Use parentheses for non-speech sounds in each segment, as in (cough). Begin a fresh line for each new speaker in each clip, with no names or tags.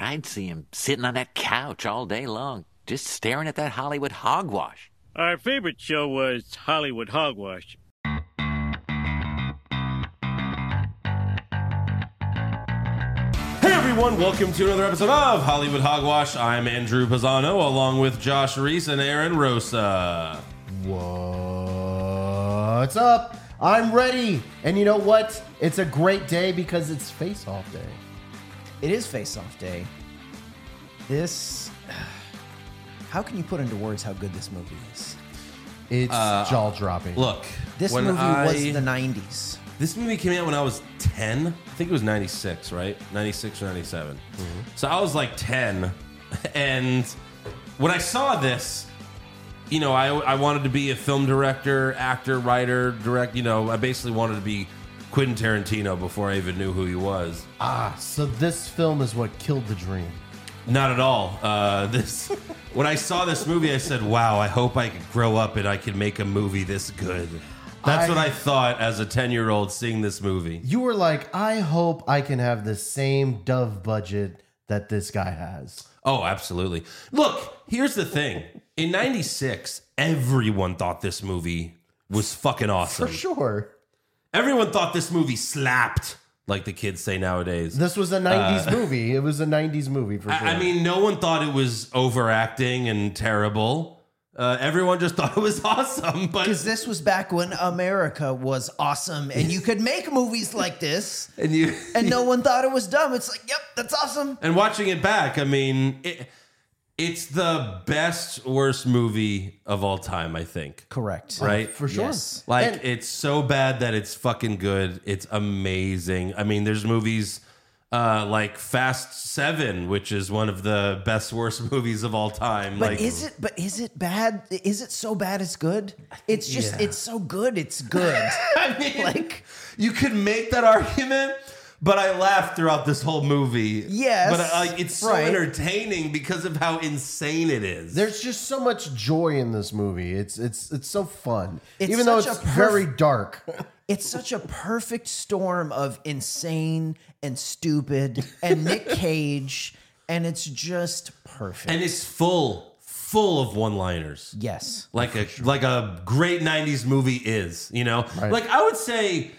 I'd see him sitting on that couch all day long, just staring at that Hollywood hogwash.
Our favorite show was Hollywood Hogwash.
Hey everyone, welcome to another episode of Hollywood Hogwash. I'm Andrew Pisano along with Josh Reese and Aaron Rosa.
What's up? I'm ready. And you know what? It's a great day because it's face off day.
It is face off day. This. (sighs) How can you put into words how good this movie is?
It's jaw dropping.
Uh, Look,
This
when
movie
I-
was the 90s.
This movie came out when I was 10. I think it was 96, right? 96 or 97.
Mm-hmm.
So I was like 10. (laughs) And when I saw this, you know, I, I wanted to be a film director, actor, writer, direct. You know, I basically wanted to be Quentin Tarantino before I even knew who he was.
Ah, so this film is what killed the dream.
Not at all. Uh, this when I saw this movie, I said, "Wow, I hope I could grow up and I can make a movie this good." That's
I-
what I thought as a ten-year-old seeing this movie.
You were like, I hope I can have the same dove budget that this guy has.
Oh, absolutely. Look, here's the thing: in '96, everyone thought this movie was fucking awesome.
For sure.
Everyone thought this movie slapped, like the kids say nowadays.
This was a 90s movie. It was a 90s movie for sure.
Uh, I, I mean, no one thought it was overacting and terrible. Uh, everyone just (laughs) thought it was awesome, but
Because this was back when America was awesome and you could make movies like this
and you
and no one thought it was dumb. It's like, yep, that's awesome.
And watching it back, I mean, it, it's the best worst movie of all time, I think.
Correct.
Right?
Uh, for sure.
Yes.
Like
And-
it's so bad that it's fucking good. It's amazing. I mean, there's movies uh, like Fast Seven, which is one of the best worst (laughs) movies of all time.
But
like,
is it but is it bad? Is it so bad it's good? It's just
yeah.
it's so good it's good.
(laughs) I mean,
like-
you could make that argument, but I laughed throughout this whole movie.
Yes,
but uh, like it's
right.
so entertaining because of how insane it is.
(laughs) There's just so much joy in this movie. It's it's it's so fun.
It's
Even though it's
such a perf-
very
(laughs)
dark.
It's such a perfect storm of insane and stupid
(laughs)
and Nick Cage, and it's just perfect.
and it's full full of one-liners
yes.
like a like a great 90s movie is you know
Right.
like i would say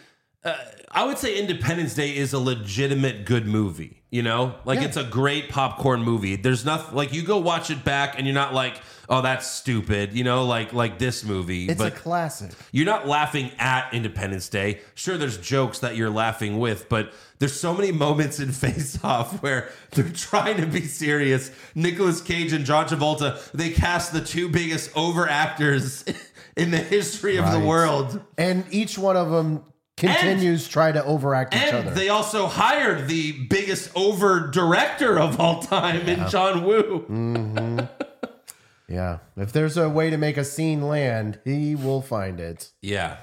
uh, i would say independence day is a legitimate good movie you know like
Yeah.
it's a great popcorn movie there's nothing like you go watch it back and you're not like oh that's stupid you know like like this movie
It's
but
a classic.
you're not laughing at Independence Day. Sure, there's jokes that you're laughing with, but there's so many moments in (laughs) Face Off where they're trying to be serious. Nicolas Cage and John Travolta, they cast the two biggest over actors (laughs) in the history of the
Right.
world.
And each one of them continues try to overact each
And
other.
they also hired the biggest over director of all time in John Woo.
yeah. If there's a way to make a scene land, he will find it.
Yeah.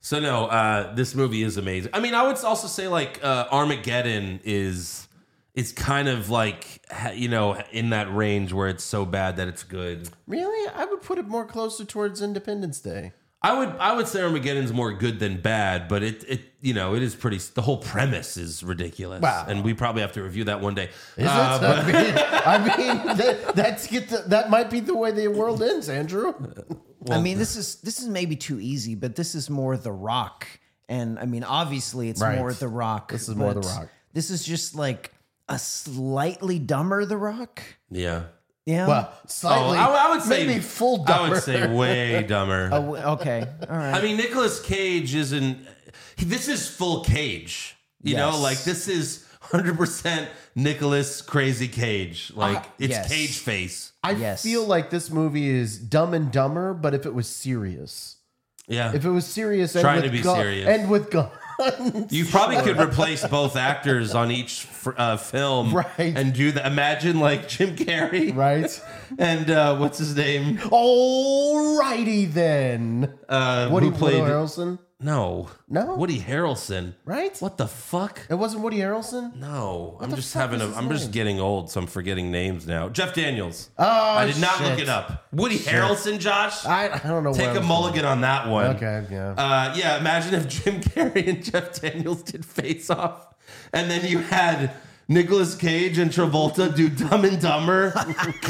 So no, uh, this movie is amazing. I mean, I would also say like uh, Armageddon is is kind of like ha- you know in that range where it's so bad that it's good.
Really? I would put it more closer towards Independence Day.
I would I would say Armageddon's more good than bad, but it it you know it is pretty. The whole premise is ridiculous,
Wow.
and we probably have to review that one day.
Is it? (laughs) I mean, I mean, that, that's get the, that might be the way the world ends, Andrew.
I mean,
uh,
this is this is maybe too easy, but this is more the rock. And I mean, obviously it's
Right.
more the rock.
This is more
but
The Rock.
This is just like a slightly dumber the rock.
Yeah.
Yeah.
Well,
Oh,
Um, slightly.
I, I would say
maybe full
I
dumber.
would say way dumber.
Oh, okay. All right.
I mean, Nicolas Cage isn't. he- This is full Cage. You know,
Yes.
like this is 100% Nicolas Crazy Cage. Like it's
yes.
Cage face.
(laughs) Ah, I
Yes.
feel like this movie is dumb and dumber, but if it was serious,
Yeah.
if it was serious, and
Trying
with
to be
gu-
serious.
and with guns, (laughs)
you probably could replace both actors on each fr- uh, film
Right.
and do that. Imagine like Jim Carrey
right?
and uh, what's his name?
Alrighty then.
Uh,
Woody
who played?
Woody Harrelson,
no.
No?
Woody Harrelson.
right?
What the fuck?
It wasn't Woody Harrelson.
No, I'm
the
just
fuck
having
is
a.
his
I'm just
name?
getting old, so I'm forgetting names now. Jeff Daniels.
Oh,
I did not
shit.
look it up. Woody Harrelson, Josh.
I, I don't know. where I
Take a
was
mulligan on that one.
going. Okay, yeah.
Uh, yeah, (laughs) imagine if Jim Carrey and Jeff Daniels did face off, and then you had Nicolas Cage and Travolta do Dumb and Dumber.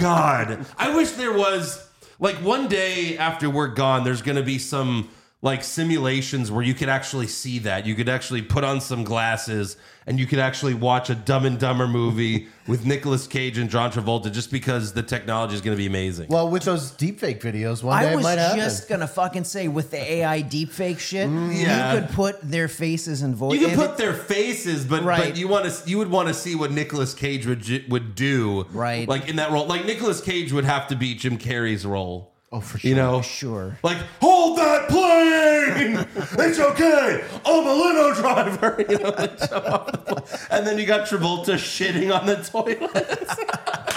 God, I wish there was like one day after we're gone, there's going to be some like simulations where you could actually see that. You could actually put on some glasses and you could actually watch a Dumb and Dumber movie with Nicolas Cage and John Travolta just because the technology is going to be amazing.
Well, with those deepfake videos, one day
I
it
was
might happen.
just gonna fucking say with the AI deepfake shit,
Mm,
yeah.
you could put their faces and voice.
You can
and
put their faces, but
Right.
but you want to you would want to see what Nicolas Cage would ju- would do,
Right.
Like in that role, like Nicolas Cage would have to be Jim Carrey's role.
oh, for sure.
You know,
sure.
Like, hold that
(laughs)
plane. it's okay. I'm a limo driver. (laughs) You know, like, show off the pl- and then you got Travolta shitting on the toilet. (laughs)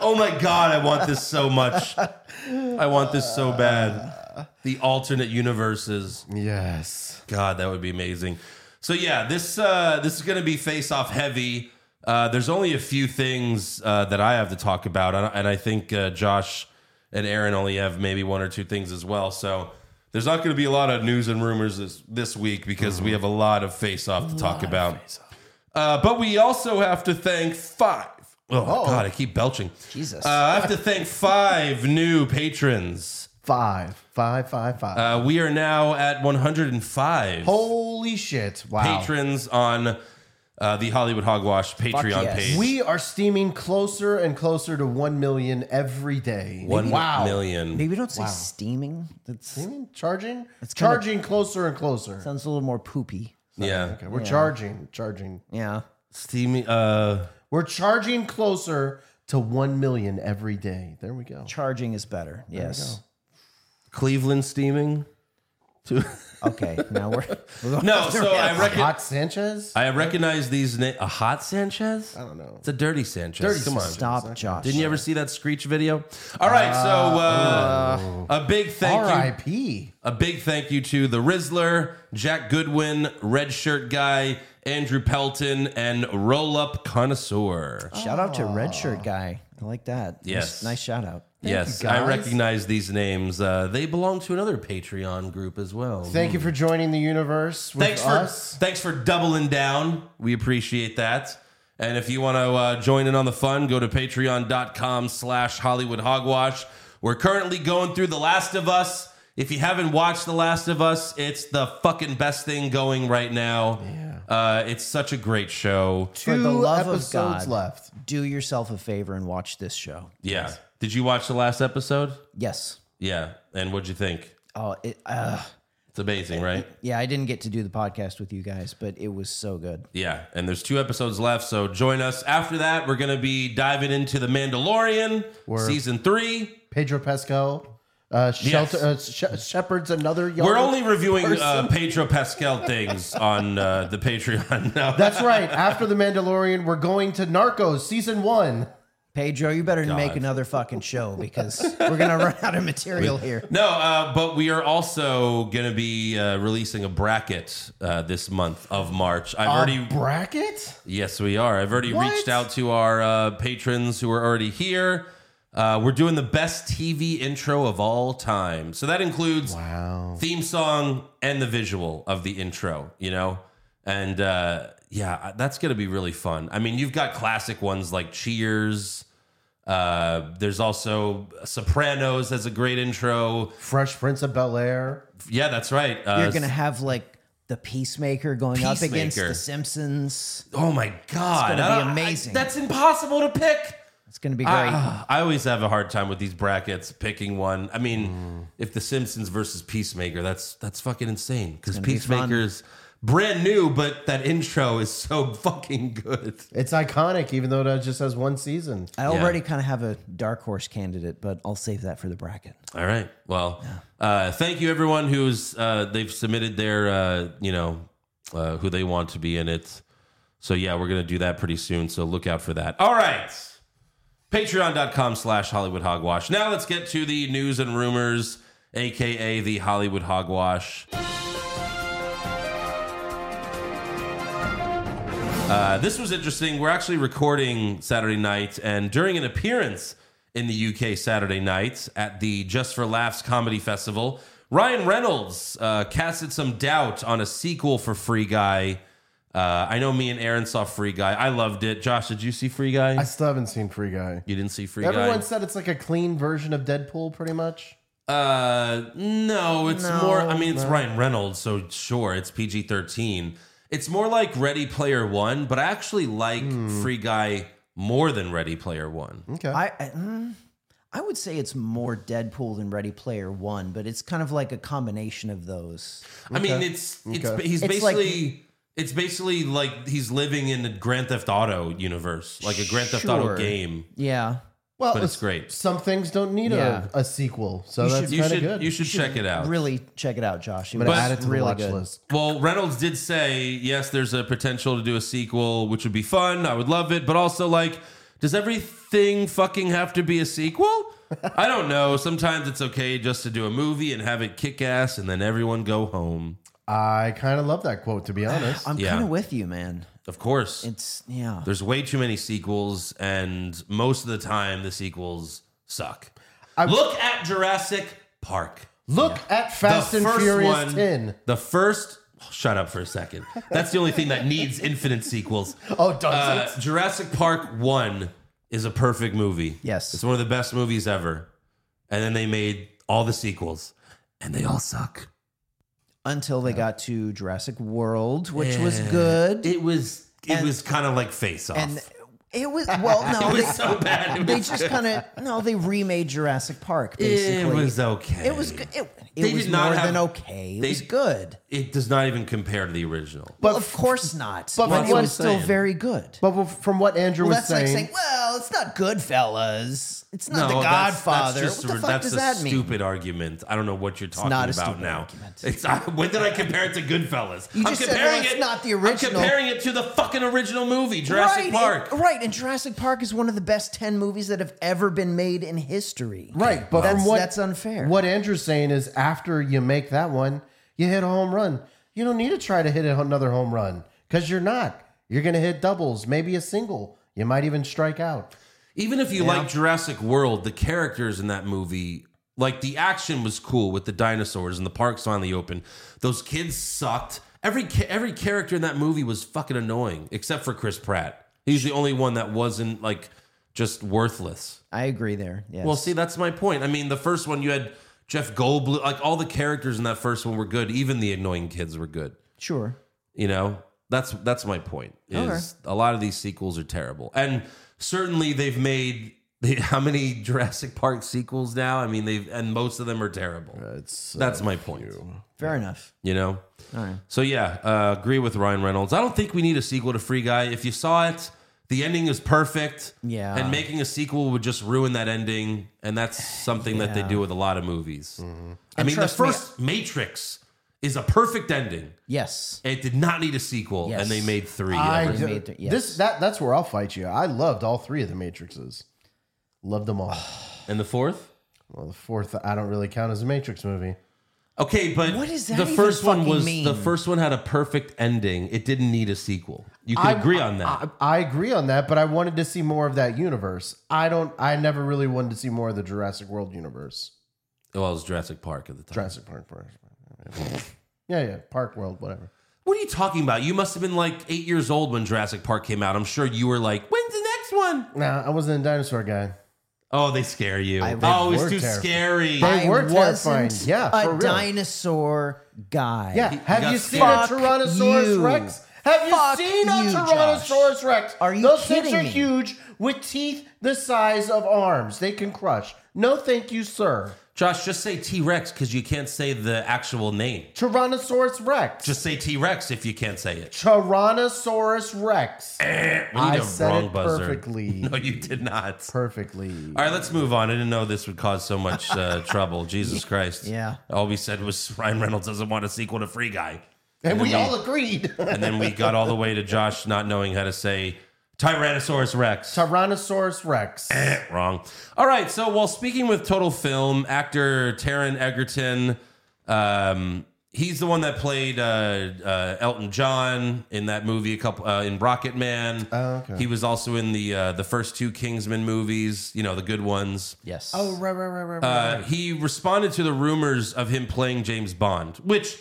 oh my god, I want this so much. I want this so bad. The alternate universes.
Yes.
God, that would be amazing. So yeah, this uh, this is going to be face off heavy. Uh, there's only a few things uh, that I have to talk about, and I- and I think uh, Josh and Aaron only have maybe one or two things as well. So there's not going to be a lot of news and rumors this this week because we have a lot of face off to talk about. Uh, but we also have to thank five. Oh, my God, I keep belching.
Jesus.
Uh, I have to thank five new patrons.
Five, five, five, five.
Uh, we are now at 105
Holy shit. Wow.
patrons on uh, the Hollywood Hogwash Patreon
yes.
page.
We are steaming closer and closer to 1 million every day.
One
wow.
million.
Maybe don't say steaming. That
Steaming? Charging? It's
kinda-
charging closer and closer.
sounds a little more poopy.
Yeah.
Okay, we're charging, charging.
Yeah.
Steamy. Uh,
We're charging closer to 1 million every day. There we go.
Charging is better. Yes.
Cleveland steaming.
Okay.
(laughs)
Now we're
No, so I reckon.
Hot Sanchez?
I recognize these na- a hot Sanchez. I
don't know.
It's a dirty Sanchez.
Dirty
Come on.
Sanchez.
stop, Josh.
Didn't you ever see that Screech video? All right, so uh, a big thank you
R.I.P.
A big thank you to the Rizzler, Jack Goodwin, Red Shirt Guy, Andrew Pelton, and Roll Up Connoisseur.
Shout out to Red Shirt guy. I like that.
Yes.
Nice, nice shout out.
yes,
you,
I
guys.
recognize these names. Uh, they belong to another Patreon group as well.
Thank you for joining the universe with
thanks for
us.
thanks for doubling down. We appreciate that. And if you want to uh, join in on the fun, go to patreon.com slash Hollywood Hogwash. We're currently going through The Last of Us. If you haven't watched The Last of Us, it's the fucking best thing going right now. Yeah. Uh, it's such a great show.
For the
Two
love
episodes
of God,
left.
do yourself a favor and watch this show.
Yeah. Did you watch the last episode?
Yes.
Yeah. And what'd you think?
Oh, it, uh,
It's amazing, right?
yeah. I didn't get to do the podcast with you guys, but it was so good.
Yeah, and there's two episodes left, so join us. After that, we're gonna be diving into the Mandalorian season three.
Pedro Pascal. Uh, shelter, uh, sh- shepherds another young.
We're only reviewing uh, Pedro Pascal things on uh, the Patreon (laughs) now.
That's right. After the Mandalorian, we're going to Narcos season one.
Pedro, you better make another fucking show because we're gonna run out
(laughs)
of material here.
no, uh, but we are also gonna be uh, releasing a bracket uh, this month of March. I've already
Bracket.
Yes, we are. I've already
What?
reached out to our uh, patrons who are already here. Uh, we're doing the best TV intro of all time. So that includes theme song and the visual of the intro, you know? And uh, yeah, that's going to be really fun. I mean, you've got classic ones like Cheers. Uh, there's also Sopranos has a great intro.
Fresh Prince of Bel Air.
Yeah, that's right. Uh,
You're gonna have like the Peacemaker going up against
Peacemaker.
the Simpsons.
oh my God.
gonna be
I don't- I-
amazing.
that's impossible to pick.
It's gonna be great.
Ah, I always have a hard time with these brackets picking one. I mean, if the Simpsons versus Peacemaker, that's that's fucking insane because
be fun.
Peacemaker's brand new, but that intro is so (laughs) fucking good.
It's iconic, even though that just has one season.
I already kind of have a dark horse candidate, but I'll save that for the bracket.
All right, well, uh, thank you everyone who's uh, they've submitted their uh, you know uh, who they want to be in it. So yeah, we're gonna do that pretty soon. So look out for that. All right. Patreon.com slash Hollywood Hogwash. Now let's get to the news and rumors, aka the Hollywood Hogwash. Uh, this was interesting. We're actually recording Saturday night, and during an appearance in the UK Saturday night at the Just for Laughs Comedy Festival, Ryan Reynolds uh, casted some doubt on a sequel for Free Guy. Uh, I know me and Aaron saw Free Guy. I loved it. Josh, did you see Free Guy?
I still haven't seen Free Guy.
you didn't see Free
Everyone
Guy.
said it's like a clean version of Deadpool, pretty much.
Uh, no, it's
No,
more. I mean, it's Ryan Reynolds, so sure, it's PG thirteen. It's more like Ready Player One, but I actually like
Hmm.
Free Guy more than Ready Player One.
Okay.
I, I, mm, I would say it's more Deadpool than Ready Player One, but it's kind of like a combination of those.
I mean, it's it's
Okay.
he's
It's like-
basically it's basically like he's living in the Grand Theft Auto universe, like a Grand Theft Auto
Sure.
game.
Yeah.
well,
but it's great.
Some things don't need
Yeah.
a, a sequel, so
You
that's
should-
You
kind of
should
good.
you should check it out.
Really check it out, Josh. It
but
was
add it to the
really
watch
good.
list.
Well, Reynolds did say yes. There's a potential to do a sequel, which would be fun. I would love it, but also like, does everything fucking have to be a sequel? I don't know. Sometimes it's okay just to do a movie and have it kick ass, and then everyone go home.
I kind of love that quote, to be
(sighs)
honest.
I'm
Yeah.
kind of with you, man.
Of course,
It's yeah.
there's way too many sequels, and most of the time the sequels suck. Look at Jurassic Park.
Look at Fast
The
and
first
Furious
one-
10.
The first. Shut up for a second. That's the only thing that needs infinite
(laughs)
sequels.
Oh, does
Uh,
it?
Jurassic Park One is a perfect movie.
Yes.
it's one of the best movies ever. And then they made all the sequels, and they all suck.
Until they got to Jurassic World, which was good,
It was it
And-
was kind of like Face Off. (laughs)
and it was well. No,
it was
they,
so bad. It
they
was,
just kind of no. They remade Jurassic Park.
it
Basically,
was okay.
It was good. It, it
They
was
did not
more
have-
than okay. It
they-
was good.
It does not even compare to the original.
Well, of course not. But,
but
it
what
was
I'm
still
saying-
very good.
But w- from what Andrew
well,
was
that's
saying,
like saying, well, it's not Goodfellas. It's not The
that's-
Godfather.
That's, just,
what the fuck
that's
does
a
that mean?
stupid argument. I don't know what you're talking
not a
about
stupid
now.
argument.
(laughs) It's uh, when did I compare it to Goodfellas?
You just said, well, it's not the original.
I'm comparing it to the fucking original movie, Jurassic
right,
Park.
And, right, and Jurassic Park is one of the best ten movies that have ever been made in history.
right. But
that's,
from what,
that's unfair.
What Andrew's saying is after you make that one, you hit a home run. You don't need to try to hit another home run because you're not. You're going to hit doubles, maybe a single. You might even strike out.
Even if you like Jurassic World, the characters in that movie, like the action was cool with the dinosaurs and the parks finally open. Those kids sucked. Every ca- every character in that movie was fucking annoying, except for Chris Pratt. He's the only one that wasn't like just worthless.
I agree there. Yes.
Well, see, that's my point. I mean, the first one you had Jeff Goldblum, like all the characters in that first one were good. Even the annoying kids were good.
sure.
You know, that's that's my point. Is a lot of these sequels are terrible, and certainly they've made (laughs) how many Jurassic Park sequels now? I mean, they've and most of them are terrible. that's my point.
Fair enough.
You know.
uh, All right.
So yeah, uh, agree with Ryan Reynolds. I don't think we need a sequel to Free Guy. If you saw it, the ending is perfect.
Yeah.
and making a sequel would just ruin that ending, and that's something that they do with a lot of movies. I mean, the
Mm-hmm. trust me-
first Matrix is a perfect ending.
Yes.
It did not need a sequel,
Yes.
and they made three.
I
of it.
do-
made it, yes.
this that that's where I'll fight you. I loved all three of the Matrixes. Loved them
(sighs)
all.
and the fourth.
Well, the fourth I don't really count as a Matrix movie.
Okay, but
What does that
the
even
first one
fucking
was
mean?
the first one had a perfect ending. It didn't need a sequel. You can agree on that.
I, I agree on that, but I wanted to see more of that universe. I don't. I never really wanted to see more of the Jurassic World universe.
well, it was Jurassic Park at the time.
Jurassic Park, Park. Yeah, yeah, Park World, whatever.
What are you talking about? You must have been like eight years old when Jurassic Park came out. I'm sure you were like, when's the next one?
Nah, I wasn't a dinosaur guy.
Oh, they scare you.
I-
oh, it's
were
too
terrified.
scary.
They
I
were
wasn't
terrifying. Yeah,
a
for real.
dinosaur guy.
Yeah,
got
have you seen
scared.
a Tyrannosaurus
you.
Rex? Have you
Fuck
seen a
you,
Tyrannosaurus
Josh.
Rex?
Are you
Those things
kidding
are
me?
huge with teeth the size of arms. They can crush. No, thank you, sir.
Josh, just say T Rex because you can't say the actual name.
Tyrannosaurus Rex.
Just say T Rex if you can't say it.
Tyrannosaurus Rex.
We need
I
a
said
wrong
it
buzzer.
perfectly.
(laughs) No, you did not.
Perfectly.
All right, let's move on. I didn't know this would cause so much uh,
(laughs)
trouble. Jesus Christ.
Yeah.
All we said was (laughs) Ryan Reynolds doesn't want a sequel to Free Guy.
And we all agreed.
And then we got all the way to Josh not knowing how to say Tyrannosaurus Rex.
Tyrannosaurus Rex.
Wrong. All right. So while speaking with Total Film, actor Taron Egerton, um, he's the one that played uh, uh, Elton John in that movie. A couple uh, in Rocket Man.
Oh, okay.
He was also in the uh, the first two Kingsman movies. You know the good ones.
Yes.
Oh, right, right, right, right, right.
Uh, he responded to the rumors of him playing James Bond, which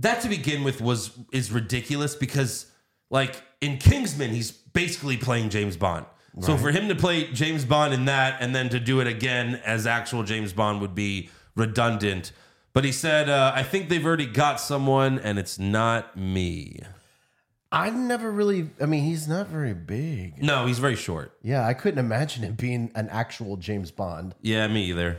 that to begin with was is ridiculous because Like in Kingsman, he's basically playing James Bond. So for him to play James Bond in that and then to do it again as actual James Bond would be redundant. But he said, uh, I think they've already got someone and it's not me.
I never really. I mean, he's not very big.
No, he's very short.
Yeah, I couldn't imagine him being an actual James Bond.
Yeah, me either.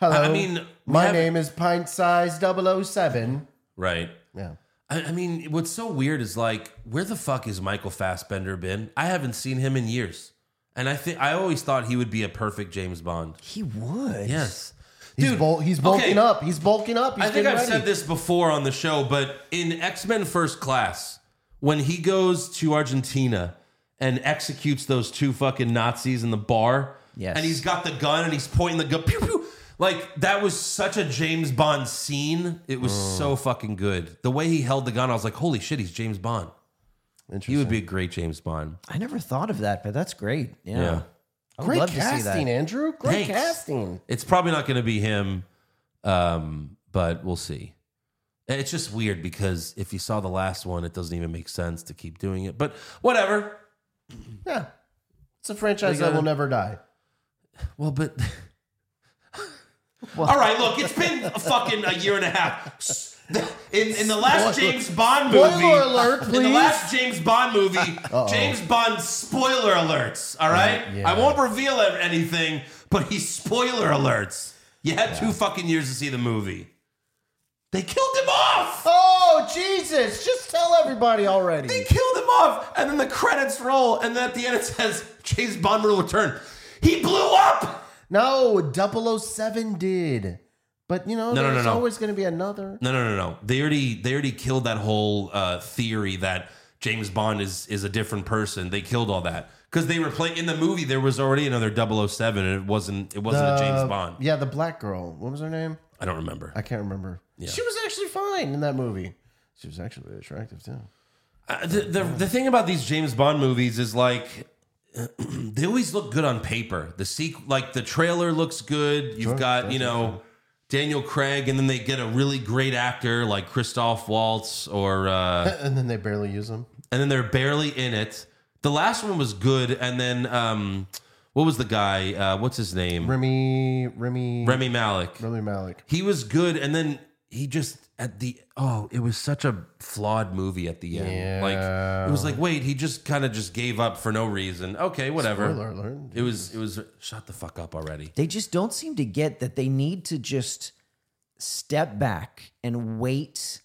Hello.
I mean, we
my
have-
name is Pint Size 007.
Right.
Yeah.
I, I mean, what's so weird is like, where the fuck is Michael Fassbender been? I haven't seen him in years. And I think I always thought he would be a perfect James Bond.
He would.
Yes.
He's,
Dude,
bul- he's bulking
okay.
up. He's bulking up. He's
I think
getting
I've
ready.
said this before on the show, but in X Men First Class, when he goes to Argentina and executes those two fucking Nazis in the bar,
Yes.
and he's got the gun and he's pointing the gun, pew pew. Like that was such a James Bond scene. It was
Mm.
so fucking good. The way he held the gun, I was like, holy shit, he's James Bond. He
Interesting.
would be a great James Bond.
I never thought of that, but that's great. Yeah.
Yeah.
I would
Great
love
casting,
to see that.
Andrew. Great
Thanks.
casting.
It's probably not going to be him, um, but we'll see. It's just weird because if you saw the last one, it doesn't even make sense to keep doing it. But whatever.
Yeah. It's a franchise
They gotta-
that will
(laughs)
never die.
Well, but. All right, look, it's been a fucking a year and a half. In, in the last
Spoiler-
James Bond movie,
Spoiler alert,
(laughs) in the
please.
last James Bond
(laughs)
movie, James Bond spoiler alerts. All right,
Uh, yeah.
I won't reveal anything, but he's spoiler alerts. You had two fucking years to see the movie. They killed him off.
Oh, Jesus. Just tell everybody already.
They killed him off, and then the credits roll, and then at the end it says James Bond will return. He blew up.
No, 007 did. But, you know,
No, no, no,
there's
no.
always going to be another.
No, no, no, no. They already they already killed that whole uh, theory that James Bond is is a different person. They killed all that because they were playing in the movie. There was already another 007, and it wasn't it wasn't a
Uh,
James Bond.
Yeah, the black girl. What was her name?
I don't remember.
I can't remember. She was actually fine in that movie. She was actually attractive, too.
Uh, the, the the thing about these James Bond movies is like. (clears throat) they always look good on paper. The sequ- like the trailer looks good. You've got, you know, Daniel Craig and then they get a really great actor like Christoph Waltz or uh
And then they barely use them.
and then they're barely in it. The last one was good, and then um, what was the guy? Uh, what's his name?
Remy, Remy,
Remy Malik.
Remy Malik.
He was good, and then he just at the oh, it was such a flawed movie at the end. Like it was like wait, he just kind of just gave up for no reason. Okay, whatever.
Spoiler alert.
It was it was shut the fuck up already.
They just don't seem to get that they need to just step back and wait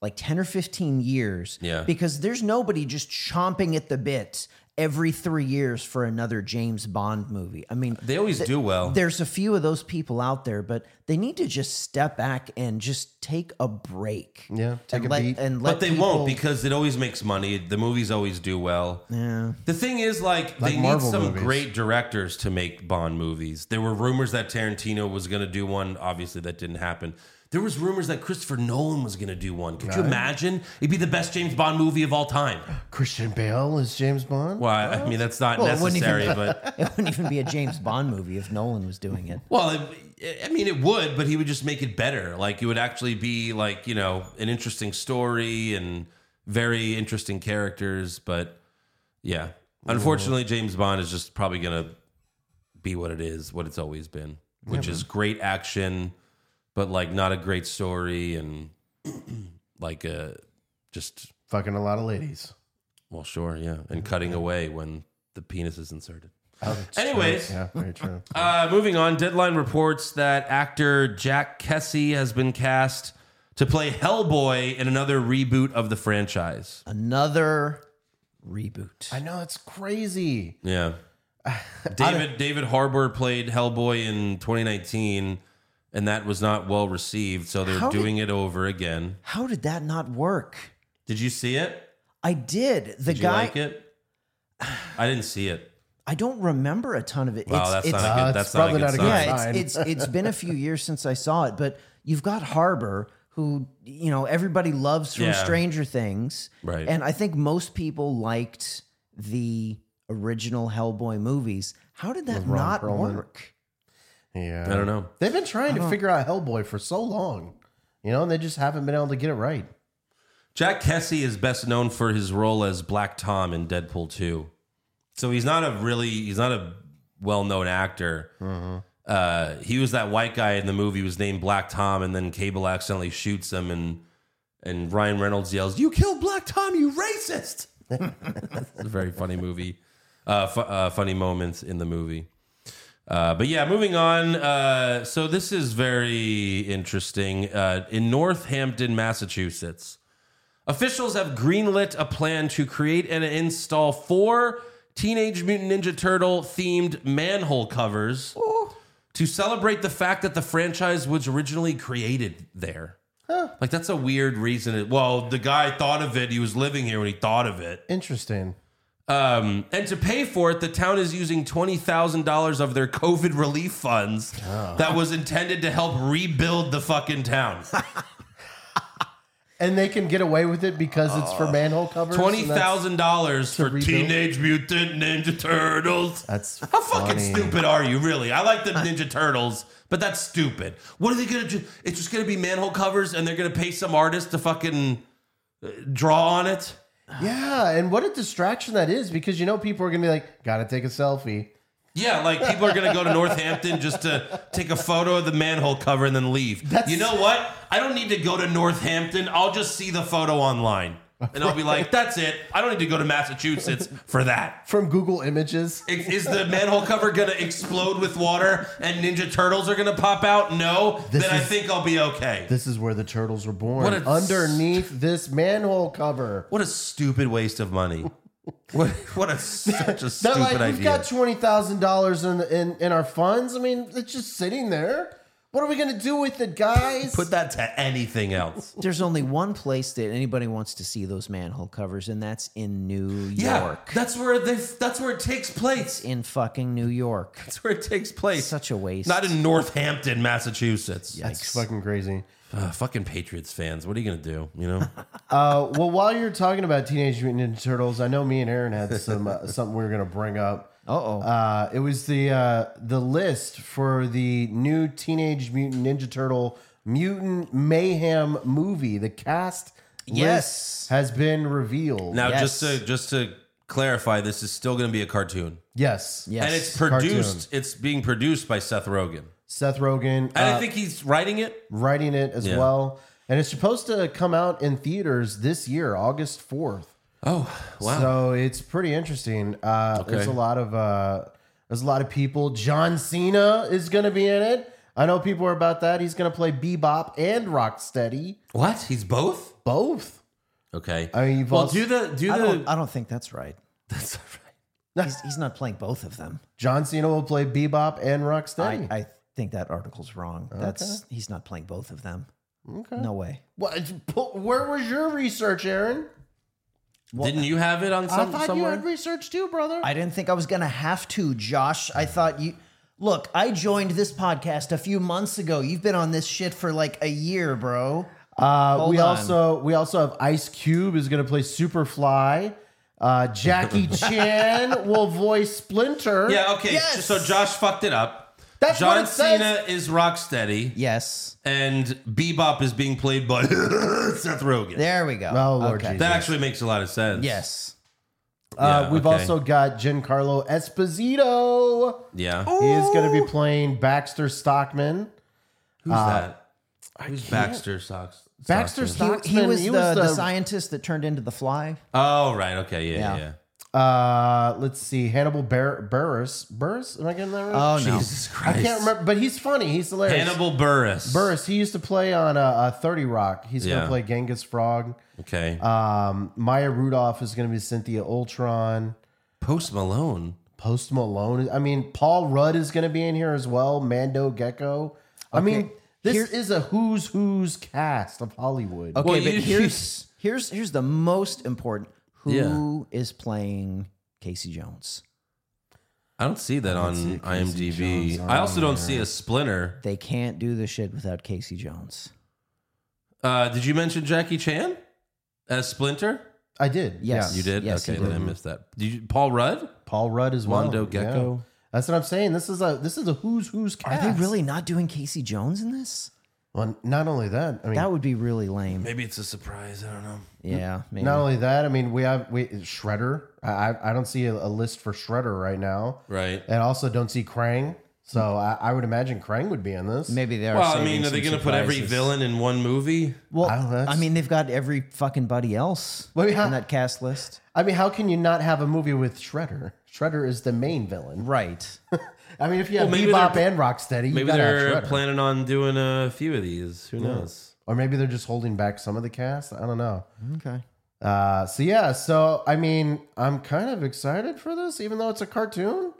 like 10 or 15 years.
Yeah.
Because there's nobody just chomping at the bit every three years for another James Bond movie. I mean,
They always do well.
there's a few of those people out there, but they need to just step back and just take a break.
Yeah, take
and
a
let,
beat.
And let
But they
people-
won't because it always makes money. The movies always do well.
Yeah.
The thing is, like,
Like
they
Marvel
need some
movies.
great directors to make Bond movies. There were rumors that Tarantino was going to do one. Obviously, that didn't happen. There was rumors that Christopher Nolan was going to do one. Could you imagine? It'd be the best James Bond movie of all time.
Christian Bale is James Bond.
Well, I I mean, that's not
it wouldn't even-
necessary,
(laughs)
but
It wouldn't even be a James Bond movie if Nolan was doing it.
well, it, I mean, it would, but he would just make it better. Like, it would actually be like you know an interesting story and very interesting characters. But yeah, unfortunately, James Bond is just probably going to be what it is, what it's always been, which is great action, but like not a great story and (clears throat) like a just
Fucking a lot of ladies.
well, sure, yeah, and cutting away when the penis is inserted. Anyways,
Oh, Yeah, very
(laughs)
true.
uh, moving on, Deadline reports that actor Jack Kessie has been cast to play Hellboy in another reboot of the franchise.
Another reboot.
I know it's crazy.
Yeah. (laughs) David David Harbour played Hellboy in 2019, and that was not well received, so they're
How did-
doing it over again.
How did that not work?
Did you see it?
I did. The
Did you
guy
like it? (sighs) I didn't see it.
I don't remember a ton of it.
Wow, that's
(laughs)
not a
uh,
good.
it's
That's not a
probably
good
not a
sign.
good
yeah,
Fine.
it's, it's it's been a few years since I saw it, but you've got Harbor, who you know everybody loves from
Yeah.
Stranger Things,
Right.
And I think most people liked the original Hellboy movies. How did that not
Perlman.
work?
Yeah.
I don't know.
They've been trying to figure out Hellboy for so long, you know, and they just haven't been able to get it right.
Jack Kessie is best known for his role as Black Tom in Deadpool 2. So he's not a really he's not a well-known actor. Uh, he was that white guy in the movie who was named Black Tom and then Cable accidentally shoots him and and Ryan Reynolds yells, "You killed Black Tom, you racist!" (laughs) it's a very funny movie. Uh, fu- uh, funny moments in the movie. Uh, but yeah, moving on. Uh, so this is very interesting. Uh, in Northampton, Massachusetts, officials have greenlit a plan to create and install four Teenage Mutant Ninja Turtle themed manhole covers to celebrate the fact that the franchise was originally created there. Like that's a weird reason. It, well, the guy thought of it. He was living here when he thought of it.
Interesting.
Um, and to pay for it, the town is using twenty thousand dollars of their COVID relief funds that was intended to help rebuild the fucking town.
And they can get away with it because it's for manhole covers. and
Twenty
that's-
thousand dollars for
rebuild?
Teenage Mutant Ninja Turtles.
That's
How fucking
funny.
stupid are you, really? I like the Ninja Turtles, but that's stupid. What are they gonna do? It's just gonna be manhole covers, and they're gonna pay some artist to fucking uh, draw on it.
Yeah, and what a distraction that is because you know people are gonna be like, gotta take a selfie.
Yeah, like people are gonna go to Northampton just to take a photo of the manhole cover and then leave.
That's-
you know what? I don't need to go to Northampton. I'll just see the photo online, and I'll be
(laughs)
like, "That's it. I don't need to go to Massachusetts for that."
From Google Images.
I- Is the manhole cover gonna explode with water and Ninja Turtles are gonna pop out? No,
This
then I
is-
think I'll be okay.
This is where the turtles were born.
What a-
underneath this manhole cover.
what a stupid waste of money. What, what a such (laughs) a
They're
stupid
like,
idea.
we've got twenty thousand dollars in, in in our funds. I mean, it's just sitting there. What are we gonna do with it, guys?
Put that to anything else.
There's only one place that anybody wants to see those manhole covers, and that's in New
Yeah,
York.
that's where they. That's where it takes place.
in fucking New York.
That's where it takes place.
Such a waste.
Not in Northampton, Massachusetts. Yeah.
That's fucking crazy.
fucking Patriots fans. What are you gonna do? You (laughs) know?
Uh, well, while you're talking about Teenage Mutant Ninja Turtles, I know me and Aaron had some uh, (laughs) something we were gonna bring up.
Uh-oh.
Uh, it was the uh, the list for the new Teenage Mutant Ninja Turtle Mutant Mayhem movie. The cast
Yes.
list has been revealed.
now,
Yes.
just to just to clarify, this is still gonna be a cartoon,
yes,
Yes.
and it's produced. It's being produced by Seth Rogen,
Seth Rogen
and I
uh,
think he's writing it.
writing it as
Yeah.
well, and it's supposed to come out in theaters this year, August fourth.
Oh wow!
So it's pretty interesting. Uh, There's a
Okay.
lot of uh, there's a lot of people. John Cena is going to be in it. I know people are about that. He's going to play Bebop and Rocksteady,
what? He's both?
both.
Okay.
I mean, you've
well,
also-
do the do
I don't,
the.
I don't think that's right.
That's all right.
He's, he's not playing both of them.
John Cena will play Bebop and
I,
Rocksteady.
I think that article's wrong. That's he's not playing both of them. No way.
What- pu- where was your research, Aaron?
Didn't you have it on
I
some,
thought
somewhere?
you had research too, brother.
I didn't think I was going to have to, Josh. I thought you. Look, I joined this podcast a few months ago. You've been on this shit for like a year, bro.
Uh, we
on.
also we also have Ice Cube is going to play Superfly. Uh,
(laughs)
Jackie Chan will voice Splinter.
yeah. Okay.
Yes!
So Josh fucked it up.
That's what
John
it says.
Cena is Rocksteady.
Yes.
and Bebop is being played by (laughs) Seth Rogen.
There we go.
Oh, Lord Jesus.
that actually makes a lot of sense.
Yes.
Uh,
Yeah,
we've
okay.
also got Giancarlo Esposito.
Yeah.
He is going to be playing Baxter Stockman.
Who's
Uh,
that? Who's Baxter Sox?
Baxter
Stockman?
Stockman.
He, he was, the, the, scientist that turned into the fly.
Oh right. Okay. Yeah. Yeah.
Yeah.
yeah.
Uh, let's see, Hannibal Bur- Burris. Burris, am I getting that right?
Oh no.
Jesus
I
Christ.
can't remember, but he's funny. He's hilarious.
Hannibal Burris.
Burris. He used to play on uh, uh, Thirty Rock. He's going
Yeah.
to play Genghis Frog.
Okay.
Um, Maya Rudolph is going to be Cynthia Ultron.
Post Malone.
Post Malone. I mean, Paul Rudd is going to be in here as well. Mando Gecko. I mean, this
Here-
is a who's who's cast of Hollywood.
Okay,
Well,
but
you- (laughs)
here's here's here's the most important. Who is playing Casey Jones?
I don't see that on
see Casey
IMDb.
Jones
I also
on
don't
there.
see a Splinter.
They can't do this shit without Casey Jones.
Uh, did you mention Jackie Chan as Splinter?
I did.
Yes.
yeah.
You did.
Yes,
okay,
he
then I missed that. Did you, Paul Rudd?
Paul Rudd as well.
Mondo Gecko?
Yeah. That's what I'm saying. This is a this is a who's who's
Are
cast.
they really not doing Casey Jones in this?
Well, not only that, I mean,
That would be really lame.
Maybe it's a surprise. I don't know.
Yeah. Maybe.
not only that, I mean, we have we Shredder. I I- I don't see a, a list for Shredder right now,
Right.
and also don't see Krang. So I, I would imagine Krang would be in this.
Maybe they are.
Well, I
saving
mean, are they
some
going to put every
surprises.
villain in one movie?
Well,
I don't know,
I,
that's-
mean, they've got every fucking buddy else
Well, yeah.
on that cast list.
I mean, how can you not have a movie with Shredder? Shredder is the main villain.
Right.
(laughs) I mean, if you have
maybe
Bebop
they're-
and Rocksteady, you
Maybe
gotta have
they're
Shredder.
planning on doing a few of these. Who knows?
or maybe they're just holding back some of the cast. I don't know.
Okay.
Uh, so yeah, so I mean, I'm kind of excited for this, even though it's a cartoon,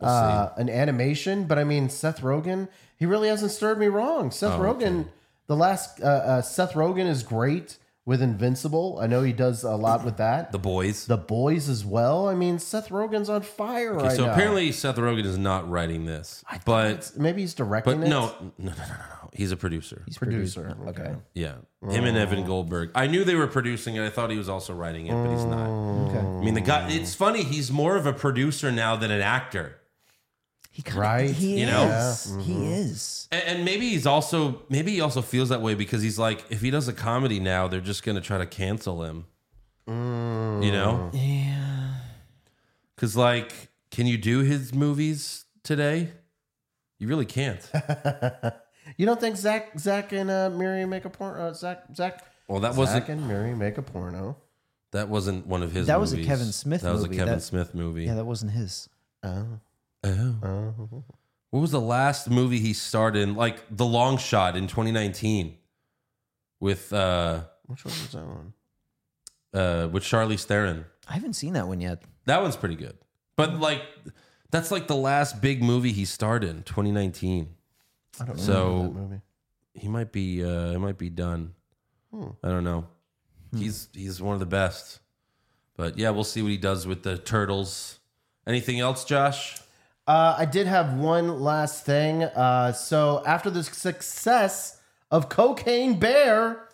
uh, an animation. But I mean, Seth Rogen, he really hasn't stirred me wrong.
Oh,
Seth Rogen, the last uh, uh, Seth Rogen is great with Invincible. I know he does a lot with that.
The
The,
boys.
Boys as well. I mean, Seth Rogen's on fire
Okay,
right
so
now.
apparently Seth Rogen is not writing this, but
maybe he's directing
but
it.
no, no, no, no, no, no. He's a producer.
producer. Okay.
yeah, him and Evan Goldberg. I knew they were producing it. I thought he was also writing it, but he's not.
Okay.
I mean, the guy. It's funny. He's more of a producer now than an actor.
He kinda,
Right? Mm-hmm.
He
You
is.
know?
He is.
And, and maybe he's also maybe he also feels that way because he's like, if he does a comedy now, they're just gonna try to cancel him.
Mm.
You know?
Yeah.
Because like, can you do his movies today? You really
(laughs)
can't.
(laughs) You don't think Zach, Zach and uh, Miri make a porno? Uh, Zach, Zach,
Well, that
Zach
wasn't
and Miri make a porno.
that wasn't one of his.
That was a
movies.
Kevin Smith
That was
movie.
a Kevin
That-
Smith movie.
Yeah, that wasn't his.
Oh,
oh.
oh.
What was the last movie he starred in? Like The Long Shot in 2019 with uh
Which one was that one?
uh with Charlize Theron.
I haven't seen that one yet.
That one's pretty good. But like that's like the last big movie he starred in, 2019.
I don't
So-
remember that movie.
He might be uh he might be done.
Hmm.
I don't know. He's he's one of the best. But yeah, we'll see what he does with the turtles. Anything else, Josh?
Uh, I did have one last thing. Uh, so after the success of Cocaine Bear,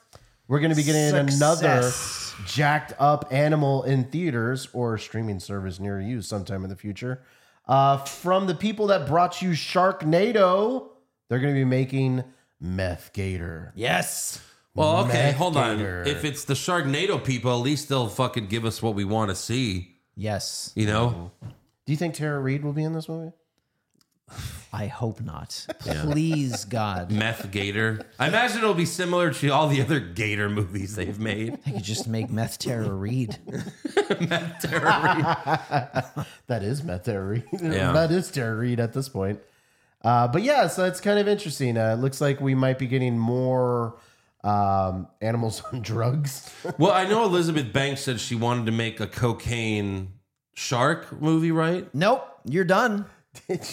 we're going to be getting another
Success.
jacked up animal in theaters or a streaming service near you sometime in the future. Uh, from the people that brought you Sharknado, they're going to be making Meth Gator.
Yes.
Well, okay,
Meth
hold on.
Gator.
If it's the Sharknado people, at least they'll fucking give us what we want to see,
Yes.
you know?
Oh.
Do you think Tara Reid will be in this movie?
I hope not. Please, God.
Meth Gator. I imagine it'll be similar to all the other Gator movies they've
(laughs)
made.
I could just make Meth
(laughs)
Terror read.
That is Matt Tara (laughs) Reid.
Yeah.
that is Tara Reid at this point. Uh, but yeah, so it's kind of interesting. Uh, it looks like we might be getting more um, animals (laughs) on drugs.
Well, I know Elizabeth Banks said she wanted to make a cocaine shark movie, right?
Nope. You're done.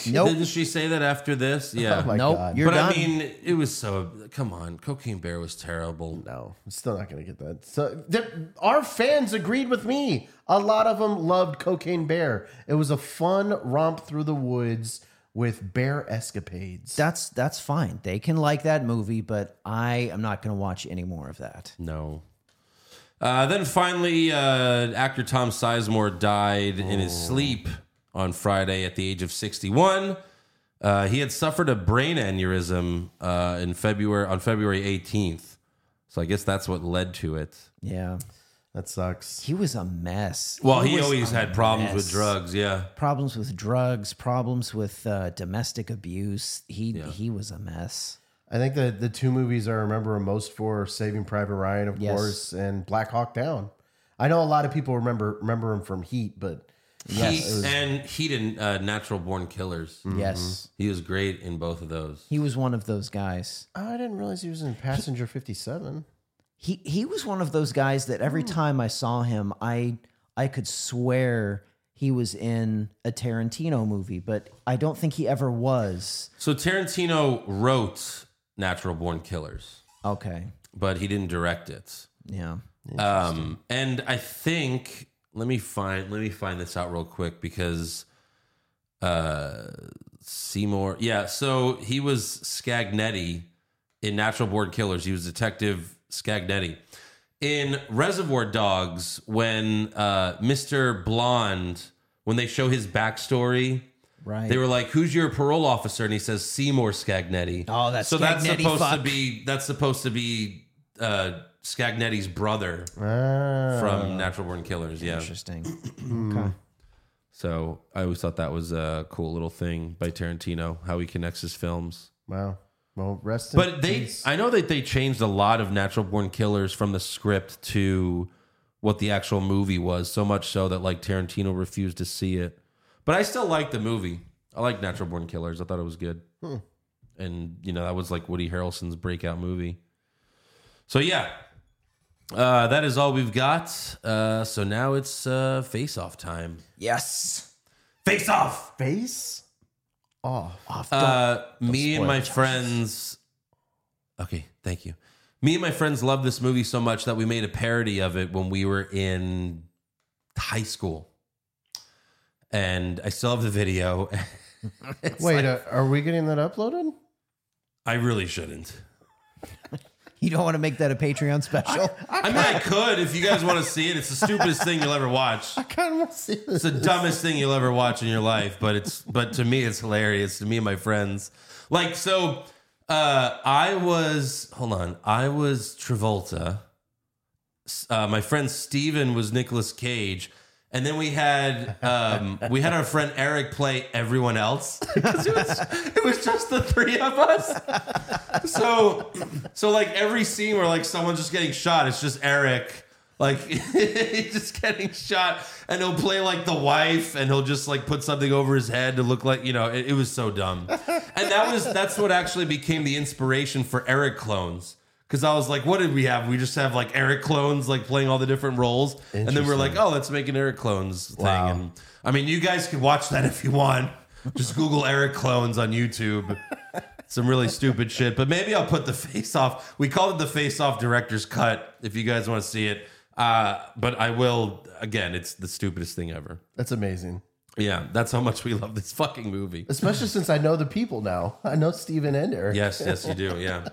Nope.
Didn't she say that after
(laughs)
this? Yeah.
Oh my
Nope.
God.
You're
but
done.
I mean, it was so. Come on, Cocaine Bear was terrible.
no, Oh, I'm still not going to get that. So th- our fans agreed with me. A lot of them loved Cocaine Bear. It was a fun romp through the woods with bear escapades.
that's that's fine. They can like that movie, but I am not going to watch any more of that.
No. Uh, then finally, uh, actor Tom Sizemore died in his sleep on Friday at the age of 61. Uh, he had suffered a brain aneurysm uh, in February on February 18th, so I guess that's what led to it.
Yeah,
that sucks.
he was a mess.
Well, he,
was
always
a
had problems
mess.
with drugs. Yeah,
problems with drugs, problems with uh, domestic abuse. He he was a mess.
I think the the two movies I remember most for are Saving Private Ryan, of course, and Black Hawk Down. I know a lot of people remember remember him from Heat, but
he, and he didn't uh, Natural Born Killers.
Yes,
He was great in both of those.
he was one of those guys.
I didn't realize he was in Passenger Fifty Seven.
He he was one of those guys that every time I saw him, I I could swear he was in a Tarantino movie, but I don't think he ever was.
So Tarantino wrote Natural Born Killers,
Okay,
but he didn't direct it.
yeah.
Um, and I think let me find let me find this out real quick because uh Seymour, yeah. So he was Scagnetti in Natural Born Killers. He was Detective Scagnetti in Reservoir Dogs when uh Mr. Blonde when they show his backstory
Right.
They were like, "Who's your parole officer?" And he says Seymour Scagnetti.
Oh, that's
so that's
Scagnetti
supposed to
fuck.
be that's supposed to be uh, Scagnetti's brother
Ah.
from Natural Born Killers. Yeah.
Oh. Interesting. okay.
So I always thought that was a cool little thing by Tarantino, how he connects his films.
Wow. Well, rest in
But they,
peace.
I know that they changed a lot of Natural Born Killers from the script to what the actual movie was, so much so that like Tarantino refused to see it. But I still like the movie. I like Natural Born Killers. I thought it was good. And you know that was like Woody Harrelson's breakout movie. So yeah, uh, that is all we've got. Uh, so now it's uh, face off time.
Yes.
Face off.
face off.
Off
Uh, me
spoil
and my
it, Josh.
friends. Okay, thank you. Me and my friends loved this movie so much that we made a parody of it when we were in high school. And I still have the video. (laughs)
Wait, uh, are we getting that uploaded? (laughs)
I really shouldn't.
You don't want to make that a Patreon (laughs) special.
I mean, I could if you guys want to see it. It's the stupidest thing you'll ever watch.
I kind of want to see
It's
this.
the dumbest thing you'll ever watch in your life, but it's but to me it's hilarious. To me and my friends, like so, uh, I was hold on, I was Travolta. S- Uh, my friend Steven was Nicolas Cage, and then we had um, we had our friend Eric play everyone else (laughs) 'Cause it was it was just the three of us. So, so like every scene where like someone's just getting shot, it's just Eric. Like (laughs) he's just getting shot, and he'll play like the wife, and he'll just like put something over his head to look like you know. It, it was so dumb, and that was that's what actually became the inspiration for Eric clones. Because I was like, what did we have? We just have like Eric clones like playing all the different roles, and then we're like, oh, let's make an Eric clones thing. And I mean, you guys can watch that if you want. Just Google Eric clones on YouTube some really stupid shit. But maybe I'll put the face off. We called it the face off director's cut. If you guys want to see it, uh, but I will. Again, it's the stupidest thing ever.
That's amazing.
Yeah, that's how much we love this fucking movie.
Especially since I know the people now. I know Steven and Eric.
Yes, yes, you do. Yeah.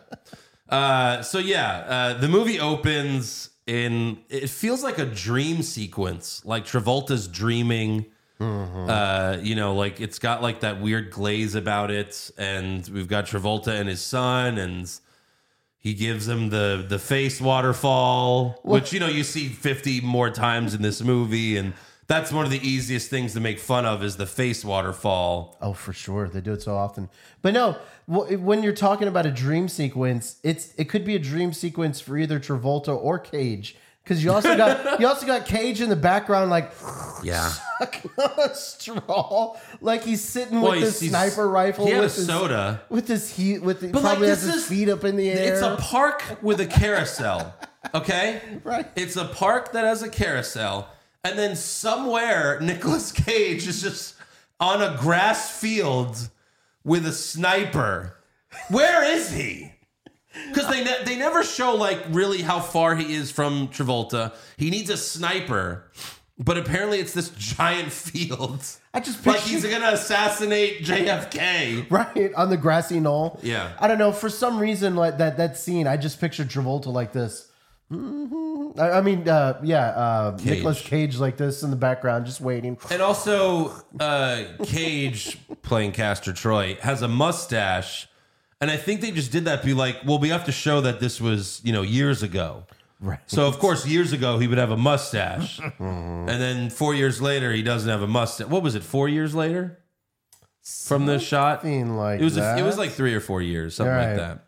Uh, so yeah, uh, the movie opens in it feels like a dream sequence, like Travolta's dreaming. Uh, you know, like it's got like that weird glaze about it, and we've got Travolta and his son, and he gives him the the face waterfall, which you know you see fifty more times in this movie, and that's one of the easiest things to make fun of is the face waterfall.
Oh, for sure. They do it so often. But no, wh- when you're talking about a dream sequence, it's it could be a dream sequence for either Travolta or Cage. Because you
(laughs)
also got you also got Cage in the background, like (laughs)
Yeah.
sucking on a straw, like he's sitting
Well,
with
he's-
his
he's-
sniper rifle.
He had a
with his,
soda.
with his heat, with the,
But, like,
probably has
this
his
is-
feet up in the air.
It's a park with a carousel. Okay?
(laughs) Right.
It's a park that has a carousel. And then somewhere Nicolas (laughs) Cage is just on a grass field with a sniper. Where is he? Because they ne- they never show like really how far he is from Travolta. He needs a sniper, but apparently it's this giant (laughs) field.
I just
like
picture-
he's gonna assassinate JFK.
(laughs) right on the grassy knoll.
Yeah.
I don't know. For some reason, like that that scene, I just pictured Travolta like this. Mhm. I, I mean, uh, yeah, uh, Nicholas Cage like this in the background, just waiting.
And also, uh, Cage playing Castor Troy has a mustache, and I think they just did that to be like, well, we have to show that this was you know years ago.
Right.
So of course, years ago he would have a mustache,
Mm-hmm.
and then four years later he doesn't have a mustache. What was it? Four years later from the shot.
Something like
it was.
that.
A, it was like three or four years, something
Right.
like that.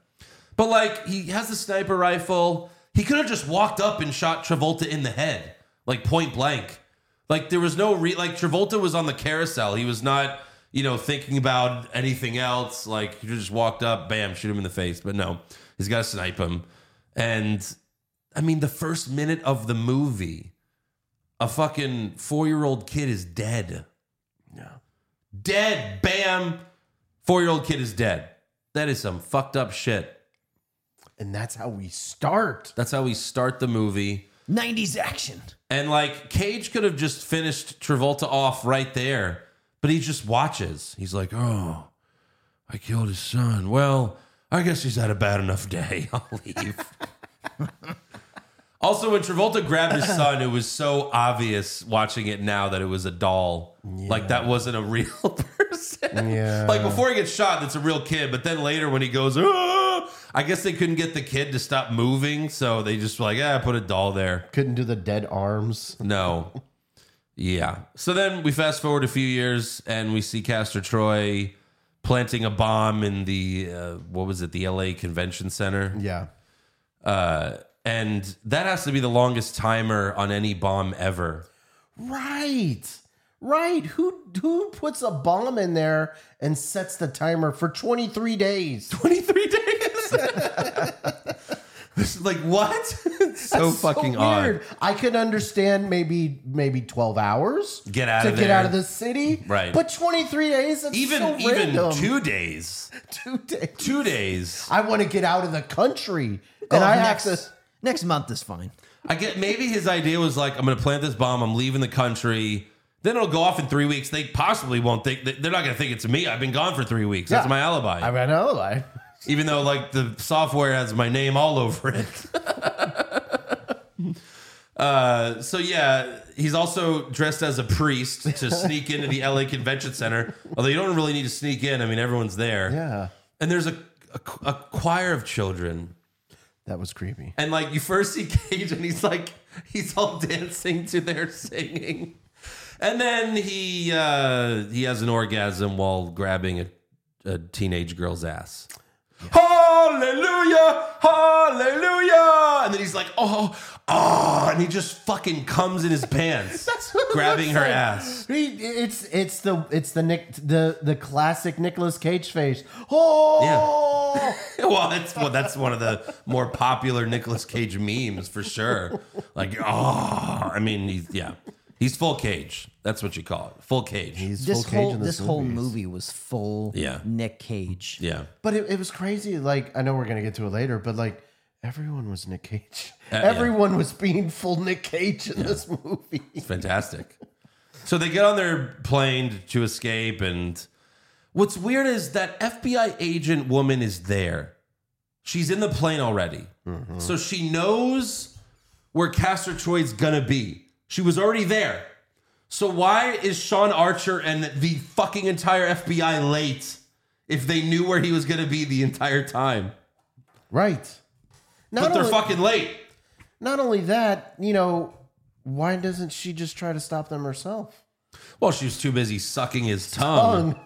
But like he has the sniper rifle. He could have just walked up and shot Travolta in the head, like point blank. Like there was no re like Travolta was on the carousel. He was not, you know, thinking about anything else. Like he just walked up, bam, shoot him in the face. But no, he's gotta snipe him. And I mean the first minute of the movie, a fucking four year old kid is dead. No. Dead, bam. Four year old kid is dead. That is some fucked up shit.
and that's how we start.
That's how we start the movie.
90s action.
And like Cage could have just finished Travolta off right there, but he just watches. He's like, "Oh, I killed his son. Well, I guess he's had a bad enough day. (laughs) I'll leave." also, when Travolta grabbed his son, it was so obvious watching it now that it was a doll. Like that wasn't a real (laughs) person. percent.
Yeah.
Like before he gets shot, that's a real kid. But then later when he goes, "Ah," I guess they couldn't get the kid to stop moving, so they just were like, ah, put a doll there.
Couldn't do the dead arms.
No. Yeah. So then we fast forward a few years and we see Castor Troy planting a bomb in the uh, what was it, the LA Convention Center.
Yeah.
Uh, and that has to be the longest timer on any bomb ever.
Right. Right. Who who puts a bomb in there and sets the timer for 23 days?
23
(laughs)
days. This is like what? It's (laughs) so
That's
fucking
weird. I could understand maybe maybe 12 hours
Get out
to
of
get
there.
out of the city.
Right.
But 23 days that's
odd. Even
so
even
random.
two days.
(laughs) two days.
Two days.
I want to get out of the country.
Oh,
and I have
next,
to
next month is fine.
I get maybe his idea was like, I'm gonna plant this bomb. I'm leaving the country. Then it'll go off in three weeks. They possibly won't think. They're not gonna think it's me. I've been gone for three weeks. That's
Yeah.
my alibi.
I ran out of life.
even though like the software has my name all over it. (laughs) uh, so yeah, he's also dressed as a priest to sneak into the LA Convention Center. Although you don't really need to sneak in. I mean, everyone's there.
Yeah.
And there's a, a, a choir of children.
That was creepy.
And like you first see Cage and he's like he's all dancing to their singing. And then he uh he has an orgasm while grabbing a, a teenage girl's ass. Hallelujah! Hallelujah! And then he's like, oh, oh, and he just fucking comes in his pants,
(laughs) That's what it
grabbing
looks
her
like.
ass.
He, it's it's the it's the Nick the the classic Nicolas Cage face. Oh,
(laughs) Well, that's well, that's one of the more popular Nicolas Cage memes for sure. Like, oh, I mean, he's yeah, he's full Cage. That's what you call it, full Cage.
He's
This
full Cage
whole
in
this
movies.
whole movie was full
Yeah.
Nick Cage.
yeah,
But it, it was crazy. Like I know we're gonna get to it later, but like everyone was Nick Cage.
Uh, yeah.
everyone was being full Nick Cage in this movie.
fantastic. So they get on their plane to escape, and what's weird is that FBI agent woman is there. She's in the plane already, so she knows where Castor Troy's gonna be. She was already there. So why is Sean Archer and the fucking entire FBI late if they knew where he was gonna be the entire time?
Right. Not
But they're
only,
fucking late.
not only that, you know, why doesn't she just try to stop them herself? (laughs)
Well, she was too busy sucking his tongue.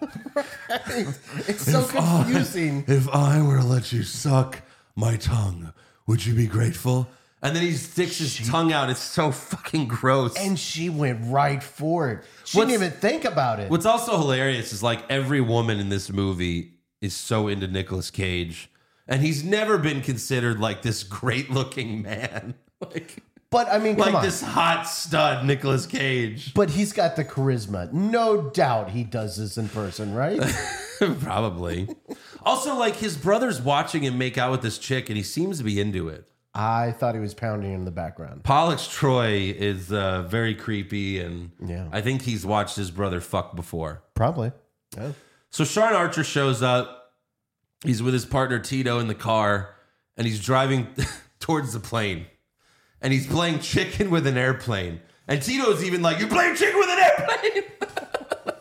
It's so confusing.
If I were to let you suck my tongue, would you be grateful? And then he sticks his tongue out. It's so fucking gross.
And she went right for it. She
What's-
didn't even think about it.
What's also hilarious is like every woman in this movie is so into Nicolas Cage, and he's never been considered like this great looking man. (laughs) Like,
But I mean, come
like
on.
this hot stud Nicolas Cage. (laughs)
But he's got the charisma. No doubt he does this in
(laughs)
person, right?
Probably. also, like his brother's watching him make out with this chick, and he seems to be into it.
I thought he was pounding in the background.
Pollux Troy is uh, very creepy, and
Yeah.
I think he's watched his brother fuck before.
Probably. Yeah.
So Sean Archer shows up. He's with his partner Tito in the car, and he's driving (laughs) towards the plane, and he's playing chicken with an airplane. And Tito's even like, "You're playing chicken with an airplane." (laughs)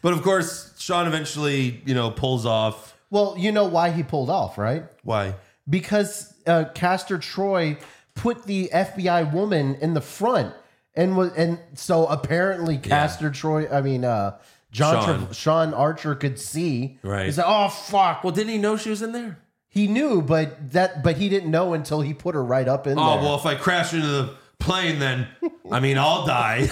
but of course, Sean eventually, you know, pulls off.
Well, you know why he pulled off, right?
Why?
Because uh, Castor Troy put the FBI woman in the front, and was and so apparently Castor Troy, I mean uh, John Sean.
Sean.
Sean Archer could see.
Right.
He's like, oh fuck.
Well, didn't he know she was in there?
He knew, but that but he didn't know until he put her right up in
Oh
there.
well, if I crash into the plane, then I mean I'll die.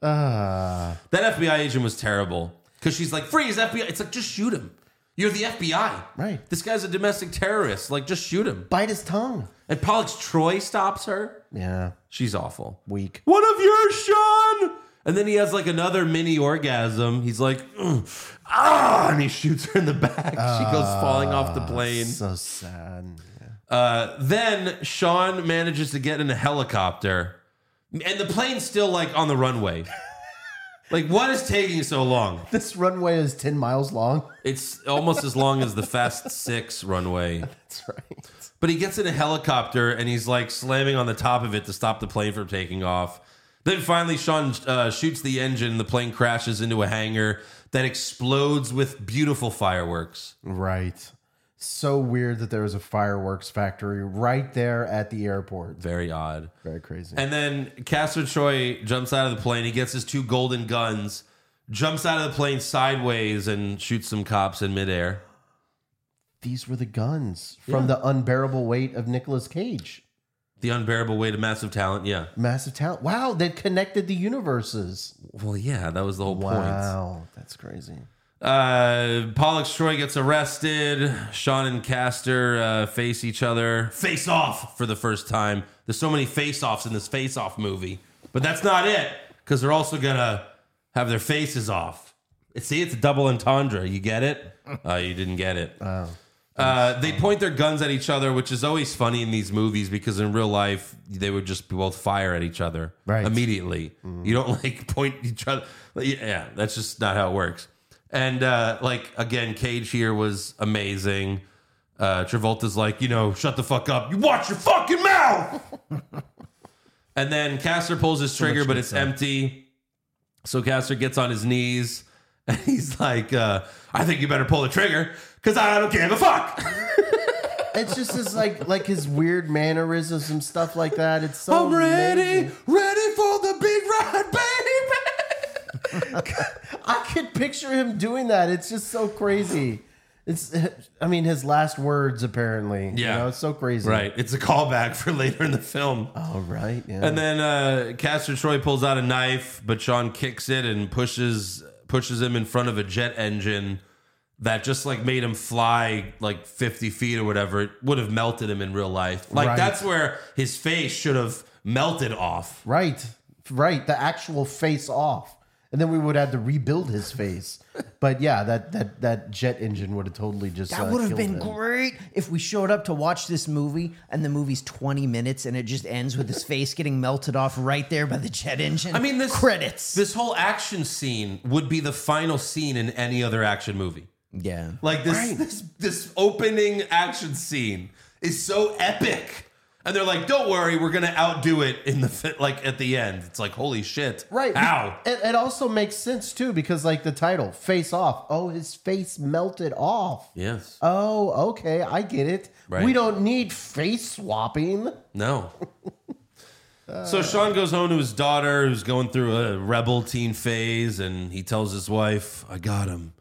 That FBI agent was terrible because she's like, "Freeze, FBI!" It's like, just shoot him. You're the FBI,
Right.
This guy's a domestic terrorist. Like, just shoot him.
Bite his tongue.
And Pollux Troy stops her.
Yeah.
She's awful.
Weak.
One of yours, Sean. And then he has like another mini orgasm. He's like, "Ugh, ah, and he shoots her in the back. she goes falling off the plane.
So sad.
Uh, then Sean manages to get in a helicopter, and the plane's still like on the runway. like, what is taking so long?
This runway is 10 miles long. (laughs)
It's almost as long as the Fast Six runway.
That's right.
But he gets in a helicopter and he's like slamming on the top of it to stop the plane from taking off. Then finally, Sean uh, shoots the engine. The plane crashes into a hangar. that explodes with beautiful fireworks.
Right. So weird that there was a fireworks factory right there at the airport.
Very odd.
Very crazy.
And then Castor Troy jumps out of the plane. He gets his two golden guns, jumps out of the plane sideways, and shoots some cops in midair.
These were the guns from the unbearable weight of Nicolas Cage.
The unbearable weight of massive talent. Yeah.
Massive talent. Wow, they connected the universes.
Well, yeah, that was the whole point.
Wow, that's crazy.
Uh, Pollux Troy gets arrested. Sean and Castor uh, face each other, face off for the first time. There's so many face offs in this face off movie, but that's not it because they're also gonna have their faces off. See, it's a double entendre. You get it? Uh, you didn't get it. Uh, they point their guns at each other, which is always funny in these movies because in real life they would just both fire at each other
Right.
immediately. You don't (laughs) like point each other. Yeah, that's just not how it works. And uh, like again, Cage here was amazing. Uh, Travolta's like, you know, shut the fuck up. You watch your fucking mouth. (laughs) and then Castor pulls his trigger, but it's empty. So Castor gets on his knees (laughs) and he's like, uh, I think you better pull the trigger because I don't give a fuck.
It's just his like like his weird mannerisms and stuff like that. It's so
I'm ready,
amazing.
ready for the big ride, baby.
I could picture him doing that. It's just so crazy. It's I mean his last words apparently.
Yeah.
You know, it's so crazy.
right. It's a callback for (laughs) later in the film.
All right. Yeah.
And then uh, Castor Troy pulls out a knife, but Sean kicks it and pushes pushes him in front of a jet engine that just like made him fly like 50 feet or whatever. It would have melted him in real life. Like
Right.
that's where his face should have melted off.
Right. Right. The actual face off. And then we would have to rebuild his face. But yeah, that that that jet engine would have totally just
That
uh,
would have
killed
been
him.
great if we showed up to watch this movie and the movie's 20 minutes and it just ends with his face getting melted off right there by the jet engine.
I mean, this
credits.
This whole action scene would be the final scene in any other action movie.
yeah.
Like this, this, this opening action scene is so epic, and they're like, "Don't worry, we're gonna outdo it in the fi- like at the end." It's like, "Holy shit!"
Right. (laughs)
How?
It, it also makes sense too because like the title, face off. Oh, his face melted off.
Yes.
Oh, okay, I get it.
Right.
We don't need face swapping.
No. so Sean goes home to his daughter, who's going through a rebel teen phase, and he tells his wife, I got him.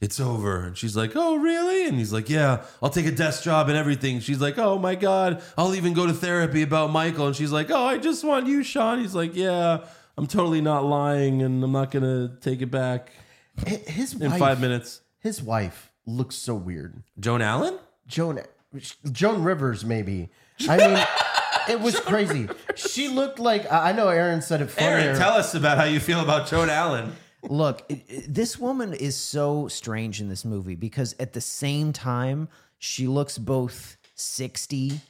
It's over. And she's like, Oh, really? And he's like, Yeah, I'll take a desk job and everything. She's like, Oh my God, I'll even go to therapy about Michael. And she's like, Oh, I just want you, Sean. He's like, Yeah, I'm totally not lying and I'm not going to take it back
Hi- His
in
wife,
five minutes.
His wife looks so weird.
Joan Allen?
Joan Joan Rivers maybe.
(laughs)
I mean, it was crazy. She looked like I I know Aaron said it funnier.
Aaron, tell us about how you feel about Joan Allen.
Look, it- it- this woman is so strange in this movie because at the same time, she looks both 60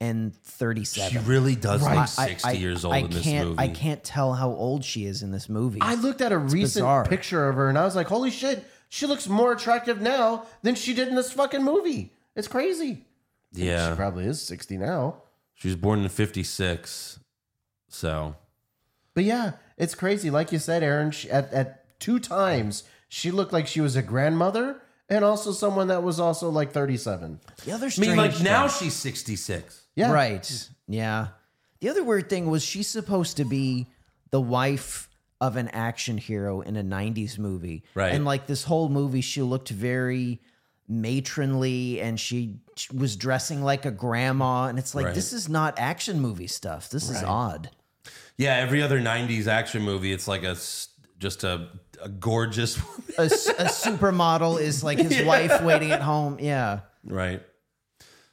and 37.
She really does look
I-
60 years old
I
in this
can't,
movie.
I can't tell how old she is in this movie.
I looked at a recent
bizarre.
picture of her and I was like, holy shit, she looks more attractive now than she did in this fucking movie. It's crazy.
Yeah.
She probably is 60 now.
She was born in 56. So,
But yeah, it's crazy. Like you said, Aaron, she, at, at two times, she looked like she was a grandmother and also someone that was also like 37.
the
I
other
mean,
strange
like now
thing-
she's 66.
Yeah.
Right. Yeah. The other weird thing was she's supposed to be the wife of an action hero in a 90s movie.
Right.
And like this whole movie, she looked very matronly and she was dressing like a grandma. And it's like,
Right.
this is not action movie stuff. This is odd.
Yeah, every other 90s action movie, it's like a s- just a, a gorgeous (laughs) woman.
A, s- a supermodel is
(laughs)
like his wife waiting at home. Yeah.
Right.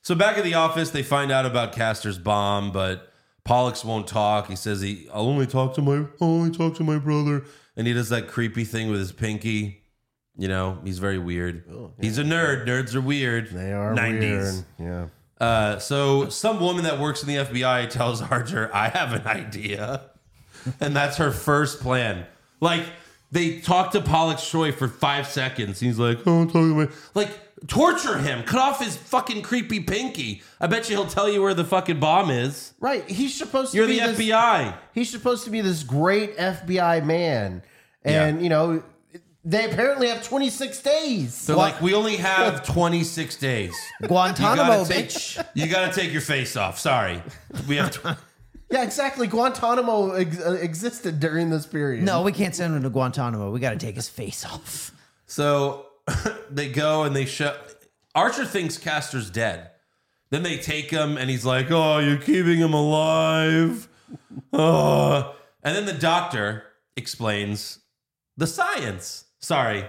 So, back at the office, they find out about Castor's bomb, but Pollux won't talk. He says, he, I'll only talk to my, I'll only talk to my brother. And he does that creepy thing with his pinky. You know, he's very weird. He's a nerd. Nerds are weird.
They are weird. Yeah.
Uh, so some woman that works in the FBI tells Archer, "I have an idea," and that's her first plan. Like they talk to Pollux Troy for five seconds. He's like, "Oh, I'm talking about like torture him, cut off his fucking creepy pinky. I bet you he'll tell you where the fucking bomb is.
Right. He's supposed to
You're
be
the
this-
FBI."
He's supposed to be this great FBI man. And,
Yeah.
you know, They apparently have 26 days.
They're like, we only have 26 days. You
Guantanamo,
gotta, take,
bitch.
you gotta take your face off. Sorry. We have. Tw-
Yeah, exactly. Guantanamo ex- uh, existed during this period.
No, we can't send him to Guantanamo. We got to take his face off.
so (laughs) they go and they show. Archer thinks Castor's dead. Then they take him and he's like, oh, you're keeping him alive. Oh. And then the doctor explains the science. Sorry.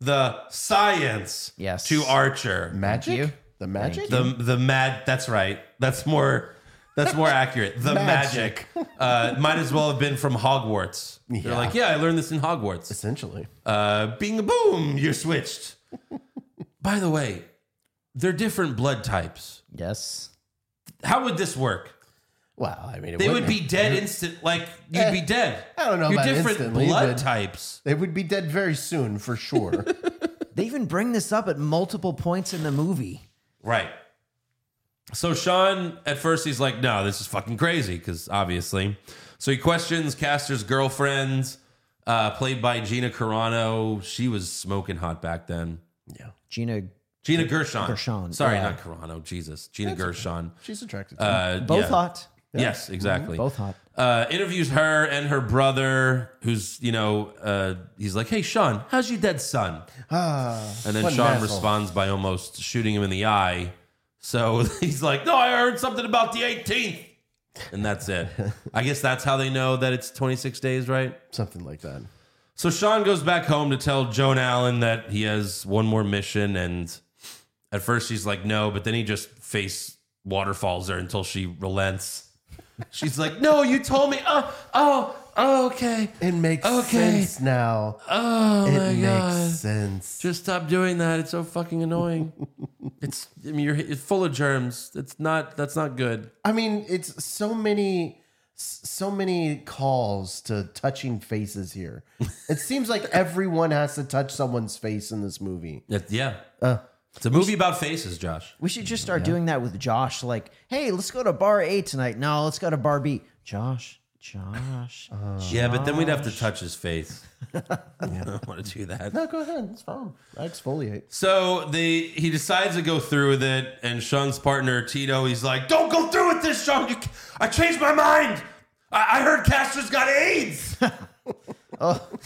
The science
Yes.
to Archer.
magic.
you.
The magic.
the the mad that's right that's more that's more accurate the magic, uh, might as well have been from hogwarts they're like yeah i learned this in hogwarts
Essentially,
uh, bing boom you're switched (laughs) by the way they're different blood types
Yes.
how would this work
well, I mean, it
they would
wouldn't-
be dead instant like you'd
Eh,
be dead
I don't know
you're
about
different
instantly,
blood
but-
types
They would be dead very soon, for
(laughs)
sure.
They even bring this up at multiple points in the movie.
Right. So Sean, at first, he's like, no, this is fucking crazy, because obviously. So he questions Castor's girlfriend, uh, played by Gina Carano. She was smoking hot back then.
Gina,
Gina Gershon.
Gershon,
Sorry,
yeah.
not Carano. Jesus. Gina Gershon.
She's attracted. to him.
Uh,
both
yeah.
hot.
Yes, exactly.
Both hot.
Uh, interviews her and her brother, who's, you know, uh, he's like, hey, Sean, how's your dead son?
Ah,
And then
what an
Sean
asshole.
responds by almost shooting him in the eye. So (laughs) he's like, No, I heard something about the 18th. And that's
(laughs)
it. I guess that's how they know that it's 26 days, right?
something like that.
So Sean goes back home to tell Joan Allen that he has one more mission. And at first she's like, No, but then he just face waterfalls her until she relents. She's like, No, you told me. Oh, oh, oh okay.
It makes
Okay.
sense now.
Oh,
it
my
makes
God.
sense.
Just stop doing that. It's so fucking (laughs) annoying. it's I mean, you're it's full of germs. It's not. That's not good.
I mean, it's so many, so many calls to touching faces (laughs) here. It seems like everyone has to touch someone's face in this movie.
It- yeah. it's a movie about faces, Josh.
We should just start doing that with Josh. Like, hey, let's go to bar A tonight. No, let's go to bar B. Josh, Josh.
Yeah, but then we'd have to touch his (laughs) face. I don't want to do that.
No, go ahead. It's fine. I exfoliate.
So they he decides to go through with it, and Sean's partner Tito, he's like, "Don't go through with this, Sean. You, ca- I changed my mind. I, I heard Castro's got AIDS."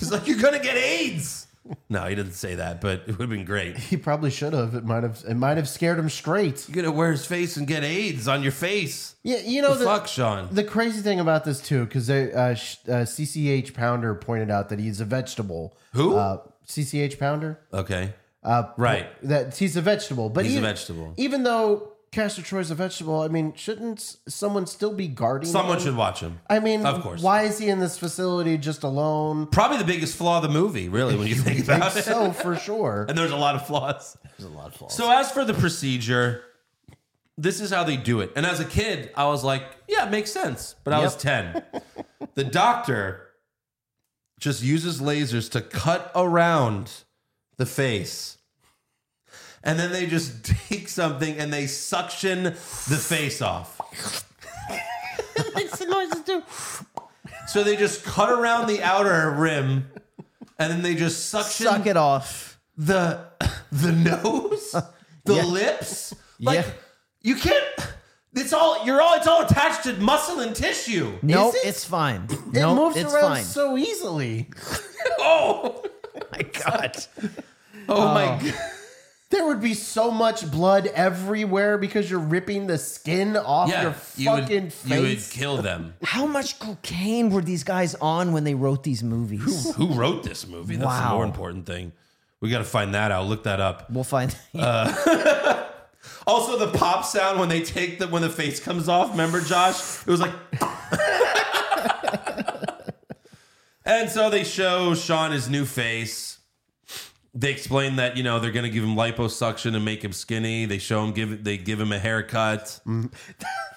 He's like, "You're gonna get AIDS." No, he didn't say that, but it would have been great. (laughs)
He probably should have. It might have. It might have scared him straight.
You're gonna wear his face and get AIDS on your face.
Yeah, you know the,
Fuck, Sean.
the crazy thing about this too, because uh, sh- uh, CCH Pounder pointed out that he's a vegetable.
Who?
Uh, CCH Pounder.
okay. right.
that he's a vegetable. But
He's a
even,
vegetable.
Even though Castor Troy's a vegetable, I mean, shouldn't s- someone still be guarding?
Someone
him?
should watch him.
I mean,
Of course.
Why is he in this facility just alone?
Probably the biggest flaw of the movie, really, when you think (laughs)
I
about
think
it.
so for sure.
And there's a lot of flaws. There's a lot of flaws. So as for the procedure, this is how they do it. And as a kid, I was like, yeah, it makes sense. But I was 10. the doctor just uses lasers to cut around the face. And then they just (laughs) take something and they suction the face off.
It's the noises too.
So they just cut around the outer rim, and then they just suction
Suck it off.
the (laughs) the nose, the
Yeah.
lips. Like
Yeah.
you can't. It's all you're all. It's all attached to muscle and tissue.
No,
it?
it's fine.
It
no,
moves
it's
around
fine.
so easily.
Oh,
my God.
(laughs) oh my god.
There would be so much blood everywhere because you're ripping the skin off your fucking face.
kill them.
How much cocaine were these guys on when they wrote these movies?
Who wrote this movie? That's the
Wow.
more important thing. We got to find that out. Look that up.
(laughs) We'll find.
Uh, Also, the pop sound when they take the when the face comes off. Remember, Josh? It was like. (laughs) and so they show Sean his new face. They explain that you know they're going to give him liposuction and make him skinny. They show him give they give him a haircut.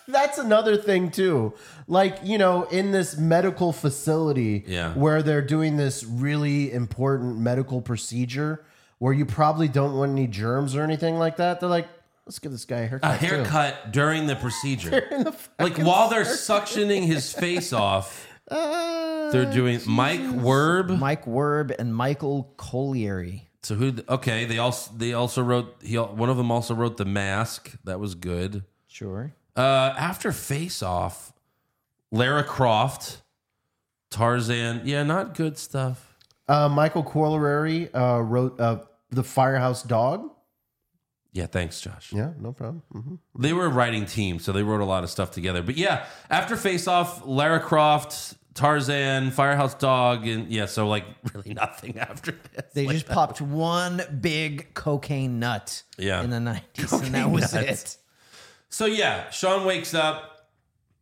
That's another thing too. Like, you know, in this medical facility
Yeah.
where they're doing this really important medical procedure where you probably don't want any germs or anything like that. They're like, let's give this guy a
(laughs)
haircut.
A haircut during the procedure, like while they're suctioning his face off.
Uh,
They're doing Mike Werb.
Mike Werb and Michael Collieri.
So who? Okay, they also they also wrote. He al- one of them also wrote the Mask. That was good.
Sure.
Uh, after Face Off, Lara Croft, Tarzan. Yeah, not good stuff.
uh, Michael Corlery uh, wrote uh, The Firehouse Dog.
Yeah, thanks, Josh.
Yeah, no problem. hmm
They were a writing team, so they wrote a lot of stuff together. But yeah, after Face Off, Lara Croft, Tarzan, Firehouse Dog, and yeah, so like (laughs) really nothing after this.
They
Like,
just popped one big cocaine nut
Yeah.
in the 90s, and that was
nuts. so yeah, Sean wakes up.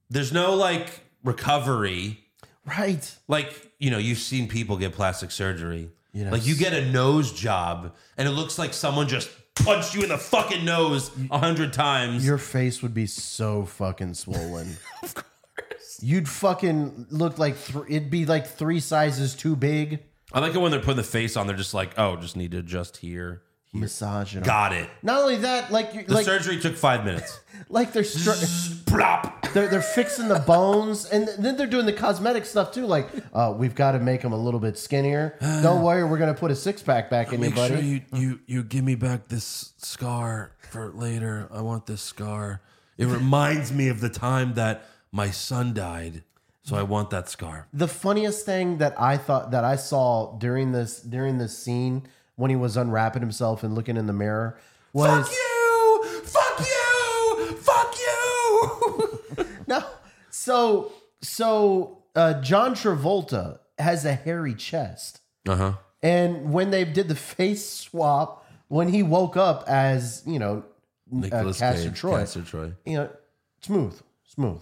There's no like recovery.
Right.
like you know you've seen people get plastic surgery like you get a nose job and it looks like someone just punched you in the fucking nose a hundred times
Your face would be so fucking swollen. of course. You'd fucking look like th- it'd be like three sizes too big.
i like it when they're putting the face on they're just like oh just need to adjust here
Massage it.
got it
Not only that, like you
the
like
surgery took five (laughs) minutes
like they're, str-
Plop.
they're they're fixing the bones, and then they're doing the cosmetic stuff too. Like, uh, we've got to make them a little
(sighs)
bit skinnier. Don't worry, we're gonna put a six pack back in you, buddy.
you you you give me back this scar for later i want this scar it reminds me of the time that my son died so i want that scar
the funniest thing that I thought that I saw during this during this scene when he was unwrapping himself and looking in the mirror was
fuck you fuck you fuck you
(laughs) no. So so uh, John Travolta has a hairy chest,
(laughs) uh-huh
and when they did the (laughs) face swap, when he woke up as you know, uh,
Nicholas
Castor Troy,
Troy.
you know, smooth, smooth,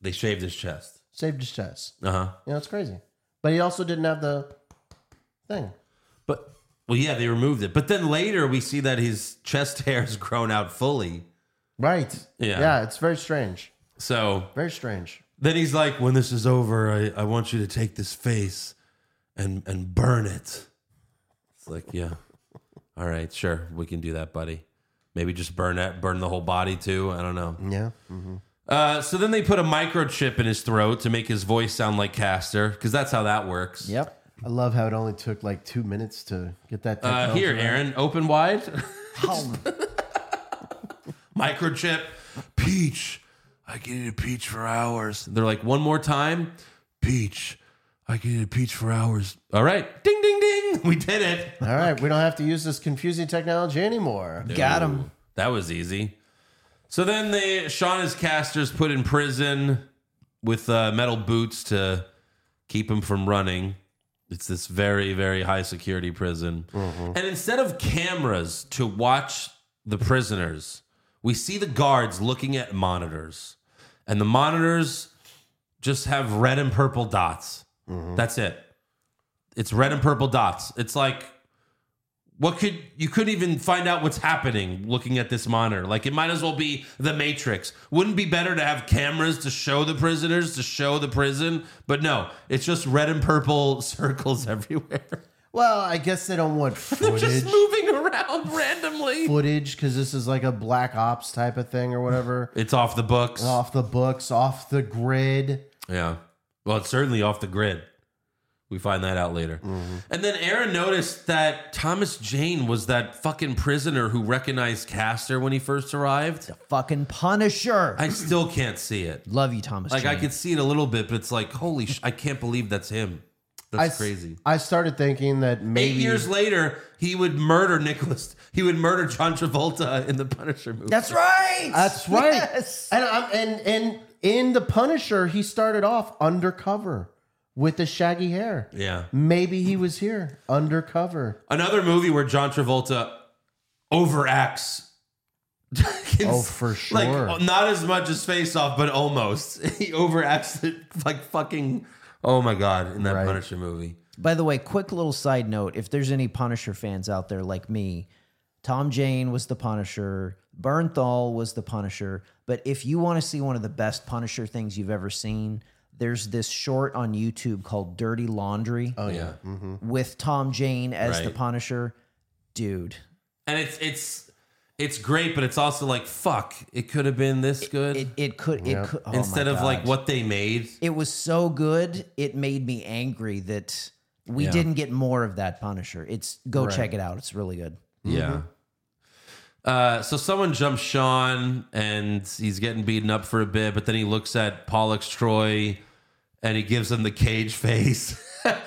They shaved his chest.
saved his chest.
Uh huh.
You know, it's crazy, but he also didn't have the thing.
But well, yeah, they removed it. But then later we see that his chest (laughs) hair is grown out fully.
Right.
Yeah.
Yeah. It's very strange.
So
Very strange.
then he's like, "When this is over, I, I want you to take this face and and burn it." It's like, yeah, all right, sure, we can do that, buddy. Maybe just burn that, burn the whole body too. I don't know.
Yeah. Mm.
Uh, so then they put a microchip in his throat to make his voice sound like Castor, because that's how that works.
Yep.
I love how it only took like two minutes to get that.
Uh,
technology
here,
right.
Aaron, open wide.
Oh,
(laughs) microchip peach i can eat a peach for hours they're like one more time peach i can eat a peach for hours all right ding ding ding (laughs) we did it
All right, we don't have to use this confusing technology anymore.
got him.
that was easy so then they sean is casters put in prison with uh, metal boots to keep him from running it's this very very high security prison and instead of cameras to watch the prisoners we see the guards looking at monitors and the monitors just have red and purple dots that's it it's red and purple dots it's like what could you couldn't even find out what's happening looking at this monitor like it might as well be the matrix wouldn't it be better to have cameras to show the prisoners to show the prison but no it's just red and purple (laughs) circles everywhere
Well, I guess they don't (laughs) want
they're
footage,
just moving around randomly
footage, because this is like a black ops type of thing or whatever.
it's off the books
off the books, off the grid.
Yeah. Well, it's certainly off the grid. We find that out later. And then Aaron noticed that Thomas Jane was that fucking prisoner who recognized Castor when he first arrived.
Fucking Punisher.
I still can't see it.
Love you, Thomas.
Like, I
Jane.
could see it a little bit, but it's like, holy sh- I can't believe that's him.
I
That's
s-
crazy.
I started thinking that
Eight
maybe
years later, he would murder Nicholas. He would murder John Travolta in the Punisher movie.
That's right.
that's right.
Yes.
And I'm and and in the Punisher, he started off undercover with the shaggy hair.
yeah.
Maybe he was here undercover.
Another movie where John Travolta overacts. (laughs)
Oh, for sure.
Like not as much as Face Off, but almost. (laughs) He overacts it like fucking. Oh my god! In that
Right.
Punisher movie,
By the way, quick little side note if there's any Punisher fans out there like me, Tom Jane was the Punisher, Bernthal was the Punisher. But if you want to see one of the best Punisher things you've ever seen, there's this short on YouTube called Dirty Laundry
Oh, yeah. Mm-hmm.
with Tom Jane as the
Um, Right.
Punisher. Dude,
and it's it's it's great, but it's also like fuck. It could have been this good
It it could it could oh my
instead of like
God.
what they made.
it was so good it made me angry that we
Yeah.
didn't get more of that Punisher. It's go check it out. It's really good.
Yeah. Uh, so someone jumps Sean and he's getting beaten up for a bit, but then he looks at Pollux Troy and he gives him the cage face. (laughs)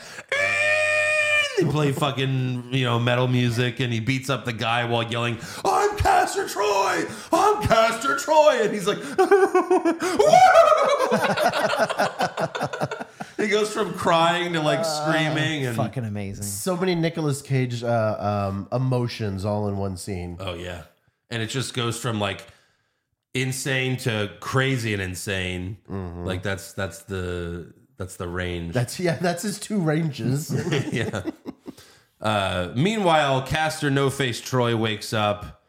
they play fucking, you know, metal music and he beats up the guy while yelling, I'm Caster Troy! I'm Caster Troy! And he's like, (laughs) He goes from crying to like screaming and
Fucking amazing.
So many Nicolas Cage uh, um, emotions all in one scene.
Oh yeah, and it just goes from like insane to crazy and insane. Like that's that's the that's the range. (laughs)
That's yeah, that's his two ranges.
yeah. Uh, meanwhile, Caster No Face Troy wakes up.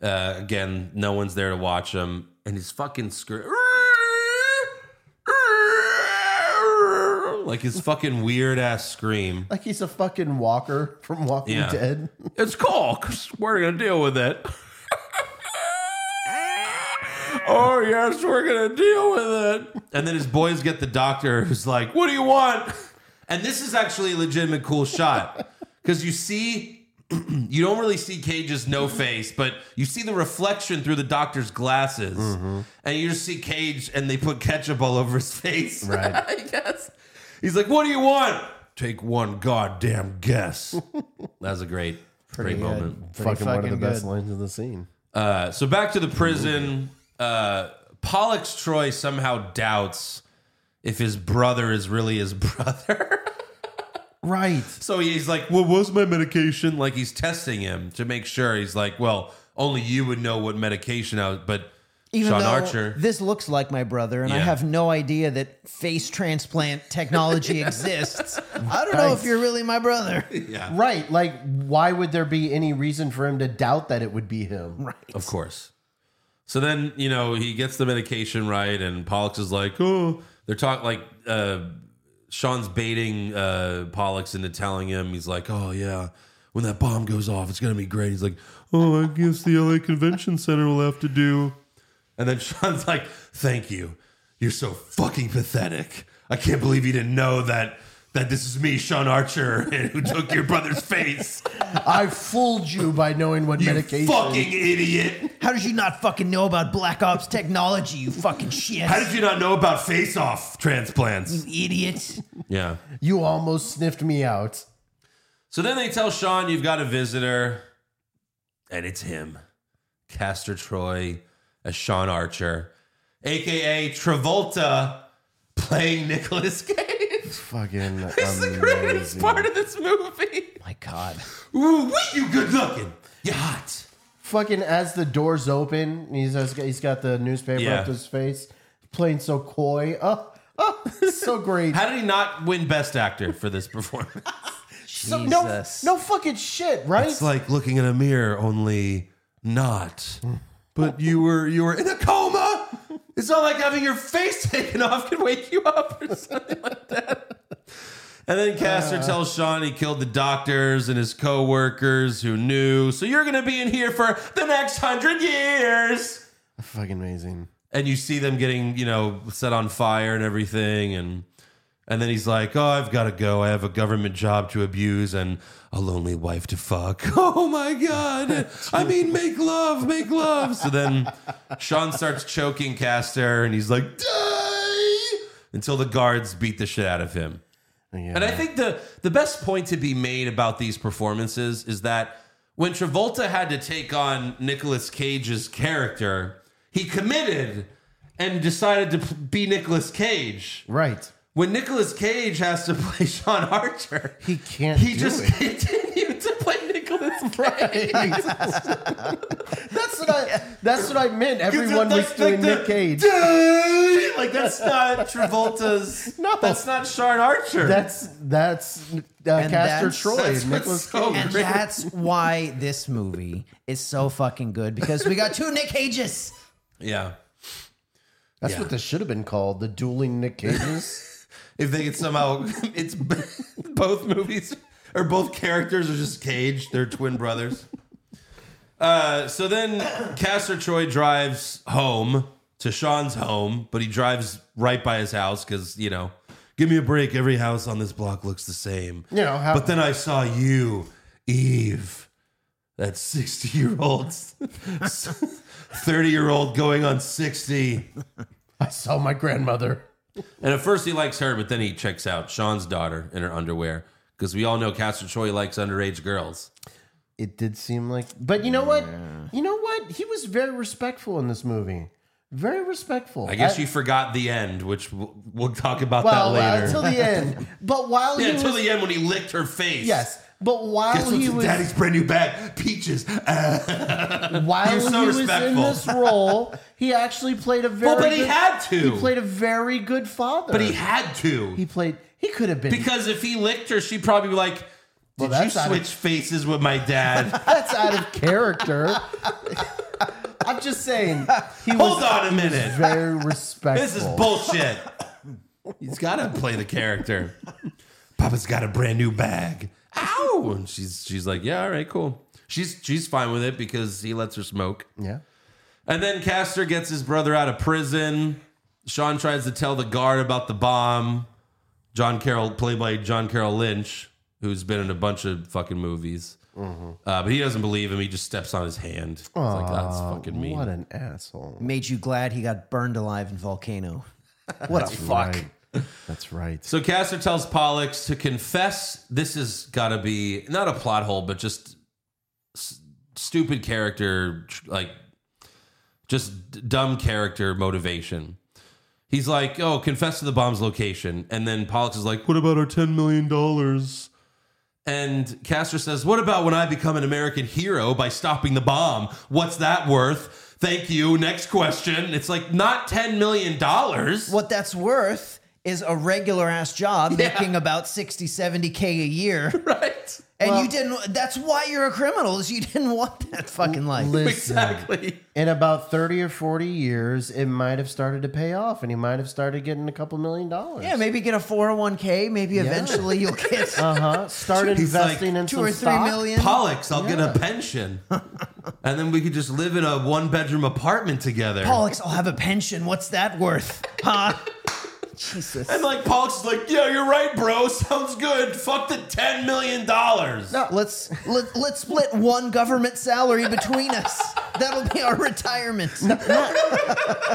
Uh, again, no one's there to watch him, and he's fucking screw. Like his fucking weird ass
(laughs)
scream.
like he's a fucking walker from Walking
Yeah.
Dead.
It's caulk. We're gonna deal with it. oh yes, we're gonna deal with it. And then his boys get the doctor, who's like, "What do you want?" And this is actually a legitimate cool shot because you see, (clears throat) you don't really see Cage's no face, but you see the reflection through the doctor's glasses, and you just see Cage, and they put ketchup all over his (laughs) face.
Right.
I guess he's like, "What do you want?" Take one goddamn (laughs) guess. That was a great, great
good.
moment.
(laughs) Fucking, one of the
fucking
best
good.
lines of the scene.
Uh, so back to the prison. Uh, Pollux Troy somehow doubts if his brother is really his (laughs) brother.
Right.
so he's like, "What was my medication?" Like he's testing him to make sure. He's like, "Well, only you would know what medication I was." But
Even
Sean
though
Archer,
this looks like my brother, and I
Yeah.
have no idea that face
(laughs)
transplant technology exists. I don't know if you're really my brother.
yeah,
Right. Like, why would there be any reason for him to doubt that it would be him?
Of course. So then, you know, he gets the medication right, and Pollux is like, oh, they're talking like uh, Sean's baiting uh, Pollux into telling him, he's like, oh, yeah, when that bomb goes off, it's going to be great. He's like, oh, I guess the LA Convention Center will have to do. And then (laughs) Sean's like, thank you. You're so fucking pathetic. I can't believe you didn't know that. That this is me, Sean Archer, (laughs) who took your brother's face.
I fooled you by knowing what
You
medication.
fucking idiot.
How did you not fucking know about Black Ops technology, you fucking shit?
How did you not know about face off transplants?
you idiot?
Yeah.
You almost sniffed me out.
So then they tell Sean, you've got a visitor, and it's him, Castor Troy as Sean Archer, aka Travolta, playing Nicolas Cage. (laughs)
Fucking.
It's the greatest part of this movie.
My God.
Ooh, wait, you good looking. You hot.
Fucking as the doors open, and he's has- he's got the newspaper
Yeah.
up to his face, playing so coy. Oh, oh (laughs) so great.
How did he not win Best Actor for this (laughs) performance?
So- no, no fucking shit, right?
It's like looking in a mirror, only not. But you were you were in a coma. It's not like having your face (laughs) taken off can wake you up or something like that. And then Castor tells Sean he killed the doctors and his co-workers who knew. So you're gonna be in here for the next hundred years.
fucking amazing.
And you see them getting, you know, set on fire and everything, and and then he's like, "Oh, I've got to go. I have a government job to abuse and a lonely wife to fuck." (laughs) Oh my god! I mean, make love, make love. So then Sean starts choking Castor, and he's like, "Die!" Until the guards beat the shit out of him.
Yeah.
And I think the the best point to be made about these performances is that when Travolta had to take on Nicolas Cage's character, he committed and decided to p- be Nicolas Cage (laughs)
right.
when Nicolas Cage has to (laughs) play Sean Archer,
He
(laughs)
can't
he
do
just
it.
continued to play Nicolas Cage.
(laughs) That's what I. That's what I meant. Everyone
Like-
was doing
like the-
Nick Cage.
Dude, Like that's not
(laughs)
Travolta's.
No.
that's not Sean Archer.
That's that's uh, Caster
that's-
Troy.
that's what's
Nicholas
so (laughs)
Cage.
And
great.
that's why this movie is so fucking good because we got two Nick Cages.
yeah.
That's
Yeah.
what this should have been called: the dueling
(laughs)
Nick Cages.
If they could somehow, (laughs) it's b- both movies or both characters are just Cage. They're twin brothers. Uh, so then Castor Troy drives home to Sean's home, but he drives right by his house because, you know, give me a break. Every house on this block looks the same.
You know, how-
but then I saw you, Eve, that 60 year (laughs) old, 30 year old going on 60.
I saw my grandmother.
And at first he likes her, but then he checks out Sean's daughter in her underwear because we all know Castor Troy likes underage girls.
It did seem like, but you know what? You know what? He was very respectful in this movie. Very respectful. Uh,
I guess you forgot the end, which w- we'll talk about
well
that later.
until the end. But
(laughs)
while
yeah,
he was,
until the end when he licked her face.
(laughs) yes, but while
Guess what's
he
in
was
daddy's brand new bag? Peaches. Ah.
while
He
he
was
was,
so
in
respectful.
this role, he actually played a very.
Well, but he
good-
had to.
He played a very good father.
but he had to.
he played. He could have been.
because if he licked her, she'd probably be like,
Well,
Did you
that's out of-
switch faces with my
(laughs)
dad?
that's out of
(laughs)
character. I'm just saying. He
Hold
was
on a minute.
very
(laughs)
respectful.
This is bullshit. (laughs) He's got to play the character. Papa's got a brand new bag. Ow! And she's she's like, yeah, all right, cool. She's she's fine with it because he lets her smoke.
yeah.
And then Castor gets his brother out of prison. Sean tries to tell the guard about the bomb. John Carroll, played by John Carroll Lynch, who's been in a bunch of fucking movies. Uh, but he doesn't believe him. He just steps on his hand. It's like, that's fucking mean.
What an asshole.
Made you glad he got burned alive in volcano.
What a fuck. That's right.
So Castor tells Pollux to confess. This has got to be not a plot hole, but just s- stupid character, tr- like just d- dumb character motivation. He's like, "Oh, confess to the bomb's location," and then Pollux is like, "What about our ten million dollars?" And Castor says, "What about when I become an American hero by stopping the bomb? What's that worth?" Thank you. Next question. It's like not ten million dollars.
What that's worth is a regular ass job making about 60, 70K a year.
Right.
And you didn't, that's why you're a criminal, is you didn't (laughs) want that fucking life.
(laughs)
Listen,
Exactly.
in about 30 or 40 years, it might have started to pay off and he might have started getting a couple million dollars.
Yeah, maybe get a 401K. Maybe eventually you'll get
Uh
(laughs)
huh. Start
He's like,
investing in
two
some
or three
stock.
million.
Pollux, I'll get a pension. (laughs) and then we could just live in a one bedroom apartment together.
Pollux, I'll have a pension. What's that worth? Huh? Jesus.
and like Pollux is like, yeah, you're right, bro. (laughs) Sounds good. Fuck the ten million dollars.
No, let's let, let's split one government salary between us. That'll be our retirement.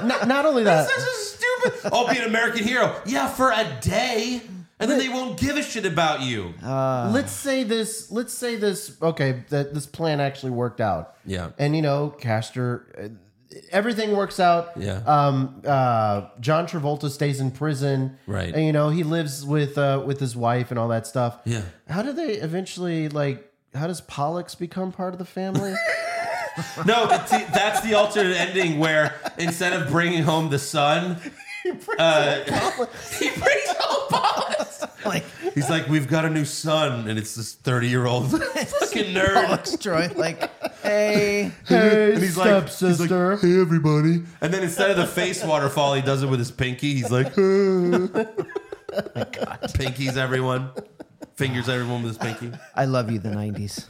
Not, not only
(laughs)
that,
This is stupid. I'll be an American hero. Yeah, for a day. And then they won't give a shit about you.
uh, let's say this. Let's say this. Okay, that this plan actually worked out.
Yeah.
And you know, Castor, uh, everything works out.
Yeah.
Um. Uh. John Travolta stays in prison.
Right.
And you know he lives with uh with his wife and all that stuff.
Yeah.
How do they eventually like? How does Pollux become part of the
(laughs)
family?
No, but see, that's the alternate ending where instead of bringing home the
(laughs)
son, (laughs) he brings home Pollux.
Like
He's like, we've got a new son, and it's this 30 year
(laughs)
old (laughs) fucking nerd.
Pollux Troy, like, hey,
hey,
And he's like, he's like,
stepsister.
hey everybody. And then instead of the face waterfall, he does it with his pinky. He's like,
(laughs)
pinkies everyone, fingers everyone with his pinky.
I love you, the '90s.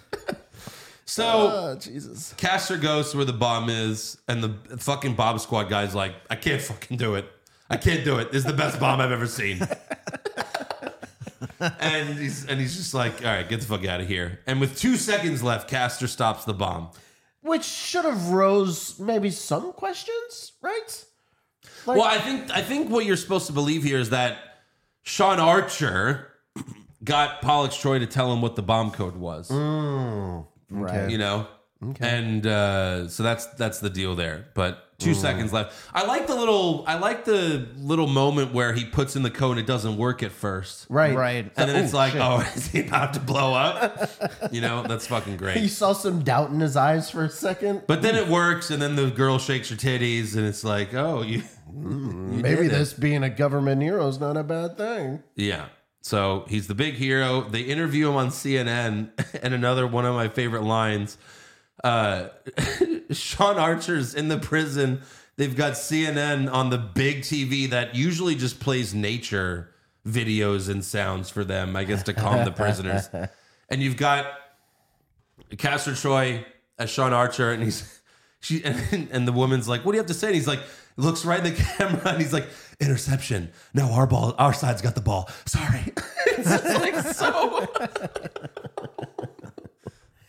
So
oh, Jesus.
Caster goes to where the bomb is, and the fucking bomb squad guy's like, I can't fucking do it. I can't do it. This is the best bomb I've ever seen. and he's and he's just like, all right, get the fuck out of here. And with two seconds left, Caster stops the bomb.
(laughs) Which should have rose maybe some questions, right?
Well, I think I think what you're supposed to believe here is that Sean Archer (clears throat) got Pollux Troy to tell him what the bomb code
Oh,
was.
Right.
You know? And uh, so that's that's the deal there. But
Mm.
two seconds left. I like the little I like the little moment where he puts in the code and it doesn't work at first.
Right.
Right.
And then it's like,
shit.
oh, (laughs) is he about to blow
(laughs)
up? you know, that's fucking
You
great.
saw some doubt in his eyes for a second.
But
(laughs)
then it works, and then the girl shakes her titties, and it's like, oh, you
Maybe this being a government hero is not a bad thing.
Yeah. So he's the big hero. They interview him on CNN, (laughs) and another one of my favorite lines. Uh, (laughs) Sean Archer's in the prison. They've got CNN on the big TV that usually just plays nature videos and sounds for them, I guess, to calm the prisoners. and you've got Castor Troy as Sean Archer, and he's (laughs) she and, and the woman's like, "What do you have to say?" And he's like, looks right in the (laughs) camera, and he's like, "Interception." No, our ball, our side's got the ball. Sorry. (laughs) it's just like so.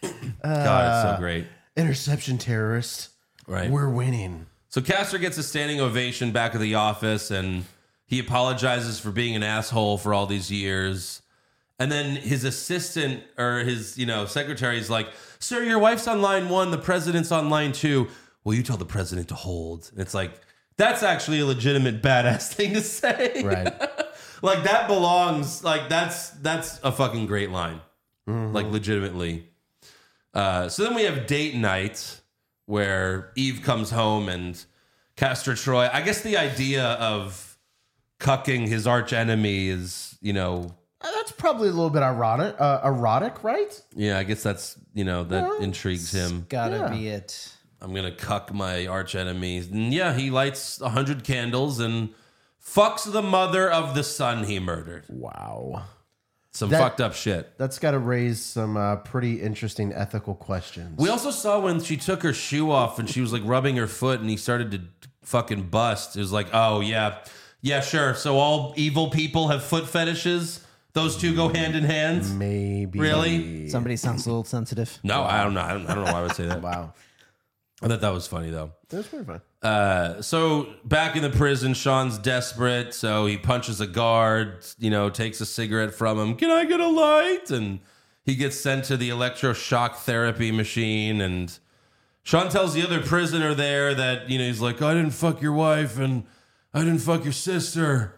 God, it's so great.
Interception terrorist.
Right.
We're winning.
So Castor gets a standing ovation back at the office and he apologizes for being an asshole for all these years. And then his assistant or his, you know, secretary is like, Sir, your wife's on line one, the president's on line two. Will you tell the president to hold? And it's like, that's actually a legitimate badass (laughs) thing to say.
(laughs) Right. Uh,
like that belongs, like that's that's a fucking great line. Like legitimately. Uh, so then we have date night where Eve comes home and Castor Troy. I guess the idea of cucking his arch enemy is, you know,
Uh, That's probably a little bit erotic, uh, erotic right?
yeah, I guess that's, you know, that intrigues him.
Gotta
Yeah.
be it.
I'm going to cuck my arch enemy. And yeah, he lights 100 candles and fucks the mother of the son he murdered.
Wow.
Some
That-
fucked up shit.
That's got to raise some uh, pretty interesting ethical questions.
We also saw when she took her shoe off and she was like rubbing her foot and he started to fucking bust. It was like, oh, yeah. Yeah, sure. So all evil people have foot fetishes? Those two go hand in hand?
Maybe.
Really?
Somebody sounds a little sensitive.
No, I don't know. I don't, I don't know why I would say that.
Wow.
I thought that was funny, though.
That's pretty fun.
So back in the prison, Sean's desperate. So he punches a guard, you know, takes a cigarette from him. Can I get a light? And he gets sent to the electroshock therapy machine. And Sean tells the other prisoner there that, you know, he's like, I didn't fuck your wife and I didn't fuck your sister.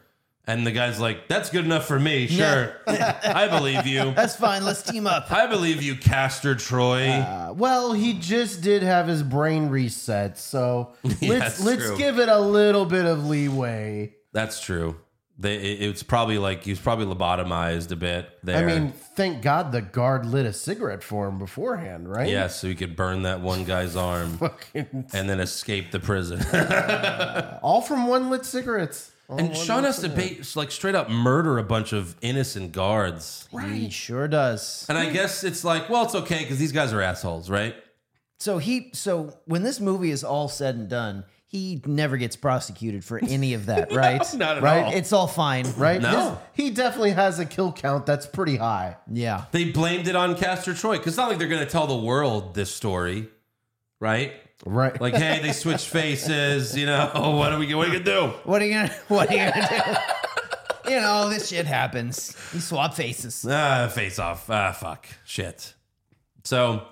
And the guy's like, that's good enough for me.
(laughs)
Sure. I believe you.
That's fine. Let's team up.
I believe you, Castor Troy.
Uh, well, he just did have his brain
(laughs)
reset, so let's
that's
let's
true.
give it a little bit of leeway.
that's true. They, it, it's probably like he was probably lobotomized a bit there.
I mean, thank God the guard lit a cigarette for him beforehand, right?
Yeah, so he could burn that one guy's arm
(laughs) Fucking-
and then escape the prison. (laughs)
all from one lit cigarettes. All
and
one
Sean
lit
has to
cigarette.
ba- like straight up murder a bunch of innocent guards.
He sure does.
And I guess it's like, well, it's okay because these guys are assholes, right?
So he so when this movie is all said and done, he never gets prosecuted for any of that, right?
Not at
Right?
all.
It's all fine.
right.
No.
His- he definitely has a kill count that's pretty high.
Yeah.
they blamed it on Castor Troy because it's not like they're going to tell the world this story, right?
Right.
Like, hey, they switched faces. You know, (laughs) oh, what are we going to do?
What are you gonna (laughs) what are you gonna do? you know, this shit happens. You swap faces.
Ah, face off. Ah, fuck. Shit. So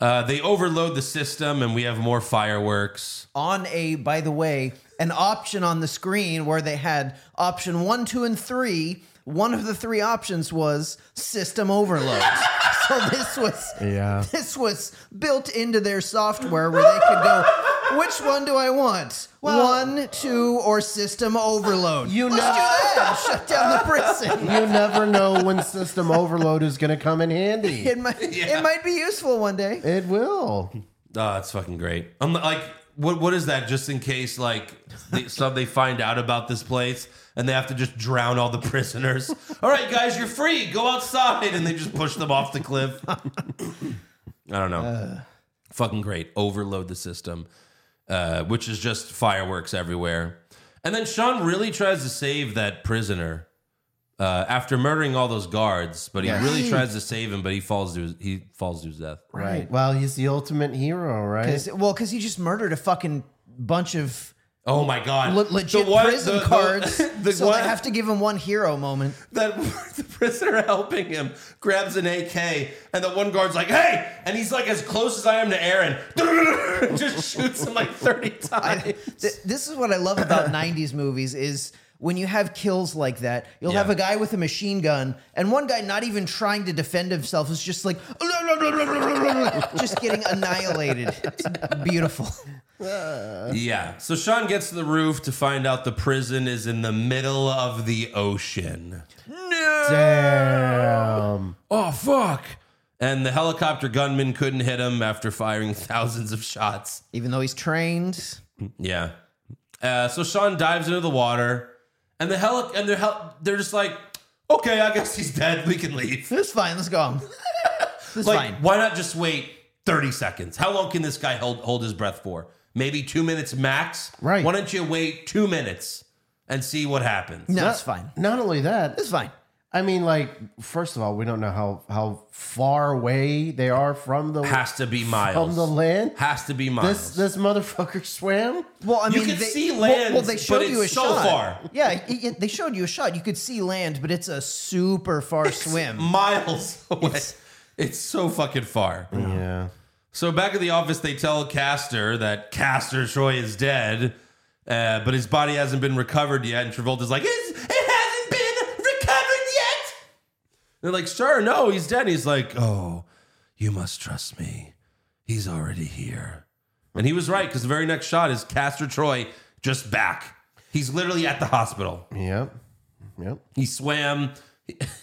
uh, they overload the system and we have more fireworks.
On a, by the way, an option on the screen where they had option one, two, and three. One of the three options was system
(laughs)
overload. so this was
Yeah.
this was built into their software where they could go, which one do I want? one, two, or system overload?
You
Let's
know-
do that. Shut
(laughs)
down the prison.
You never know when system overload is going to come in
(laughs)
handy.
It might, it might be useful one day.
It will.
Oh, that's fucking great. I'm li- like, what what is that? Just in case, like, they, some they find out about this place and they have to just drown all the prisoners. all right, guys, you're free. Go outside, and they just push them off the cliff. I don't know. fucking great. Overload the system, uh, which is just fireworks everywhere. And then Sean really tries to save that prisoner. Uh, after murdering all those guards, but he really tries to save him, but he falls to his, he falls to his death.
Right. Well, he's the ultimate hero, right?
'Cause- well, because he just murdered a fucking bunch of
Oh my god!
le- legit
The one-
prison
the- the-
cards.
(laughs) The
so
one
they have to give him one hero moment.
that (laughs) the prisoner helping him grabs an AK, and the one guard's like, "Hey!" and he's like as close as I am to Aaron, (laughs) just shoots him like
(laughs)
thirty times.
Th- this is what I love
(laughs)
about 90s movies is when you have kills like that, you'll
Yeah.
have a guy with a machine gun and one guy not even trying to defend himself is just like (laughs) just getting annihilated. It's beautiful.
yeah. So Sean gets to the roof to find out the prison is in the middle of the ocean.
Damn.
Oh fuck! And the helicopter gunman couldn't hit him after firing thousands of shots.
Even though he's trained,
Yeah. Uh, so Sean dives into the water, and the heli and they're hel- they're just like, okay, I guess he's dead. We can leave.
it's fine, let's go. It's
like,
fine.
why not just wait 30 seconds. How long can this guy hold, hold his breath for? Maybe two minutes max?
Right.
Why don't you wait two minutes and see what happens?
No,
Not-
it's fine.
Not only that,
It's fine.
I mean, like, first of all, we don't know how how far away they are from the
Has to be miles.
from the land.
Has to be miles.
This this motherfucker (laughs) swam.
Well, I
You
mean,
can
they,
see
well-
land,
Well, they
but
showed
it's
you a
so
shot.
far.
Yeah, y- y- they showed you a shot. You could see land, but it's a super far swim.
miles away. It's,
It's-
so fucking far.
Yeah.
So back at the office, they tell Caster that Caster Troy is dead, uh, but his body hasn't been recovered yet. And Travolta's like, it's, it hasn't been recovered yet. They're like, sir, no, he's dead. He's like, oh, you must trust me. He's already here. And he was right because the very next shot is Caster Troy just back. He's literally at the hospital.
Yep. Yep.
He swam. (laughs)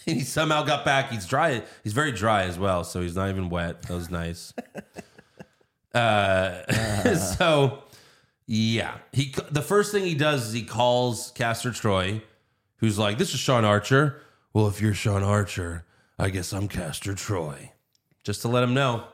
He somehow got back. He's dry. He's very dry as well, so he's not even wet. That was nice. uh, (laughs) so yeah, he the first thing he does is he calls Caster Troy, who's like, "This is Sean Archer." Well, if you're Sean Archer, I guess I'm Caster Troy. Just to let him know,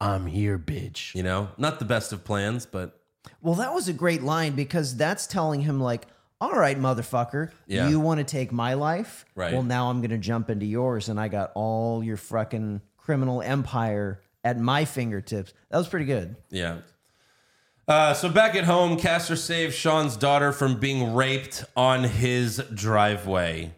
I'm here, bitch.
you know, not the best of plans, but
well, that was a great line because that's telling him like, "All right, motherfucker,
Yeah.
you want to take my life?
Right.
Well, now I'm going to jump into yours, and I got all your fucking criminal empire at my fingertips." That was pretty good.
Yeah. Uh, so back at home, Caster saved Sean's daughter from being raped on his driveway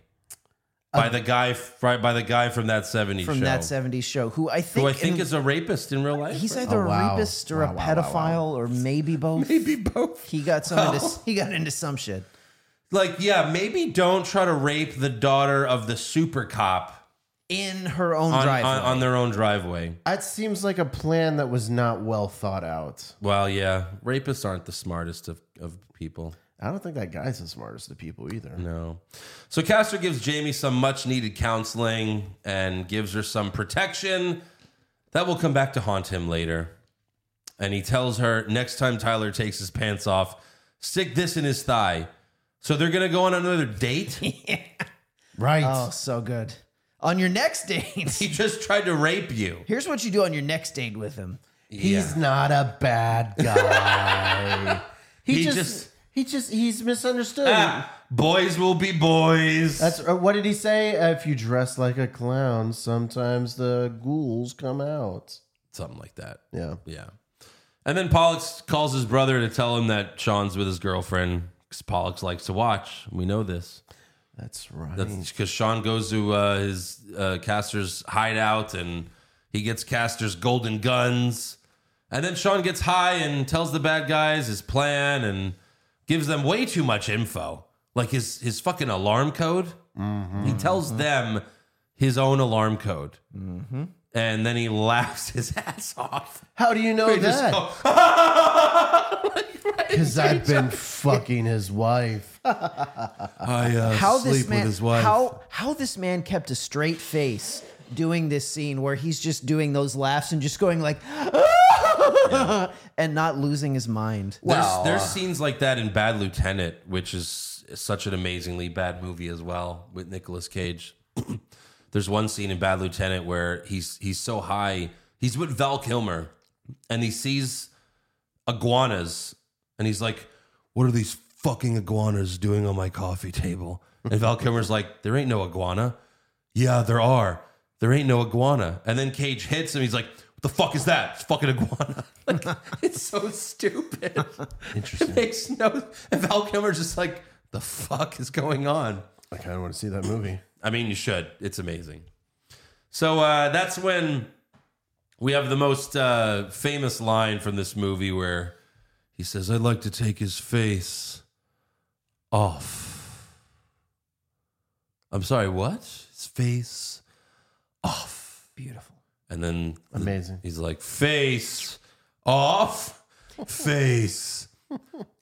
by the guy by, by the guy from that 70s
From
show.
that '70s show, who I think,
who I think
in-
is a rapist in real life.
he's
right?
either
Oh, wow.
a rapist or
Wow,
a
wow, wow,
pedophile
wow.
or maybe
(laughs)
both.
maybe both.
He got some
(laughs)
into, he got into some shit.
Like, yeah, maybe don't try to rape the daughter of the super cop
in her own
on, on,
driveway.
on their own driveway.
That seems like a plan that was not well thought out.
Well, yeah, rapists aren't the smartest of, of people.
I don't think that guy's the smartest of people either.
No. So Castor gives Jamie some much needed counseling and gives her some protection that will come back to haunt him later. And he tells her next time Tyler takes his pants off, stick this in his thigh. So they're going to go on another
(laughs)
date?
Right.
oh, so good. On your next date,
he just tried to rape you.
(laughs) here's what you do on your next date with him.
He's not a
(laughs)
bad guy. he,
He
just,
just-
he just he's misunderstood.
Ah, boys will be boys.
That's uh, what did he say? Uh, if you dress like a clown, sometimes the ghouls come out.
Something like that.
Yeah.
Yeah. And then Pollux calls his brother to tell him that Sean's with his girlfriend because Pollux likes to watch. We know this.
That's right.
Hmm.
That's because Sean goes to uh, his uh, caster's hideout and he gets caster's golden guns. And then Sean gets high and tells the bad guys his plan and gives them way too much info. Like his, his fucking alarm code.
Mm-hmm.
He tells them his own alarm code.
Mm-hmm.
And then he (laughs) laughs his ass off.
How do
(laughs)
you know
They just
that?
go,
Because I've been fucking his wife.
I uh,
How
sleep
this man
with his wife.
how how this man kept a straight face doing this scene where he's just doing those laughs and just going like (laughs) and not losing his mind.
There's, there's scenes like that in Bad Lieutenant, which is such an amazingly bad movie as well with Nicolas Cage. (clears throat) there's one scene in Bad Lieutenant where he's he's so high, he's with Val Kilmer, and he sees iguanas, and he's like, "What are these fucking iguanas doing on my coffee table?" And Val Kilmer's like, "There ain't no iguana." Yeah, there are. There ain't no iguana. And then Cage hits him. He's like, "What the fuck is that? It's fucking iguana." (laughs) like, it's so stupid. Interesting. It makes no. And Val Kilmer's just like, "The fuck is going on?"
I kind of want to see that movie.
I mean, you should. It's amazing. So uh, that's when we have the most uh, famous line from this movie where he says, I'd like to take his face off. I'm sorry, what? His face off.
Beautiful.
And then
Amazing.
he's like, face off, face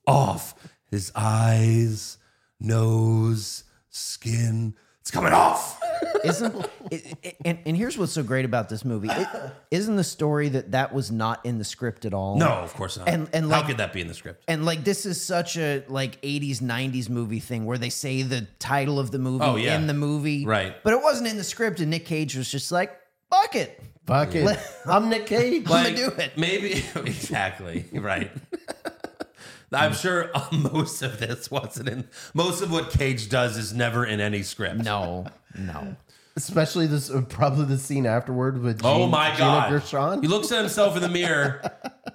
off. His eyes, nose, skin. It's coming off.
Isn't (laughs) it, it- and, and here's what's so great about this movie. It, isn't the story that that was not in the script at all?
No, of course not.
And- and
how
like-
could that be in the script?
And like this is such a like 80s 90s movie thing where they say the title of the movie
Oh, yeah.
in the movie.
Right.
But it wasn't in the script and Nick Cage was just like fuck it.
Fuck it. I'm Nick Cage.
Like,
do it.
Maybe (laughs) exactly
(laughs)
right. I'm sure uh, most of this wasn't in. Most of what Cage does is never in any script.
No, no.
Especially this, uh, probably the scene afterward with.
Oh
Jean-
my
Gina
god!
Gershon.
He looks at himself in the
(laughs)
mirror,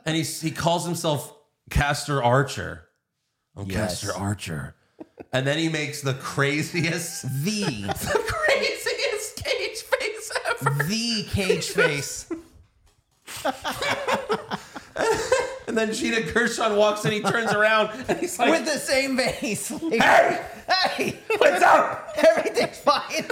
and he he calls himself Caster Archer. I'm Caster Archer, and then he makes the craziest,
(laughs) The
(laughs) the craziest Cage face ever.
the cage face.
And then Gina Gershon walks in. He turns around, and he's like,
with the
(laughs)
same face. Like,
"Hey,
hey,
what's up?"
everything's fine.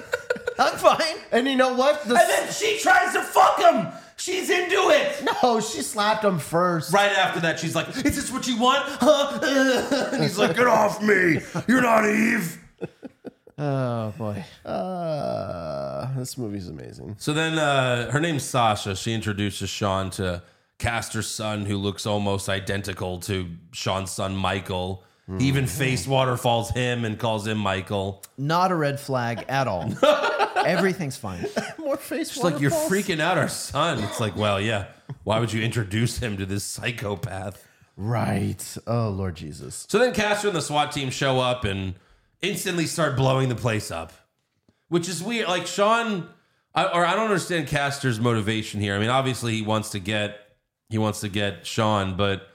I'm fine.
And you know what? The,
And then she tries to fuck him. She's into it.
no, she slapped him first.
Right after that, she's like, "Is this what you want?" Huh? (laughs) and he's like, "Get off me! You're not Eve."
Oh boy.
Uh, this movie's amazing.
So then, uh, her name's Sasha. She introduces Sean to Castor's son, who looks almost identical to Sean's son, Michael. He even face waterfalls him and calls him Michael.
Not a red flag at all. Everything's fine.
More face.
It's like you're freaking out our son. It's like, well, yeah. Why would you introduce him to this psychopath?
Right. Oh Lord Jesus.
So then Castor and the SWAT team show up and instantly start blowing the place up, which is weird. Like Sean, I, or I don't understand Castor's motivation here. I mean, obviously he wants to get he wants to get Sean, but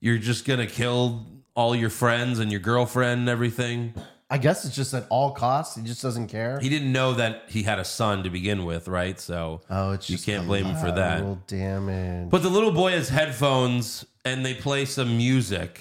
you're just gonna kill all your friends and your girlfriend and everything.
I guess it's just at all costs. He just doesn't care.
He didn't know that he had a son to begin with, right? So
oh, it's
you
just
can't blame him for that.
collateral damage.
But the little boy has headphones and they play some music,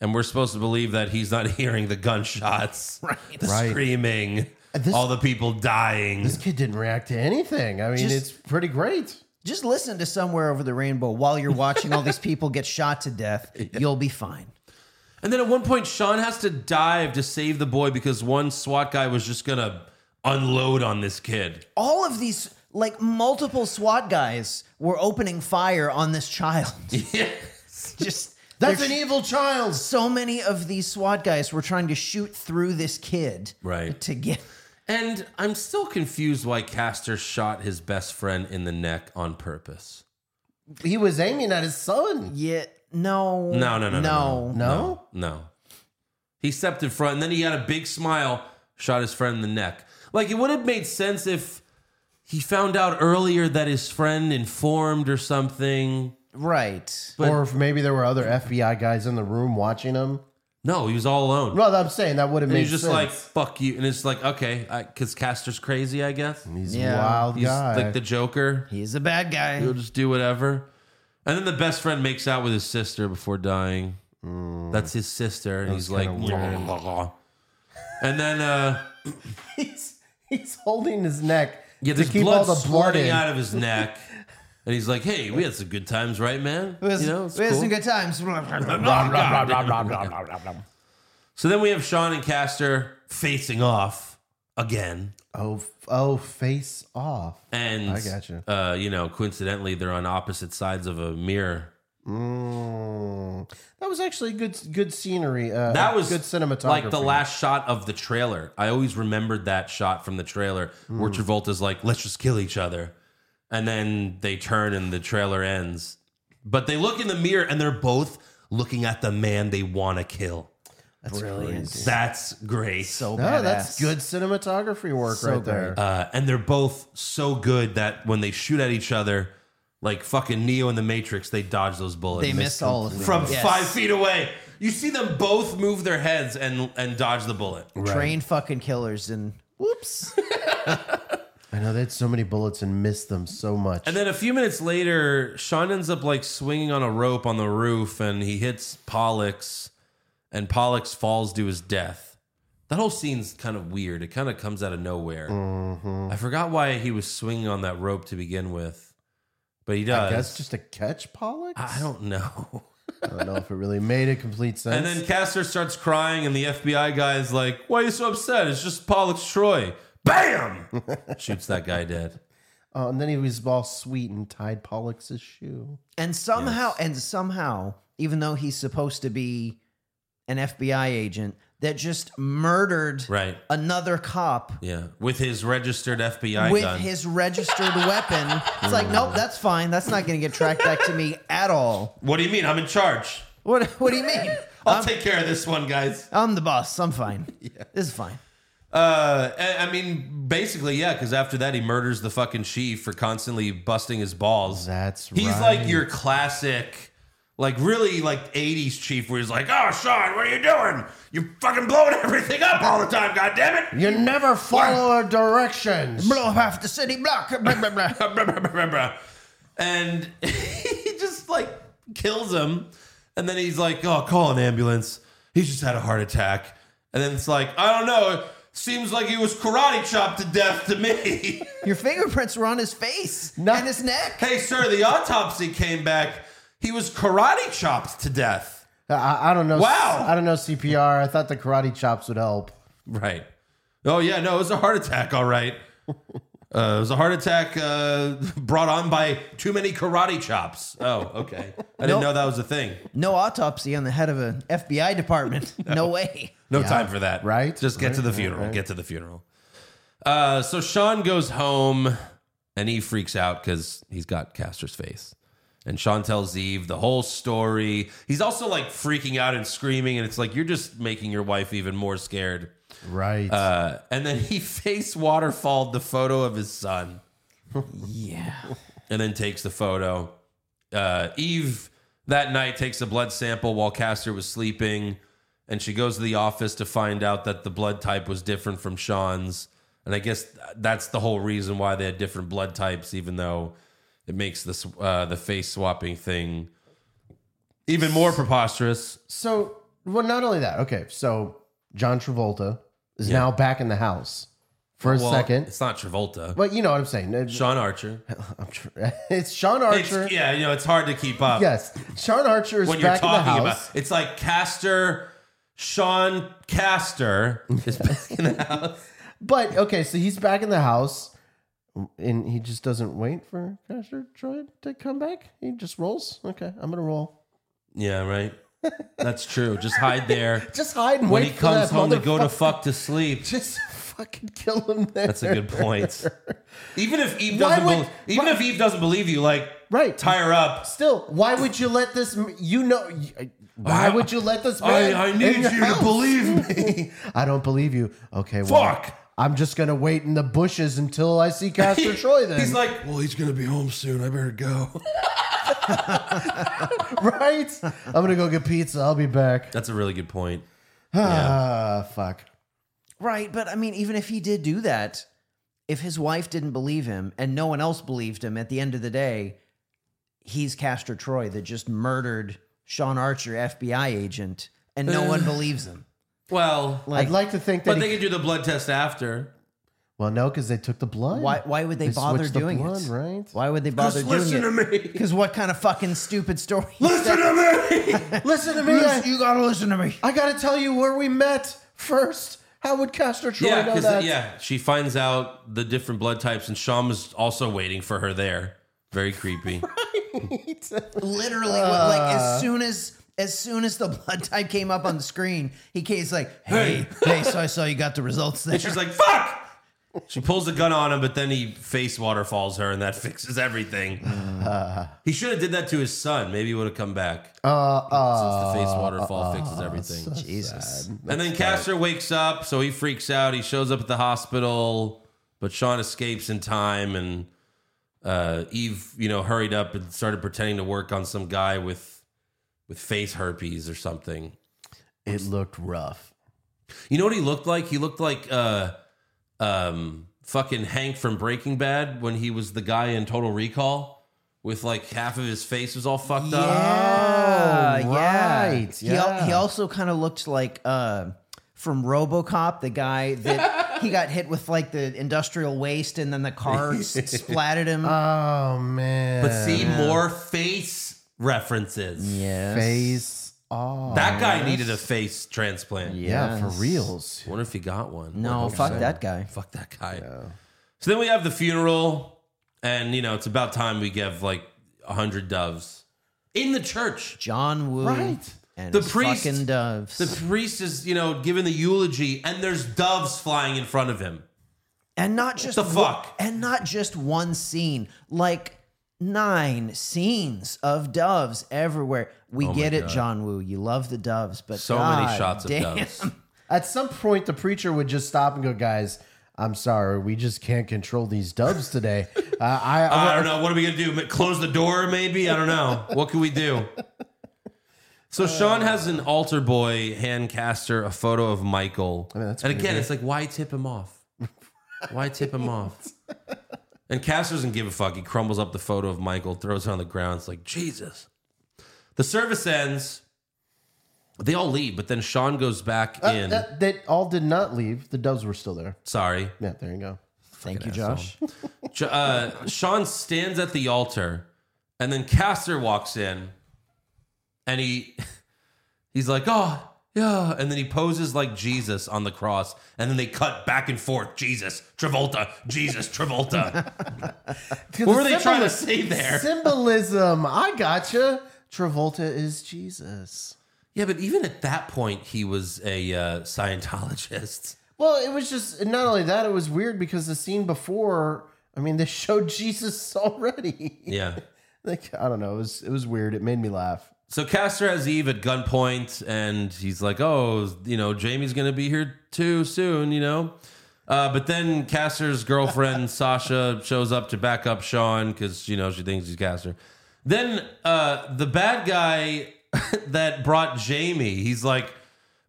and we're supposed to believe that he's not (laughs) hearing the gunshots, right. the
Right. Uh,
screaming,
This-
all the people dying.
this kid didn't react to anything. I mean,
Just-
it's pretty great.
Just listen to somewhere over the rainbow while you're watching all these people get shot to death. You'll be fine.
And then at one point, Sean has to dive to save the boy because one SWAT guy was just going to unload on this kid.
All of these like multiple SWAT guys were opening fire on this child. (laughs) Just
That's
there's
an evil child.
so many of these SWAT guys were trying to shoot through this kid
Right.
to get
And I'm still confused why Castor shot his best friend in the neck on purpose.
He was aiming at his son.
Yeah, no.
No, no, no, no, no.
No.
No?
No. He stepped in front and then he had a big smile, shot his friend in the neck. Like it would have made sense if he found out earlier that his friend informed or something.
Right.
But-
or if maybe there were other FBI guys in the room watching him.
No, he was all alone.
No, I'm saying that would have
and
made
he's just
sense.
like, fuck you. And it's like, okay, because Castor's crazy, I guess.
he's
Yeah.
a wild
He's
guy.
like the Joker.
He's a bad guy.
He'll just do whatever. And then the best friend makes out with his sister before dying. That's his sister. And he's like, and then. uh
he's, he's holding his neck
Yeah,
to
there's
keep
blood
all the blood
squirting
in.
out of his neck. And he's like, "Hey, we had some good times, right, man?
We had
you
some-
know, it's
we had
cool."
some good times.
So then we have Sean and Castor facing off again,
oh, f- oh, face off.
and
I gotcha.
Uh, you know, coincidentally, they're on opposite sides of a mirror.
Mm. That was actually good good scenery. Uh,
That was
good cinematography.
Like the last shot of the trailer, I always remembered that shot from the trailer where
Hmm.
Travolta's like, "Let's just kill each other," and then they turn and the trailer ends. But they look in the mirror and they're both looking at the man they want to kill.
That's brilliant.
That's great.
So
No,
badass.
Oh, that's good cinematography work
So
right there.
uh, and they're both so good that when they shoot at each other, like fucking Neo in the Matrix, they dodge those bullets.
They missed all of them.
from
Yes.
five feet away. You see them both move their heads and and dodge the bullet.
Trained fucking killers and whoops.
I know they had so many bullets and missed them so much.
And then a few minutes later, Sean ends up like swinging on a rope on the roof, and he hits Pollux, and Pollux falls to his death. That whole scene's kind of weird. It kind of comes out of nowhere.
Mm-hmm.
I forgot why he was swinging on that rope to begin with, but he does.
I guess just to catch Pollock.
I don't know. (laughs)
I don't know if it really made a complete sense.
And then Castor starts crying, and the FBI guy is like, "Why are you so upset? It's just Pollux Troy."
(laughs)
Bam! Shoots that guy dead.
oh, and then he was all sweet and tied Pollock's shoe.
(laughs) And somehow and somehow, even though he's supposed to be an FBI agent, that just murdered
Right.
another cop
Yeah, with his registered FBI
with
gun.
his registered weapon. It's like, nope, that's fine. That's not going to get tracked back to me at all.
what do you mean? I'm in charge.
What What do you mean?
I'll
I'm,
take care of this one, guys.
I'm the boss. I'm (laughs) fine. This is fine.
Uh, I- I mean, basically, yeah, because after that, he murders the fucking chief for constantly busting his balls.
That's
he's like
right.
your classic, like really like '80s chief, where he's like, "Oh, Sean, what are you doing? You fucking blowing (laughs) everything up all the time, goddammit!"
You never follow a directions.
Blow up half the city block. Blah, blah, blah.
and (laughs) he just like kills him. And then he's like, oh, call an ambulance. He's just had a heart attack. And then it's like, I don't know. It seems like he was karate chopped to death to me. (laughs)
Your fingerprints were on his face and his neck.
hey, sir, the autopsy came back. He was karate chopped to death.
I, I don't know.
Wow.
I don't know CPR. I thought the karate chops would help.
Right. Oh, yeah, no, it was a heart attack, all right. Uh, it was a heart attack uh, brought on by too many karate chops. Oh, okay. I didn't know that was a thing.
No autopsy on the head of an FBI department. (laughs) No, way.
No time for that.
right,
Just get to the funeral. Get to the funeral. Uh, so Sean goes home and he freaks out because he's got Castor's face. And Sean tells Eve the whole story. He's also like freaking out and screaming. And it's like, you're just making your wife even more scared.
Right.
Uh, and then he (laughs) face waterfalled the photo of his son
Yeah.
and then takes the photo. Uh, Eve that night takes a blood sample while Castor was sleeping, and she goes to the office to find out that the blood type was different from Sean's. And I guess th- that's the whole reason why they had different blood types, even though it makes this uh, the face swapping thing even more preposterous.
so, well, not only that. Okay, so John Travolta is now back in the house for a
Well,
second.
it's not Travolta,
But you know what I'm saying. It-
Sean Archer.
(laughs) I'm tr- (laughs) it's Sean Archer.
It's- yeah, you know it's hard to keep up.
Yes, Sean Archer is
when you're
back in the
talking about
house.
it's like Castor. Sean Castor is
(laughs)
back in the house.
But okay, so he's back in the house, and he just doesn't wait for Castor Troy to come back. He just rolls. Okay, I'm gonna roll.
(laughs) Yeah, right. That's true. Just hide there.
(laughs) Just hide and
when
wait
he
for
comes
that
home to go to
motherfucker.
fuck to sleep.
(laughs) Just fucking kill him there.
That's
(laughs)
a good point. Even if Eve
Why
doesn't,
would-
bel even if Eve doesn't believe you, like
Right.
tie her up.
Still, why would you let this? m- You know, y- uh, why
I-
would you let this
I,
man?
I
in
need you
your
to
house?
believe me.
(laughs) I don't believe you. Okay, well,
Fuck.
I'm just gonna wait in the bushes until I
(laughs)
see Castor Troy. Then
He's like, well, he's gonna be home soon. I better go.
(laughs) right? I'm gonna go get pizza. I'll be
(laughs)
back.
That's a really good point.
Ah, (sighs) fuck.
Right. But I mean, even if he did do that, if his wife didn't believe him and no one else believed him at the end of the day, he's Castor Troy that just murdered Sean Archer, FBI agent, and no one believes him.
Well,
Like,
I'd like to think that.
but
He,
they could do the blood test after.
well, no, because they took the blood.
why, why would they,
They
bother
switched the
doing
blood,
it?
right?
Why would they bother doing it?
me.
Because what kind of fucking stupid story?
Listen
(laughs)
to me.
Listen to me.
Listen,
I,
(laughs) you gotta listen to me.
I gotta tell you where we met first. How would Castor Troy
Yeah,
know
'cause,
that?
yeah, she finds out the different blood types, and Sham is also waiting for her there. Very creepy.
Literally, what, like
Uh.
as soon as as soon as the (laughs) blood type came up on the screen, he came he's like, "Hey, hey, so I saw you got the results there."
She's like, "Fuck!" She pulls the gun on him, but then he face waterfalls her, and that (laughs) fixes everything. he should have did that to his son. Maybe he would have come back.
Uh,
Since
uh,
the face waterfall fixes everything.
Jesus.
and then Castor wakes up, so he freaks out. He shows up at the hospital, but Sean escapes in time, and uh, Eve, you know, hurried up and started pretending to work on some guy with with face herpes or something.
(laughs) it looked rough.
You know what he looked like? He looked like uh um fucking Hank from Breaking Bad when he was the guy in Total Recall with like half of his face was all fucked up.
Yeah,
Oh,
yeah.
right,
He, al-
yeah.
he also kind of looked like uh, from RoboCop, the guy
(laughs)
that he got hit with like the industrial waste, and then the car
(laughs)
s- splatted him.
Uh,
Oh man.
But see more face references.
yes.
face off.
That guy needed a face transplant.
yeah, for
Yes.
reals.
Wonder if he got one.
No,
Like,
fuck that guy.
fuck that guy. So then we have the funeral, and you know, it's about time we give like a hundred doves. In the church.
John Woo.
Right.
And
The
it's
priest-
fucking doves.
The priest is, you know, giving the eulogy, and there's doves flying in front of him.
and not just
the
one-
fuck?
and not just one scene like nine scenes of doves everywhere we get it john woo you love the doves but
Oh So many
God
shots of
damn.
doves.
At some point, the preacher would just stop and go, guys. I'm sorry, we just can't control these doves today. Uh, I,
I don't know. What are we gonna do? Ma- Close the door, maybe? I don't know. What can we do?
Uh,
So Sean has an altar boy hand caster a photo of Michael,
that's
and
pretty
again, it's like why tip him off? Why tip him off? And Caster doesn't give a fuck. He crumbles up the photo of Michael, throws it on the ground. It's like Jesus. The service ends. They all leave, but then Sean goes back in.
Uh, that, they all did not leave. The doves were still there.
Sorry,
Yeah, there you go.
thank you josh
J- uh, Sean stands at the altar, and then Caster walks in, and he (laughs) he's like, "Oh, yeah," and then he poses like Jesus on the cross, and then they cut back and forth, Jesus, Travolta, Jesus, Travolta. what were they trying to say there?
Symbolism. I gotcha. Travolta is Jesus.
Yeah, but even at that point, he was a uh, Scientologist.
Well, it was just and not only that, it was weird because the scene before, I mean, they (laughs) showed Jesus already.
Yeah.
(laughs) like I don't know, it was it was weird. It made me laugh.
So Castor has Eve at gunpoint, and he's like, "Oh, you know, Jamie's gonna be here too soon," you know. Uh, but then Castor's girlfriend Sasha shows up to back up Sean because you know she thinks he's Castor. Then uh, the bad guy (laughs) that brought Jamie, he's like,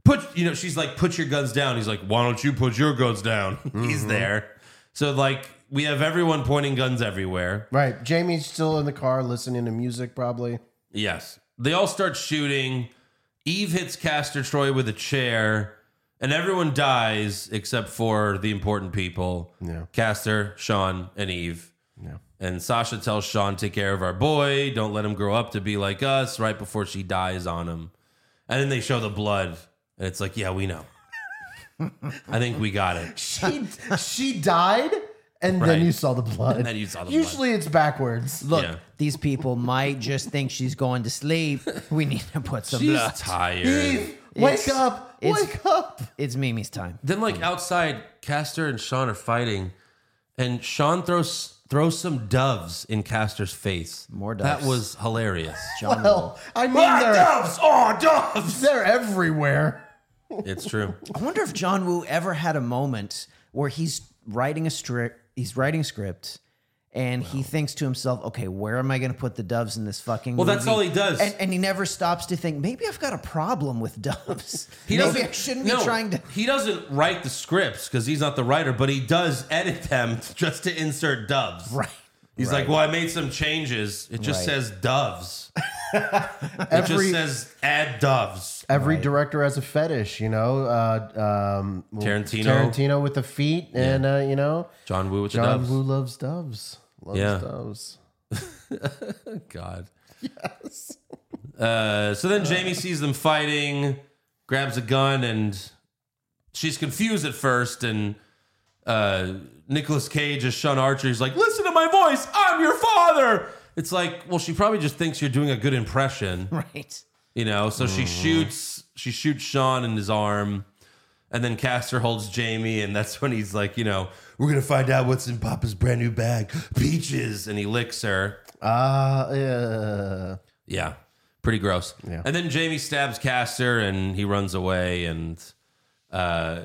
"Put," you know, she's like, "Put your guns down." He's like, "Why don't you put your guns down?" (laughs) he's there. So like, we have everyone pointing guns everywhere.
Right. Jamie's still in the car listening to
(laughs)
music probably.
Yes. They all start shooting. Eve hits Castor Troy with a chair, and everyone dies except for the important people
Yeah.
Castor, Sean, and Eve.
Yeah.
And Sasha tells Sean, take care of our boy. Don't let him grow up to be like us right before she dies on him. And then they show the blood, and it's like, yeah, we know. (laughs) I think we got it.
She she died and
Right.
then you saw the blood.
And then you saw the blood.
Usually it's backwards.
look
Yeah.
these people might just think she's going to sleep we need to put some
She's tired.
Eve, wake
It's-
up.
it's-
Wake up.
it's mimi's time
Then like outside, Castor and Sean are fighting, and Sean throws throws some doves in Castor's face.
More
That
doves.
was hilarious.
john
Well, I mean
Ah,
they're
doves! Oh, doves!
they're everywhere.
It's
(laughs)
true.
I wonder if John Woo ever had a moment where he's writing a script, he's writing a script, and he thinks to himself, "Okay, where am I going to put the doves in this fucking?"
Well, that's
movie?"
all he does.
and, and he never stops to think. Maybe I've got a problem with doves.
(laughs) He
Maybe
doesn't
I shouldn't
no,
be trying to. (laughs)
He doesn't write the scripts because he's not the writer, but he does edit them (laughs) just to insert doves.
Right.
He's like, well, I made some changes. It just
Right.
says
(laughs)
doves. it just
Every
says add doves.
Every director has a fetish, you know. Uh, um, well,
Tarantino.
Tarantino with the feet, and uh, you know,
John Woo with the
John
doves.
Woo loves doves. Loves
Yeah.
doves.
God. Yes. (laughs) Uh, so then Jamie sees them fighting, grabs a gun, and she's confused at first. And uh, Nicholas Cage as Sean Archer, he's like, "Listen to my voice. I'm your father." It's like, well, she probably just thinks you're doing a good impression,
Right.
you know. So she shoots, she shoots Sean in his arm, and then Caster holds Jamie, and that's when he's like, you know, we're gonna find out what's in Papa's brand new bag, peaches, and he licks her.
Uh, yeah.
Yeah. Pretty gross.
Yeah.
And then Jamie stabs Caster and he runs away and uh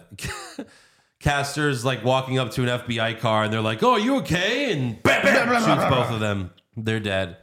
(laughs) Caster's like walking up to an FBI car and they're like, "Oh, are you okay?" and bam, bam, shoots both of them. They're dead.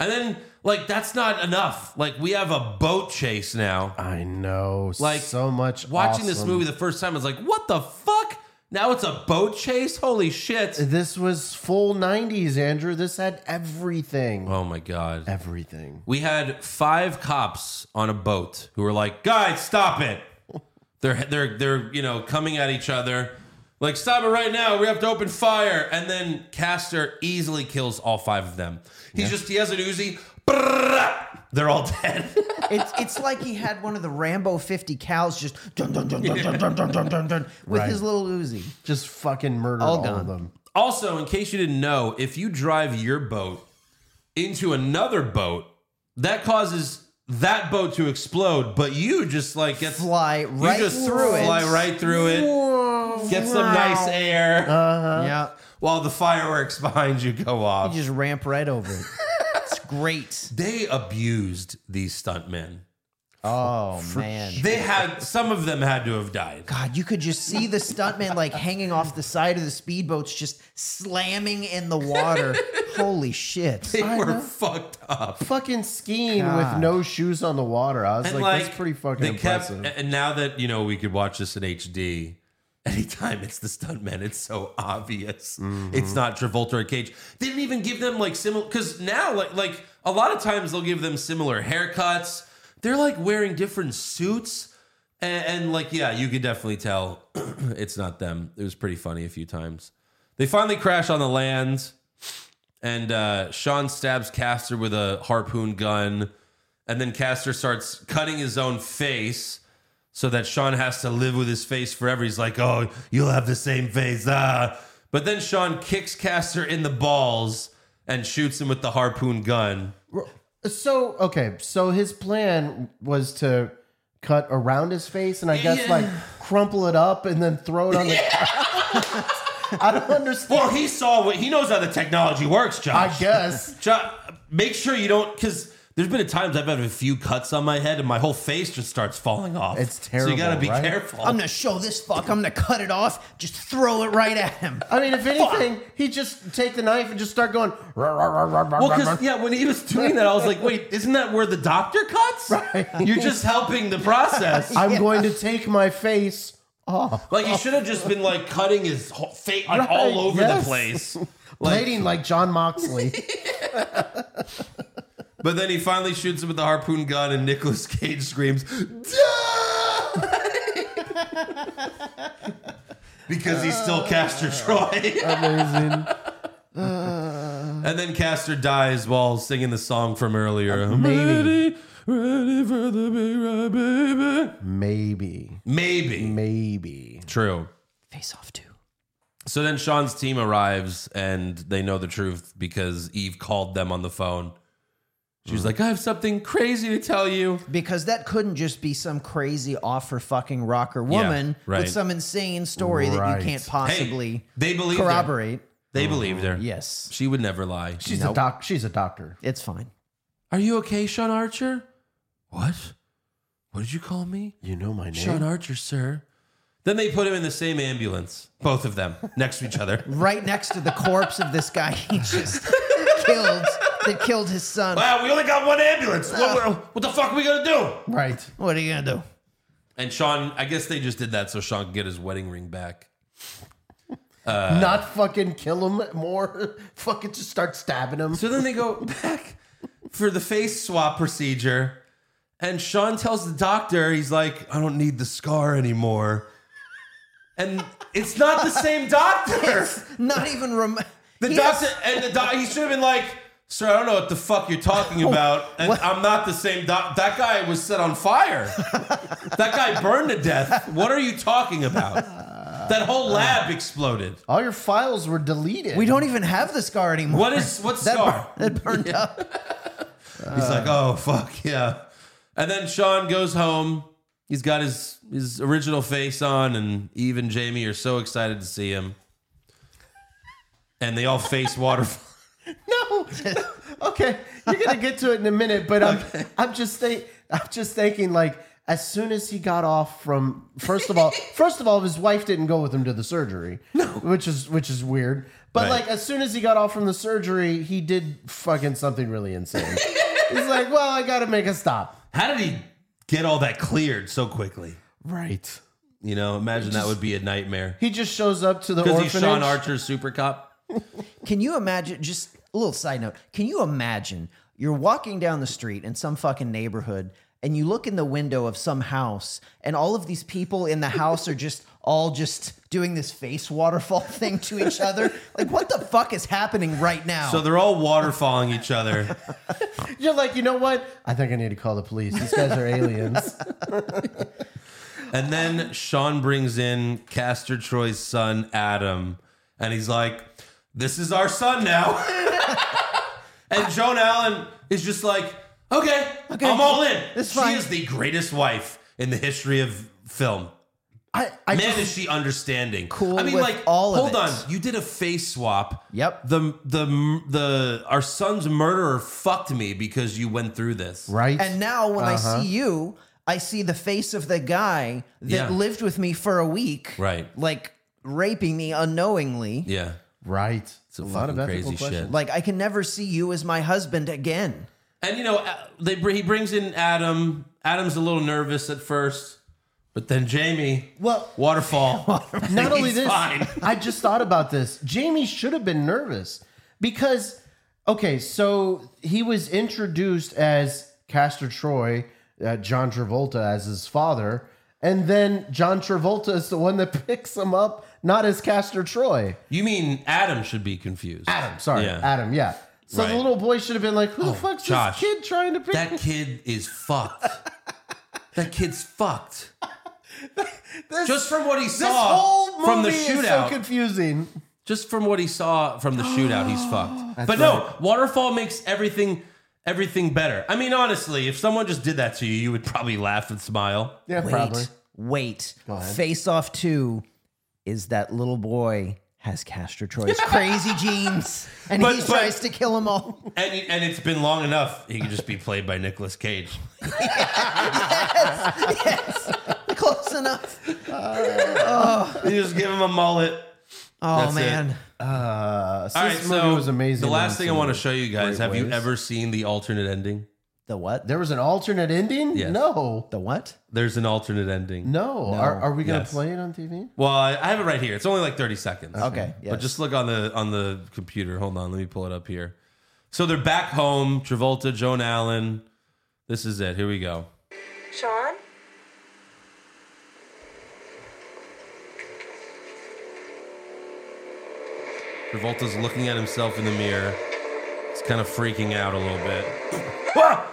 And then like that's not enough. Like we have a boat chase now.
I know.
Like,
Like so much.
Watching this
awesome-
movie the first time I was like, "What the fuck?" Now it's a boat chase? Holy shit.
This was full '90s, Andrew. This had everything.
Oh my god.
everything.
We had five cops on a boat who were like, "Guys, stop it!"
(laughs)
They're they're they're you know coming at each other, like, "Stop it right now! We have to open fire!" And then Caster easily kills all five of them. He's just he has an Uzi. Brrrr. They're all dead. (laughs)
It's it's like he had one of the Rambo fifty cows just (laughs) dun, dun, dun, dun, dun, dun, dun, dun, dun, dun, with
Right.
his little Uzi.
Just fucking murdered
All
all,
gone.
of them.
also, in case you didn't know, if you drive your boat into another boat, that causes that boat to explode, but you just like get
Fly right
you just
through it.
fly right through it, get some nice air
Yeah.
while the fireworks behind you go
You
off.
just ramp right over it. it's great.
They abused these stuntmen.
Oh man.
They had some of them had to have died.
God, you could just see the stuntman like hanging off the side of the speedboats, just slamming in the water. Holy shit.
They were fucked up.
Fucking skiing
God.
with no shoes on the water. I was
And
like,
like,
that's pretty fucking
they
impressive.
Kept, and now that you know we could watch this in HD, (laughs) anytime it's the stuntmen, it's so obvious.
Mm-hmm.
It's not Travolta or Cage. They didn't even give them like similar because now like like a lot of times they'll give them similar haircuts. They're like wearing different suits. And, and like, yeah, you could definitely tell (clears throat) it's not them. It was pretty funny a few times. They finally crash on the land, and uh, Sean stabs Caster with a harpoon gun. And then Caster starts cutting his own face so that Sean has to live with his face forever. He's like, oh, you'll have the same face. Ah. But then Sean kicks Caster in the balls and shoots him with the harpoon gun.
So okay, so his plan was to cut around his face and I guess
Yeah.
like crumple it up and then throw it on the. (laughs) I don't understand.
Well, he saw what he knows how the technology works, Josh.
I guess
Josh, make sure you don't, because there's been a times I've had a few cuts on my head and my whole face just starts falling off.
It's
So you got to
terrible,
be
right?
careful.
I'm gonna show this fuck. I'm gonna cut it off. Just throw it right at him.
I mean, if anything, he just take the knife and just start going. "Rah, rah, rah, rah, rah,
Well,
rah,
because
rah."
yeah, when he was doing that, I was like, "Wait, isn't that where the doctor cuts? (laughs) You're just helping the
(laughs)
process.
I'm going to take my face off,
like you should have just been like cutting his whole face like, all
Right,
over
yes.
the
(laughs)
place."
blading like John (laughs) Moxley.
But then he finally shoots him with the harpoon gun, and Nicolas Cage screams, "Die!" (laughs) because he's still Castor Troy.
(laughs) Amazing.
(laughs) and then Castor dies while singing the song from earlier.
Maybe.
ready for the big ride, baby.
Maybe,
Maybe.
maybe.
True.
Face off too.
So then Sean's team arrives and they know the truth because Eve called them on the phone. She
Mm.
was like, I have something crazy to tell you.
Because that couldn't just be some crazy off her fucking rocker woman
right.
with some insane story that
Right.
you can't
Hey,
possibly
they believed her.
corroborate.
They believed her.
Yes.
She would never lie.
She's a doc. She's a doctor.
It's fine.
Are you okay, Sean Archer? What? What did you call me?
You know my name.
Sean Archer, sir. Then they put him in the same ambulance, both of
(laughs)
them, next to each other.
Right next to the corpse of this guy he just killed that killed his son.
Wow, we only got one ambulance. What, what the fuck are we gonna do?
Right.
What are you gonna do?
And Sean, I guess they just did that so Sean could get his wedding ring back.
Not fucking kill him more. (laughs) fucking just start stabbing him.
So then they go
(laughs)
back for the face swap procedure. And Sean tells the doctor, he's like, I don't need the scar anymore. And it's not the same
(laughs)
doctor.
Not even rem-
The
He has-
doctor and the doc he should have been like, Sir, I don't know what the fuck you're
(laughs)
talking about. And I'm not the same doc that guy was set on fire. that guy burned to death. What are you talking
(laughs)
about? That whole lab exploded.
All your files were deleted.
We don't even have the scar anymore.
What is what's
that,
scar?
bur- that burned up?
He's like,
Uh.
oh fuck (laughs) yeah. And then Sean goes home. He's got his his original face on, and Eve and Jamie are so excited to see him. And they all
(laughs)
face waterfall.
(laughs) No. (laughs) okay, you're gonna get to it in a minute, but I'm I'm just think I'm just thinking like as soon as he got off from first
(laughs)
of all first of all his wife didn't go with him to the surgery. No. Which is which is weird. But
Right.
like as soon as he got off from the surgery, he did fucking something really insane. (laughs) He's like, "Well, I got to make a stop."
How did he get all that cleared so quickly?
Right.
You know, imagine that would be a nightmare.
He just shows up to the
Because
orphanage.
he's Sean Archer's super cop.
Can you imagine? Just a little side note. Can you imagine? You're walking down the street in some fucking neighborhood, and you look in the window of some house, and all of these people in the house are just all just doing this face waterfall (laughs) thing to each other. Like, what the fuck is happening right now?
So they're all waterfalling each other.
You're like, "You know what? I think I need to call the police. These guys are aliens."
And then Sean brings in Castor Troy's son, Adam, and he's like, (laughs) This is our son now. and Joan Allen is just like, Okay.
Okay.
I'm all in.
That's
she
fine.
is the greatest wife in the history of film.
(laughs) I, I
Man,
just-
is she understanding?
Cool
I mean,
with
like,
all of
hold
it.
on. You did a face swap.
Yep.
The the the our son's murderer fucked me because you went through this.
right?
and now when
Uh-huh.
I see you, I see the face of the guy that
Yeah.
lived with me for a week,
Right.
Like raping me unknowingly.
Yeah.
right. It's
a fucking crazy shit.
Like I can never see you as my husband again.
And you know, uh, they br- he brings in Adam. Adam's a little nervous at first, but then Jamie.
Well- (laughs)
waterfall. (laughs)
Not only
He's
this,
fine.
I just thought about this. Jamie should have been nervous because, okay, so he was introduced as Castor Troy, uh, John Travolta as his father, and then John Travolta is the one that (laughs) picks him up, not as Castor Troy.
You mean Adam should be confused?
Adam, sorry,
Yeah.
Adam, yeah. So
Right. Oh,
the little boy should have been like, "Who the fuck's
Josh.
this kid trying to pick?"
That kid is fucked. that kid's fucked.
this,
Just from what he
this
saw
whole movie
from the
is so
shootout,
confusing.
just from what he saw from the shootout,
(gasps)
he's fucked. But no,
right.
waterfall makes everything everything better. I mean, honestly, if someone just did that to you, you would probably laugh and smile.
Yeah,
Wait,
probably.
wait.
ahead.
Face off two is that little boy has
(laughs)
Castor Troy's crazy genes, and
But-
he
but-
tries to kill them all.
And and it's been long enough. He could just be played by Nicolas Cage.
Close
(laughs)
enough.
You just give him a mullet.
Oh
That's it.
man.
Uh, so
All right,
this movie
so
was amazing.
The last thing I want to
show.
show you guys:
great
Have you
ways.
ever seen the alternate ending?
The what?
There was an alternate ending?
Yes.
No.
The what?
There's an alternate ending.
No. Are, are we going to
Yes.
play it on TV?
Well, I, I have it right here. It's only like 30 seconds.
Okay. Yes.
But just look on the on the computer. Hold on, let me pull it up here. So they're back home. Travolta, Joan Allen. This is it. Here we go.
Sean?
Travolta's looking at himself in the mirror. He's kind of freaking out a little bit. Ah!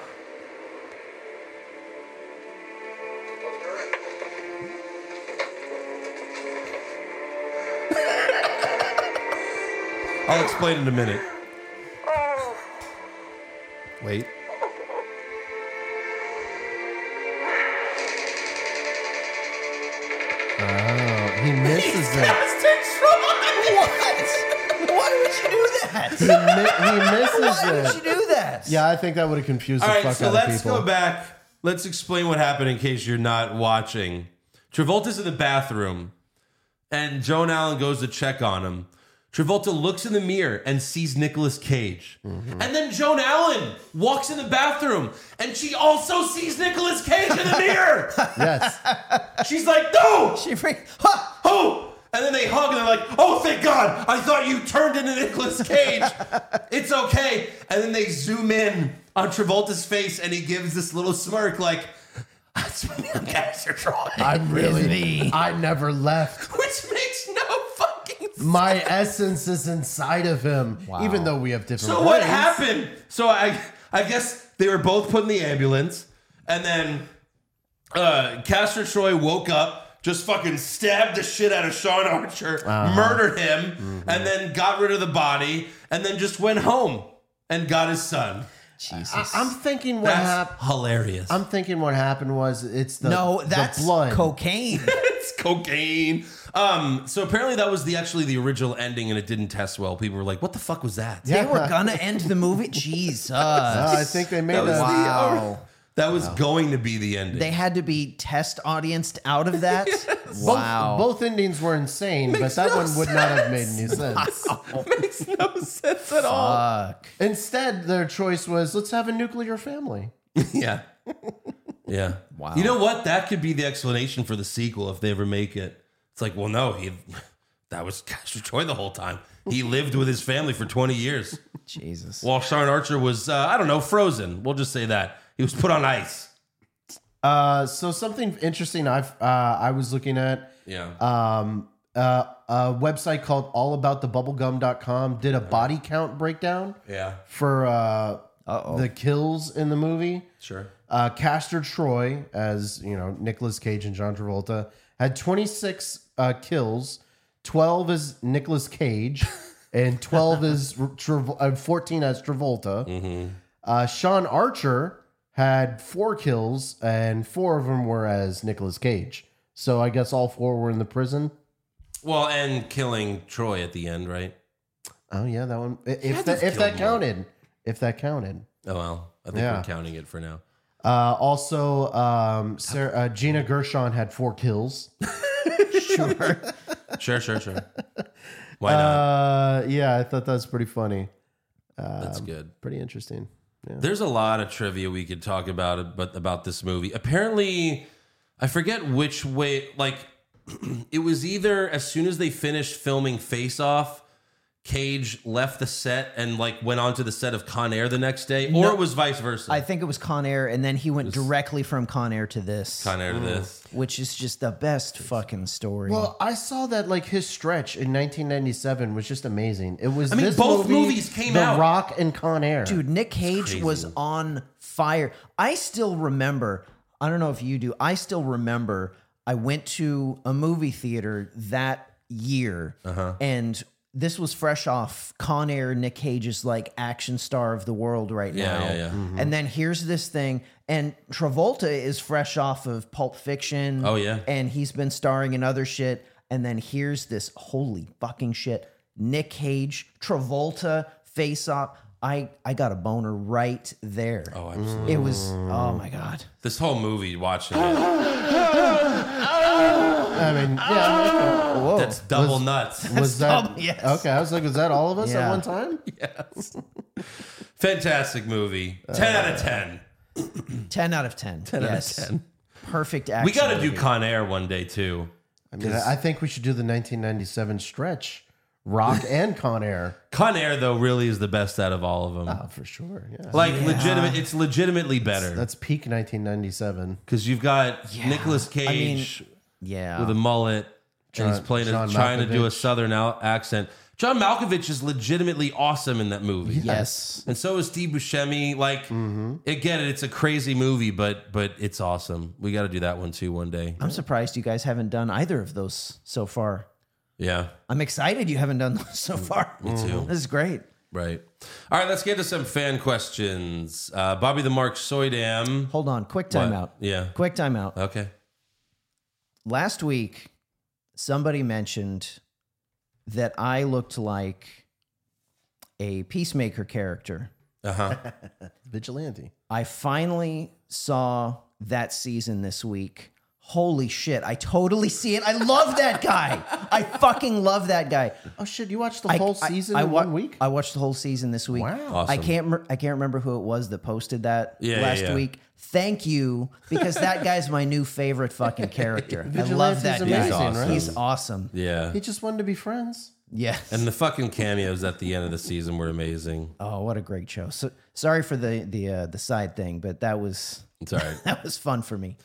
I'll explain in a minute. Wait.
Oh, he misses it.
What? Why would you do
He, (laughs)
that?
mi- he
Why
misses
would
it.
you do that?
Yeah, I think that would have confused
All
the
right,
fuck
so
out of
let's
people.
go back. Let's explain what happened in case you're not watching. Travolta's in the bathroom, and Joan Allen goes to check on him. Travolta looks in the mirror and sees Nicolas Cage.
Mm-hmm.
And then Joan Allen walks in the bathroom and she also sees Nicolas Cage in the
(laughs)
mirror.
Yes.
She's like, no,
She freak. (laughs) Ha!
Oh! And then they hug and they're like, oh, thank God, I thought you turned into Nicolas
(laughs)
Cage. it's okay. And then they zoom in on Travolta's face and he gives this little smirk like, that's me, I'm Castor Troy. (laughs)
I'm really. I never left.
Which makes no fucking sense.
My essence is inside of him, even though we have different.
So what
brains.
happened? So I I guess they were both put in the ambulance, and then uh Castor Troy woke up, just fucking stabbed the shit out of Sean Archer, murdered him, and then got rid of the body, and then just went home and got his son.
Jesus.
I'm thinking what
That's
happened.
hilarious.
I'm thinking what happened was it's the
no,
the
that's
blood. (laughs)
cocaine.
it's cocaine. Um, so apparently that was the actually the original ending, and it didn't test well. People were like, "What the fuck was that?"
They were gonna end the
(laughs)
movie. Jesus.
Uh, I think they made
That was
a-
the-
Wow.
That was going to be the ending.
They had to be test audienced out
(laughs)
of that. Wow.
Both endings were insane, but that
no
one would not have made any sense.
makes no sense at all.
Fuck.
Instead, their choice was let's have a nuclear family.
Yeah. Yeah. Wow. You know what? That could be the explanation for the sequel if they ever make it. It's like, well, no, he (laughs) that was Castor Troy the whole time. He lived with his family for 20 years
Jesus.
while Sean Archer was, uh, I don't know, frozen. We'll just say that. He was put on ice.
Uh, so something interesting I've uh, I was looking at
Yeah.
um, uh, a website called allaboutthebubblegum.com did a body count breakdown
yeah.
for uh,
Uh-oh.
the kills in the movie.
Sure.
Uh, Castor Troy, as you know, Nicolas Cage and John Travolta had 26 uh, kills. 12 is Nicolas Cage, and 12 is Travol- uh, 14 as Travolta. Uh, Sean Archer had four kills, and four of them were as Nicolas Cage. So I guess all four were in the prison.
Well, and killing Troy at the end, right?
Oh yeah, that one. i-
Yeah,
If that,
that's
if that
Gilmore.
counted, if that counted.
Oh well, I think
Yeah.
we're counting it for now.
Uh, also, um, Sarah, uh, Gina Gershon had four kills.
Sure.
Sure, sure, sure. Why not?
Uh, yeah, I thought that was pretty funny.
That's good.
Pretty interesting. Yeah.
There's a lot of trivia we could talk about, but about this movie. Apparently, I forget which way. Like, (clears throat) it was either as soon as they finished filming Face Off, Cage left the set and like went on to the set of Con Air the next day, or it was vice versa.
I think it was Con Air, and then he went directly from Con Air to this,
Con Air to this.
which is just the best fucking story.
Well, I saw that like his stretch in 1997 was just amazing. It was.
I mean,
this
both
movie,
movies came
The
out.
Rock and Con Air.
Dude, Nick Cage
crazy.
was on fire. I still remember, I don't know if you do, I still remember I went to a movie theater that year
Uh-huh.
and this was fresh off Con Air, Nick Cage's like action star of the world right now.
yeah, yeah.
Mm-hmm. And then here's this thing. And Travolta is fresh off of Pulp Fiction.
Oh, yeah.
And he's been starring in other shit. And then here's this holy fucking shit. Nick Cage, Travolta, face off. I, I got a boner right there.
Oh, absolutely.
It was oh my god.
This whole movie, watching it,
I
(laughs)
mean, yeah.
Whoa.
that's double nuts.
Oh. (laughs) was that?
dumb, yes.
Okay, I was like, was that all of us
Yeah.
at one time?
Fantastic movie.
Uh,
Ten out of ten.
10 out of 10. 10 yes.
out of 10.
Perfect action.
We got to do Con Air one day too.
I mean, I I think we should do the 1997 stretch, (laughs) Rock and Con Air.
Con Air though really is the best out of all of them.
Oh, for sure. Yeah.
Like legitimate, it's legitimately better
That's peak 1997.
because you've got
Yeah.
Nicolas
I mean, oh.
Cage
yeah.
with a mullet, and he's
John-
playing a,
John
trying to do a
Malkovich.
southern al- accent. John Malkovich is legitimately awesome in that movie.
yes.
And so is Steve Buscemi. Like,
Mm-hmm.
again, it's a crazy movie, but but it's awesome. We got to do that one too one day.
I'm surprised you guys haven't done either of those so far.
Yeah,
I'm excited you haven't done (laughs) those so far. Me
Mm, too.
This is great.
right. All right, let's get to some fan questions. Uh, Bobby the Mark Soydam.
Hold on, quick timeout.
Yeah.
Quick timeout.
Okay.
Last week, somebody mentioned that I looked like a peacemaker character.
Uh huh.
Vigilante.
I finally saw that season this week. Holy shit, I totally see it. I love that guy. I fucking love that guy.
Oh shit! You watched the
I-
whole
I-
season
I
in
wa-
one week.
I watched the whole season this week.
Wow.
I
Awesome.
can't mer- I can't remember who it was that posted that
Yeah,
last
yeah, yeah.
week. Thank you because that guy's my new favorite
(laughs)
fucking character. I love
Vigilante's
that
amazing,
guy.
He's right?
He's awesome.
Yeah.
he just wanted to be friends.
Yes.
And the fucking cameos at the end of the season were amazing.
oh, what a great show. So sorry for the the uh, the side thing, but that was (laughs)
It's all right.
that was fun for me.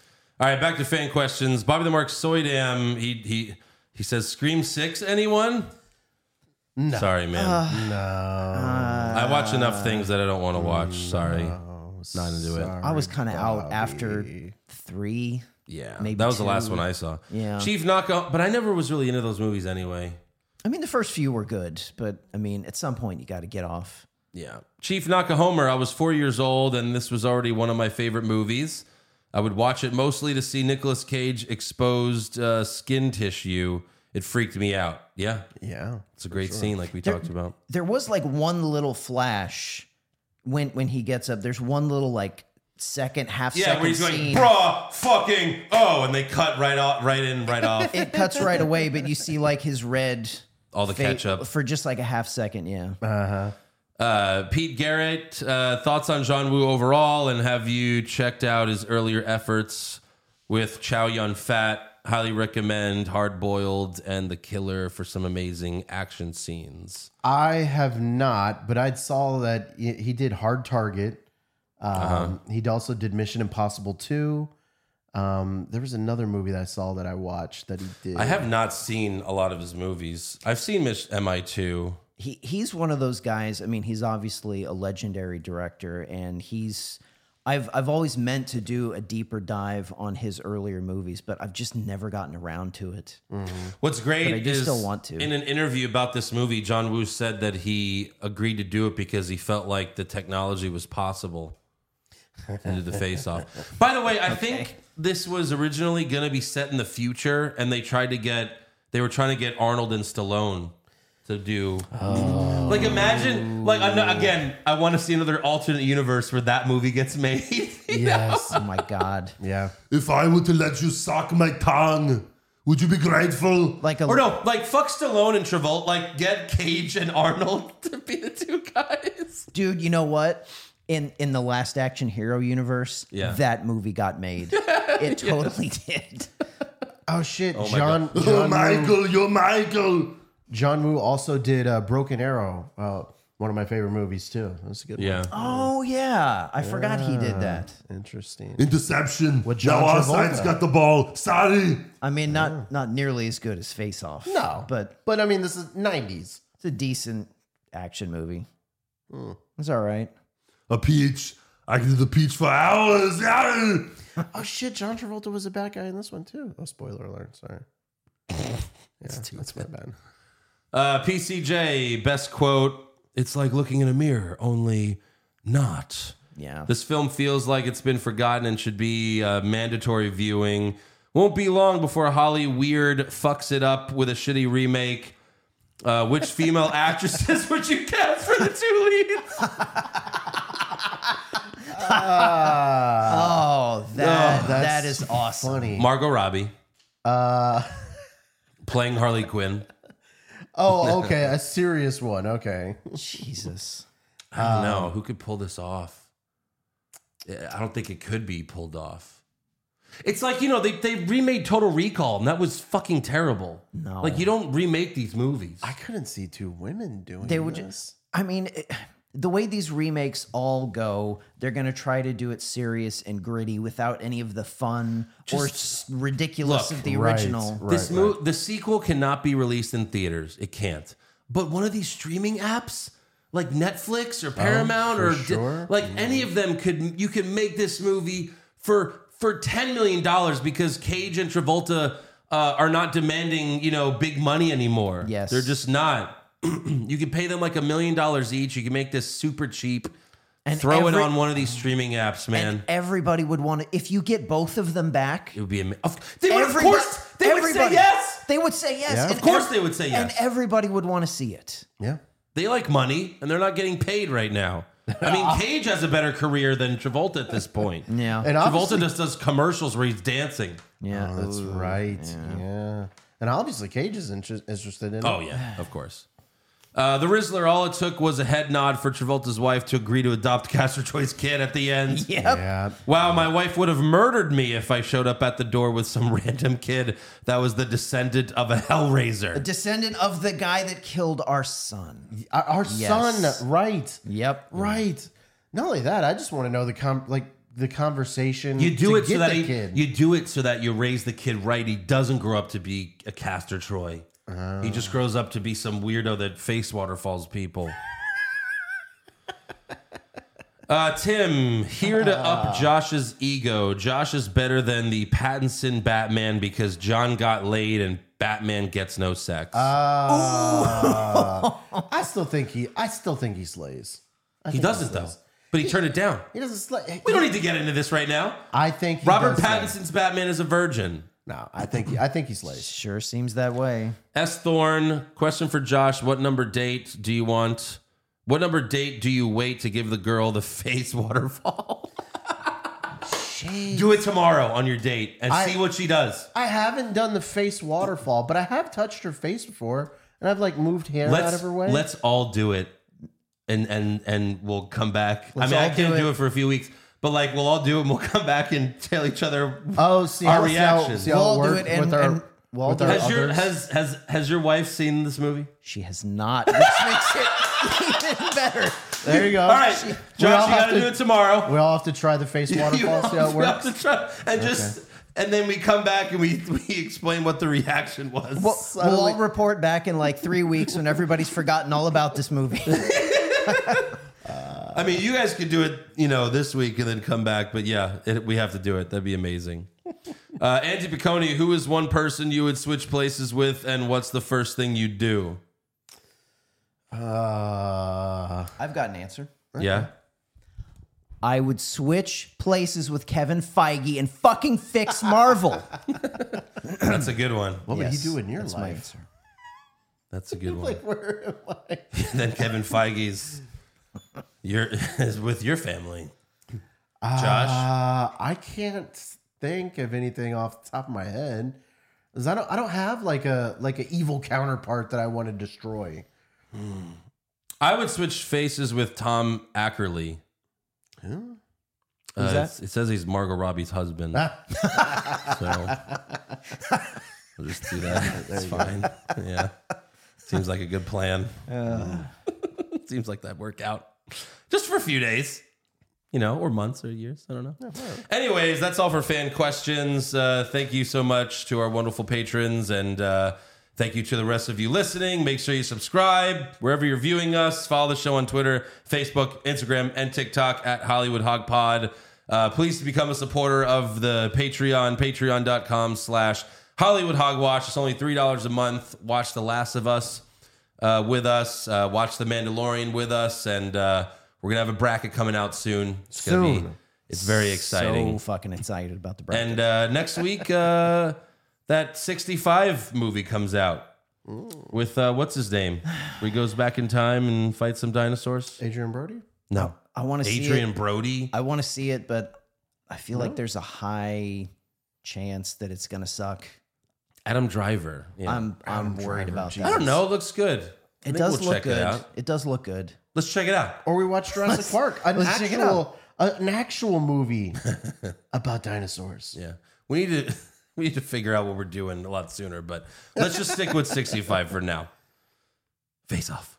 All right, back to fan questions. Bobby the Mark Soydam, he he he says Scream 6 anyone? No. Sorry, man. no. I watch enough things that I don't want to watch.
Mm,
Sorry. Not into it.
I was kind of out after 3.
Yeah.
Maybe
that was the last
two.
one I saw.
Yeah.
Chief Knockout, but I never was really into those movies anyway.
I mean the first few were good, but I mean at some point you got to get off.
Yeah. Chief Nakahomer, I was four years old, and this was already one of my favorite movies. I would watch it mostly to see Nicolas Cage exposed uh, skin tissue. It freaked me out. Yeah.
Yeah.
It's a great scene, like we talked about.
there was like one little flash when when he gets up. There's one little like second half
Yeah,
second
where he's
scene.
like, "Bruh, fucking oh," and they cut right off, right in, right off.
(laughs) It cuts right away, but you see like his red
All the
fa-
ketchup.
for just like a half second. Yeah,
Uh, Pete Garrett, uh, thoughts on John Woo overall, and have you checked out his earlier efforts with Chow Yun Fat? Highly recommend Hard Boiled and The Killer for some amazing action scenes.
I have not, but I saw that he he did Hard Target. Um,
Uh-huh.
He also did Mission Impossible Two. Um, there was another movie that I saw that I watched that he did.
I have not seen a lot of his movies. I've seen Miss MI2.
he he's one of those guys. I mean, he's obviously a legendary director, and he's. I've I've always meant to do a deeper dive on his earlier movies, but I've just never gotten around to it.
What's great
But I do
is
still want to.
in an interview about this movie, John Woo
(laughs)
said that he agreed to do it because he felt like the technology was possible. and did the face off. By the way, I think this was originally going to be set in the future, and they tried to get they were trying to get Arnold and Stallone to do.
Oh.
Like imagine, like I'm not- again, I want to see another alternate universe where that movie gets made.
Yes. Oh my God.
(laughs) Yeah.
If I were to let you suck my tongue, would you be grateful?
Like a
(laughs) or no, like fuck Stallone and Travolta, like get Cage and Arnold (laughs) to be the two guys.
dude, you know what? In in the last action hero universe,
Yeah.
that movie got made. It totally did.
Oh shit.
my
John
Oh,
John, Woo,
Michael, you're Michael.
John Woo also did uh, Broken Arrow. Uh, one of my favorite movies too. That's a good one.
Oh yeah. I forgot he did that.
Interesting.
Interception.
With John
now our
Travolta.
side's got the ball. Sorry.
I mean, not not nearly as good as Face Off.
No.
But
But I mean this is nineties.
it's a decent action movie. It's all right.
A peach. I can do the peach for hours. Yeah.
Oh shit, John Travolta was a bad guy in this one too. Oh spoiler
(laughs)
alert, sorry. Yeah, that's my bad.
Uh, PCJ best quote. It's like looking in a mirror, only not.
Yeah.
This film feels like it's been forgotten and should be uh, mandatory viewing. Won't be long before Holly Weird fucks it up with a shitty remake. Uh, which female actresses would you cast for the two leads?
oh, that
that's
that is awesome.
Funny.
Margot Robbie.
(laughs)
Uh, playing Harley Quinn.
Oh, okay, a serious one. Okay.
Jesus.
I don't know who could pull this off. Yeah, I don't think it could be pulled off. It's like you know they they remade Total Recall and that was fucking terrible.
No.
like you don't remake these movies.
I couldn't see two women doing
They would
this.
I mean, it, the way these remakes all go, they're going to try to do it serious and gritty without any of the fun or s- ridiculous
look,
of the
Right,
original.
right,
this mo- the sequel cannot be released in theaters. It can't. But one of these streaming apps like Netflix
Oh,
or Paramount
for
or di-
sure.
like
Mm-hmm.
any of them could you could make this movie for for 10 million dollars because Cage and Travolta uh, are not demanding, you know, big money anymore.
Yes.
They're just not. (clears throat) you could pay them like a million dollars each. You can make this super cheap.
And
Throw it
every-
on one of these streaming apps, man.
And everybody would want to, if you get both of them back,
it would be amazing. They would, of
everybo-
course, they would say
everybody-
yes.
They would say yes.
Yeah.
and
Of course
ev-
they would say yes.
And everybody would want to see it.
Yeah.
They like money and they're not getting paid right now. I mean, Cage has a better career than Travolta at this point.
Yeah.
And
Travolta
obviously,
just does commercials where he's dancing.
yeah.
Oh, that's
Ooh.
right. Yeah. And obviously Cage is inter- interested in it.
Oh, yeah, of course. Uh, the Rizzler, all it took was a head nod for Travolta's wife to agree to adopt (laughs) Castor Troy's kid at the end.
Yep.
Yeah.
Wow, my wife would have murdered me if I showed up at the door with some (laughs) random kid that was the descendant of a Hellraiser.
Descendant of the guy that killed our son.
Our, our
Yes.
son, right.
Yep.
Right. Not only that, I just want to know the com- like the conversation.
You do
to
it so
get
that
the
he,
kid.
you do it so that you raise the kid right. He doesn't grow up to be a Castor Troy. he
Oh.
just grows up to be some weirdo that face waterfalls
(laughs)
people. Uh, Tim, here to
Ah.
up Josh's ego. Josh is better than the Pattinson Batman because John got laid and Batman gets no sex.
Ah. I still think he. I still think he slays. I
he
think
doesn't though,
slays.
but he turned it down.
He doesn't slay.
We don't need to get into this right now.
I think he
Robert
does slay.
Pattinson's Batman is a virgin.
No, I think he, I think he slays.
Sure seems that way.
S. Thorne, question for Josh. What number date do you want? What number date do you wait to give the girl the (laughs) face waterfall? do it tomorrow on your date and
I-
see what she does.
I haven't done the face waterfall, but I have touched her face before, and I've like moved hair out of
Let's
her way.
let's all do it and and and we'll come back.
Let's
I mean,
all
I can't
do
do
it.
it for a few weeks, but like we'll all do it and we'll (laughs) come back and tell each other
oh, see
Our
how, see how-
reactions.
See how it
We'll do
worked
it and-
with our,
and we'll
with
do
our
it.
has your
others?
has has has your wife seen this movie?
She has not, which makes it (laughs) even better.
there you go.
All right,
Uh, We
Josh, you
all have
got to
to-
do it tomorrow.
We all have to try the (laughs)
(laughs)
face
You
waterfall.
have
see how it
to- you have
works.
to try- and just and then we come back and we (laughs) we explain what the reaction was.
We'll, (laughs) we'll all report back in like three weeks when (laughs) everybody's forgotten all about this movie. (laughs)
I mean, you guys could do it, you know, this week and then come back. But yeah, it, we have to do it. That'd be
(laughs)
amazing. Uh, Angie Piccone, who is one person you would switch places with, and what's the first thing you do?
Uh, (clears throat)
I've got an answer.
Yeah,
I would switch places with Kevin Feige and fucking fix Marvel.
That's a good one.
What
Yes,
would you do in your
that's my
life?
answer.
That's a good one.
(laughs) Like, where am I?
(laughs)
(laughs)
then Kevin Feige's your (laughs) is with your family. Josh,
Uh, I can't think of anything off the top of my head. 'Cause I don't, I don't have like a like an evil counterpart that I want to destroy.
I would switch faces with Tom Ackerley. Uh,
Who?
Who's that? Ah.
it's- It says he's Margot Robbie's husband. so
(laughs)
we'll just do that. It's fine. Yeah. Seems like a good plan.
Uh.
(laughs) Seems like that'd work out. Just for a few days. You know, or months or years. I don't know. Anyways, that's all for fan questions. Uh, thank you so much to our wonderful patrons and uh, thank you to the rest of you listening. Make sure you subscribe wherever you're viewing us. Follow the show on Twitter, Facebook, Instagram, and TikTok at Hollywood Hog Pod. Uh, please become a supporter of the Patreon, patreon.com slash Hollywood Hogwash. It's only $3 a month. Watch The Last of Us uh, with us. Uh, watch The Mandalorian with us. And uh, we're going to have a bracket coming out soon. It's gonna be-
Soon.
it's very exciting.
So (laughs) fucking excited about the bracket.
And uh, next week, uh, that 65 movie comes out with uh, what's his name? Where he goes back in time and fights some dinosaurs?
Adrian Brody?
No.
I want to see
Adrian
it.
Brody.
I want to see it, but I feel like there's a high chance that it's gonna suck.
Adam Driver. Yeah.
I'm I'm worried about that.
I don't know. It looks good. I
It
think
does
we'll
look
check
good.
It
It,
out.
does look good.
Let's check it out.
Or we watch Jurassic Park, an
let's check it
actual an actual movie (laughs) about dinosaurs.
Yeah. We need to (laughs) we need to figure out what we're doing a lot sooner, but let's just stick with 65 for now. Face off.